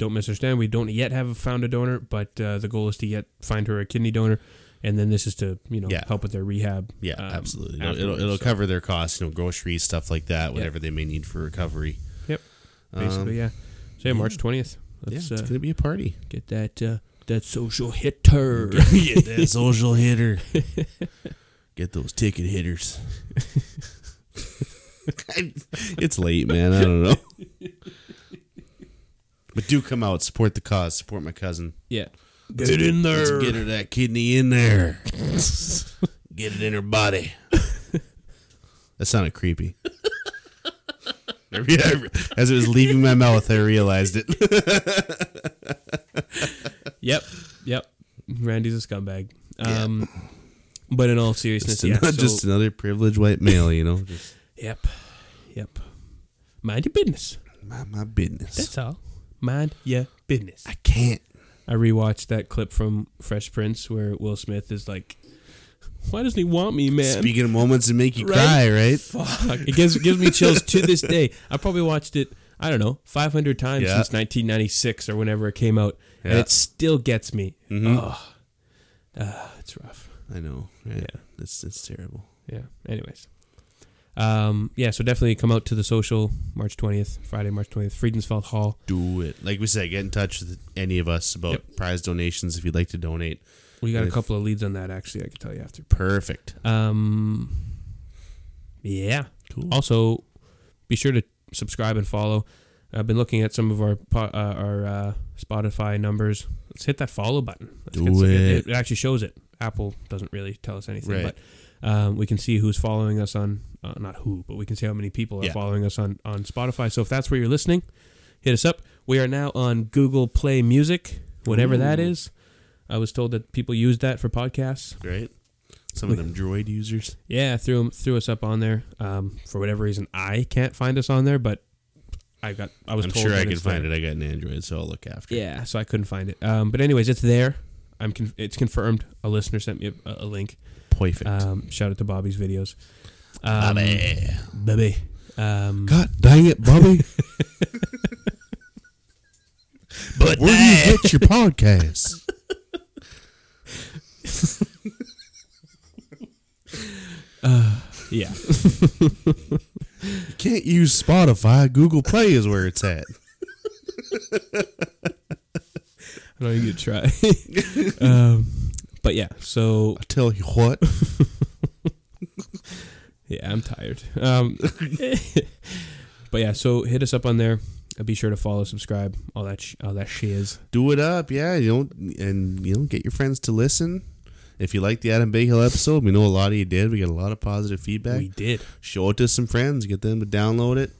don't misunderstand. We don't yet have found a donor, but uh, the goal is to yet find her a kidney donor, and then this is to you know
Yeah.
help with their rehab.
Yeah,
um,
absolutely. It'll, it'll,
afterwards.
it'll
So,
cover their costs, you know, groceries, stuff like that, whatever they may need for recovery.
Yep.
Um,
basically. yeah. So yeah, March twentieth.
yeah,
Let's
it's
uh,
gonna be a party.
get that uh, that social hitter.
Get that social hitter. Get those ticket hitters. it's late, man. I don't know. But do come out, support the cause, support my cousin.
yeah.
Get in there. Let's get her that kidney in there. get it in her body. That sounded creepy. I re- I re- As it was leaving my mouth, I realized it.
Yep. Yep. Randy's a scumbag. Um, But in all seriousness,
Just,
yeah.
another,
so-
just another privileged white male, you know. Just
yep. Yep. Mind your business.
mind my business.
That's all. Mind your business.
I can't.
I rewatched that clip from Fresh Prince where Will Smith is like, "Why doesn't he want me, man?"
Speaking of moments that make you
Right?
cry, right?
Fuck. It gives gives me chills to this day. I probably watched it. I don't know, 500 times
Yeah.
since 1996 or whenever it came out,
Yeah. Hmm.
and
Mm-hmm.
it still gets me. Ugh. Ah, it's rough.
I know. Right?
Yeah.
Yeah, it's it's terrible.
Yeah. Anyways. Um, yeah, so definitely come out to the social March 20th, Friday, March 20th, Friedensfeld Hall.
Do it. Like we said, get in touch with any of us about prize donations if you'd like to donate.
We got a
Nice.
couple of leads on that, actually, I can tell you after.
Perfect.
Um, yeah.
Cool.
Also, be sure to subscribe and follow. I've been looking at some of our po- uh, our uh, Spotify numbers. Let's hit that follow button. Let's
Do
get some-
it.
It actually shows it. Apple doesn't really tell us
Right.
anything, but um, we can see who's following us on uh, not who, but we can see how many people are
Yeah.
following us on on Spotify. So if that's where you're listening, hit us up. We are now on Google Play Music, whatever that
Ooh.
is. I was told that people use that for podcasts.
Right. Some of them droid users.
Yeah, threw 'em- threw us up on there. Um, for whatever reason, I can't find us on there, but I got I was
I'm
told
sure
that
I can
it's
find
there.
it. I got an Android, so I'll look after. it.
Yeah, so I couldn't find it. Um, but anyways, it's there. I'm con- it's confirmed. A listener sent me a, a link.
Perfect.
Um, shout out to Bobby's videos. Um, Bobby. Um,
God dang it, Bobby. but where do you get your podcasts?
yeah,
You can't use Spotify. Google Play is where it's at.
I don't even try. um, but yeah, so
I tell you what.
Yeah, I'm tired. Um, but yeah, so hit us up on there. Uh, Be sure to follow, subscribe, all that, sh- all that shiz.
do it up yeah you know and you know get your friends to listen If you liked the Adam Big Hill episode, we know a lot of you did. We got a lot of positive feedback.
We did.
Show it to some friends. Get them to download it.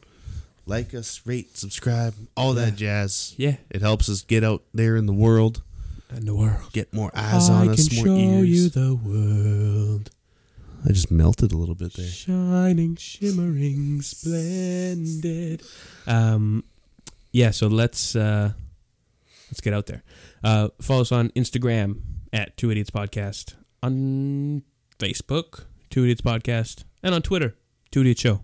Like us, rate, subscribe, all that jazz.
Yeah.
It helps us get out there in the world,
And the world.
get more eyes on
I
us,
can
more
show
ears.
you the world.
I just melted a little bit there.
Shining, shimmering, splendid. Um, yeah. So let's uh, let's get out there. Uh, follow us on Instagram at Two Idiots Podcast, on Facebook Two Idiots Podcast, and on Twitter Two Idiots Show.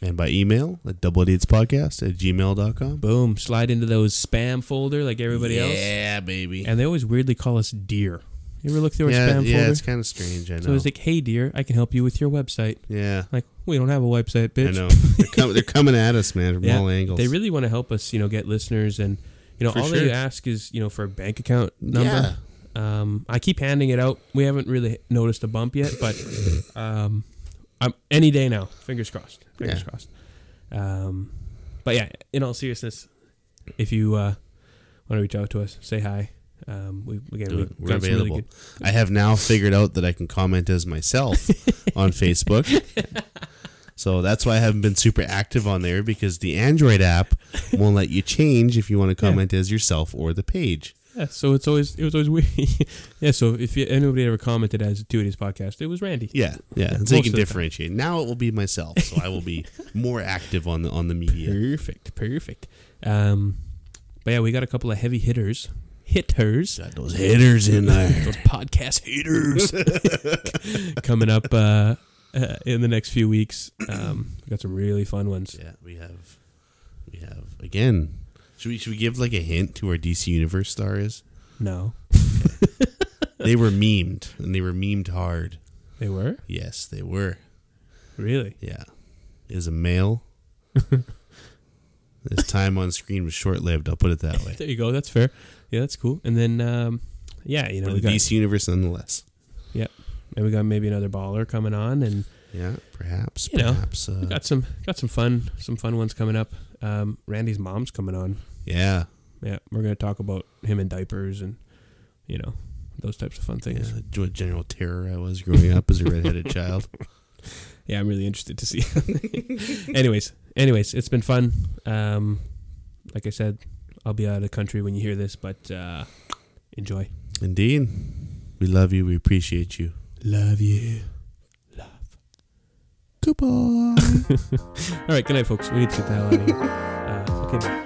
And by email at doubleidiotspodcast at gmail.com.
Boom! Slide into those spam folder like everybody
yeah,
else.
Yeah, baby.
And they always weirdly call us deer. You ever look through our
yeah,
spam
yeah,
folder?
it's kind of strange. I know.
so it's like, hey dear, I can help you with your website.
yeah,
Like, we don't have a website, bitch.
I know. They're, com- they're coming at us, man, from
Yeah,
all angles.
They really want to help us, you know, get listeners and you know,
For
all they
sure.
ask is, you know, for a bank account
Yeah.
number. Um I keep handing it out. We haven't really noticed a bump yet, but um I'm any day now. Fingers crossed. Fingers
Yeah.
crossed. Um but yeah, in all seriousness, if you uh want to reach out to us, say hi. Um we again
Do
we
it. We're available.
good,
I have now figured out that I can comment as myself on Facebook. So that's why I haven't been super active on there because the Android app won't let you change if you want to
Yeah.
comment as yourself or the page.
yeah, so it's always it was always weird. yeah, so if you, anybody ever commented as to this podcast, it was Randy.
Yeah, yeah.
Yeah,
and so you can
most of the time.
differentiate. Now it will be myself, so I will be more active on the on the media.
Perfect, perfect. Um, but yeah, we got a couple of heavy hitters, hitters,
Got those hitters in there.
those podcast haters coming up uh, uh, in the next few weeks. Um, we got some really fun ones.
Yeah, we have, we have again. Should we should we give like a hint to where DC Universe star is?
No,
They were memed and they were memed hard.
they were
Yes, they were.
really.
Yeah. Is a male. His time on screen was short lived, I'll put it that way.
There you go. That's fair. Yeah, that's cool. And then, um, yeah, you know,
But
we
the
got
DC universe nonetheless.
and we got maybe another baller coming on, and
Yeah, perhaps.
You know,
perhaps uh,
we got some got some fun some fun ones coming up. Um, Randy's mom's coming on.
yeah.
Yeah, we're gonna talk about him and diapers and you know those types of fun things.
yeah. What general terror I was growing up as a redheaded child.
Yeah, I'm really interested to see. anyways, anyways, it's been fun. Um, like I said, I'll be out of the country when you hear this, but uh, enjoy.
Indeed. We love you, we appreciate you.
Love you. Love.
Goodbye.
All right, good night, folks. We need to get the hell out of here. Uh, okay. bye.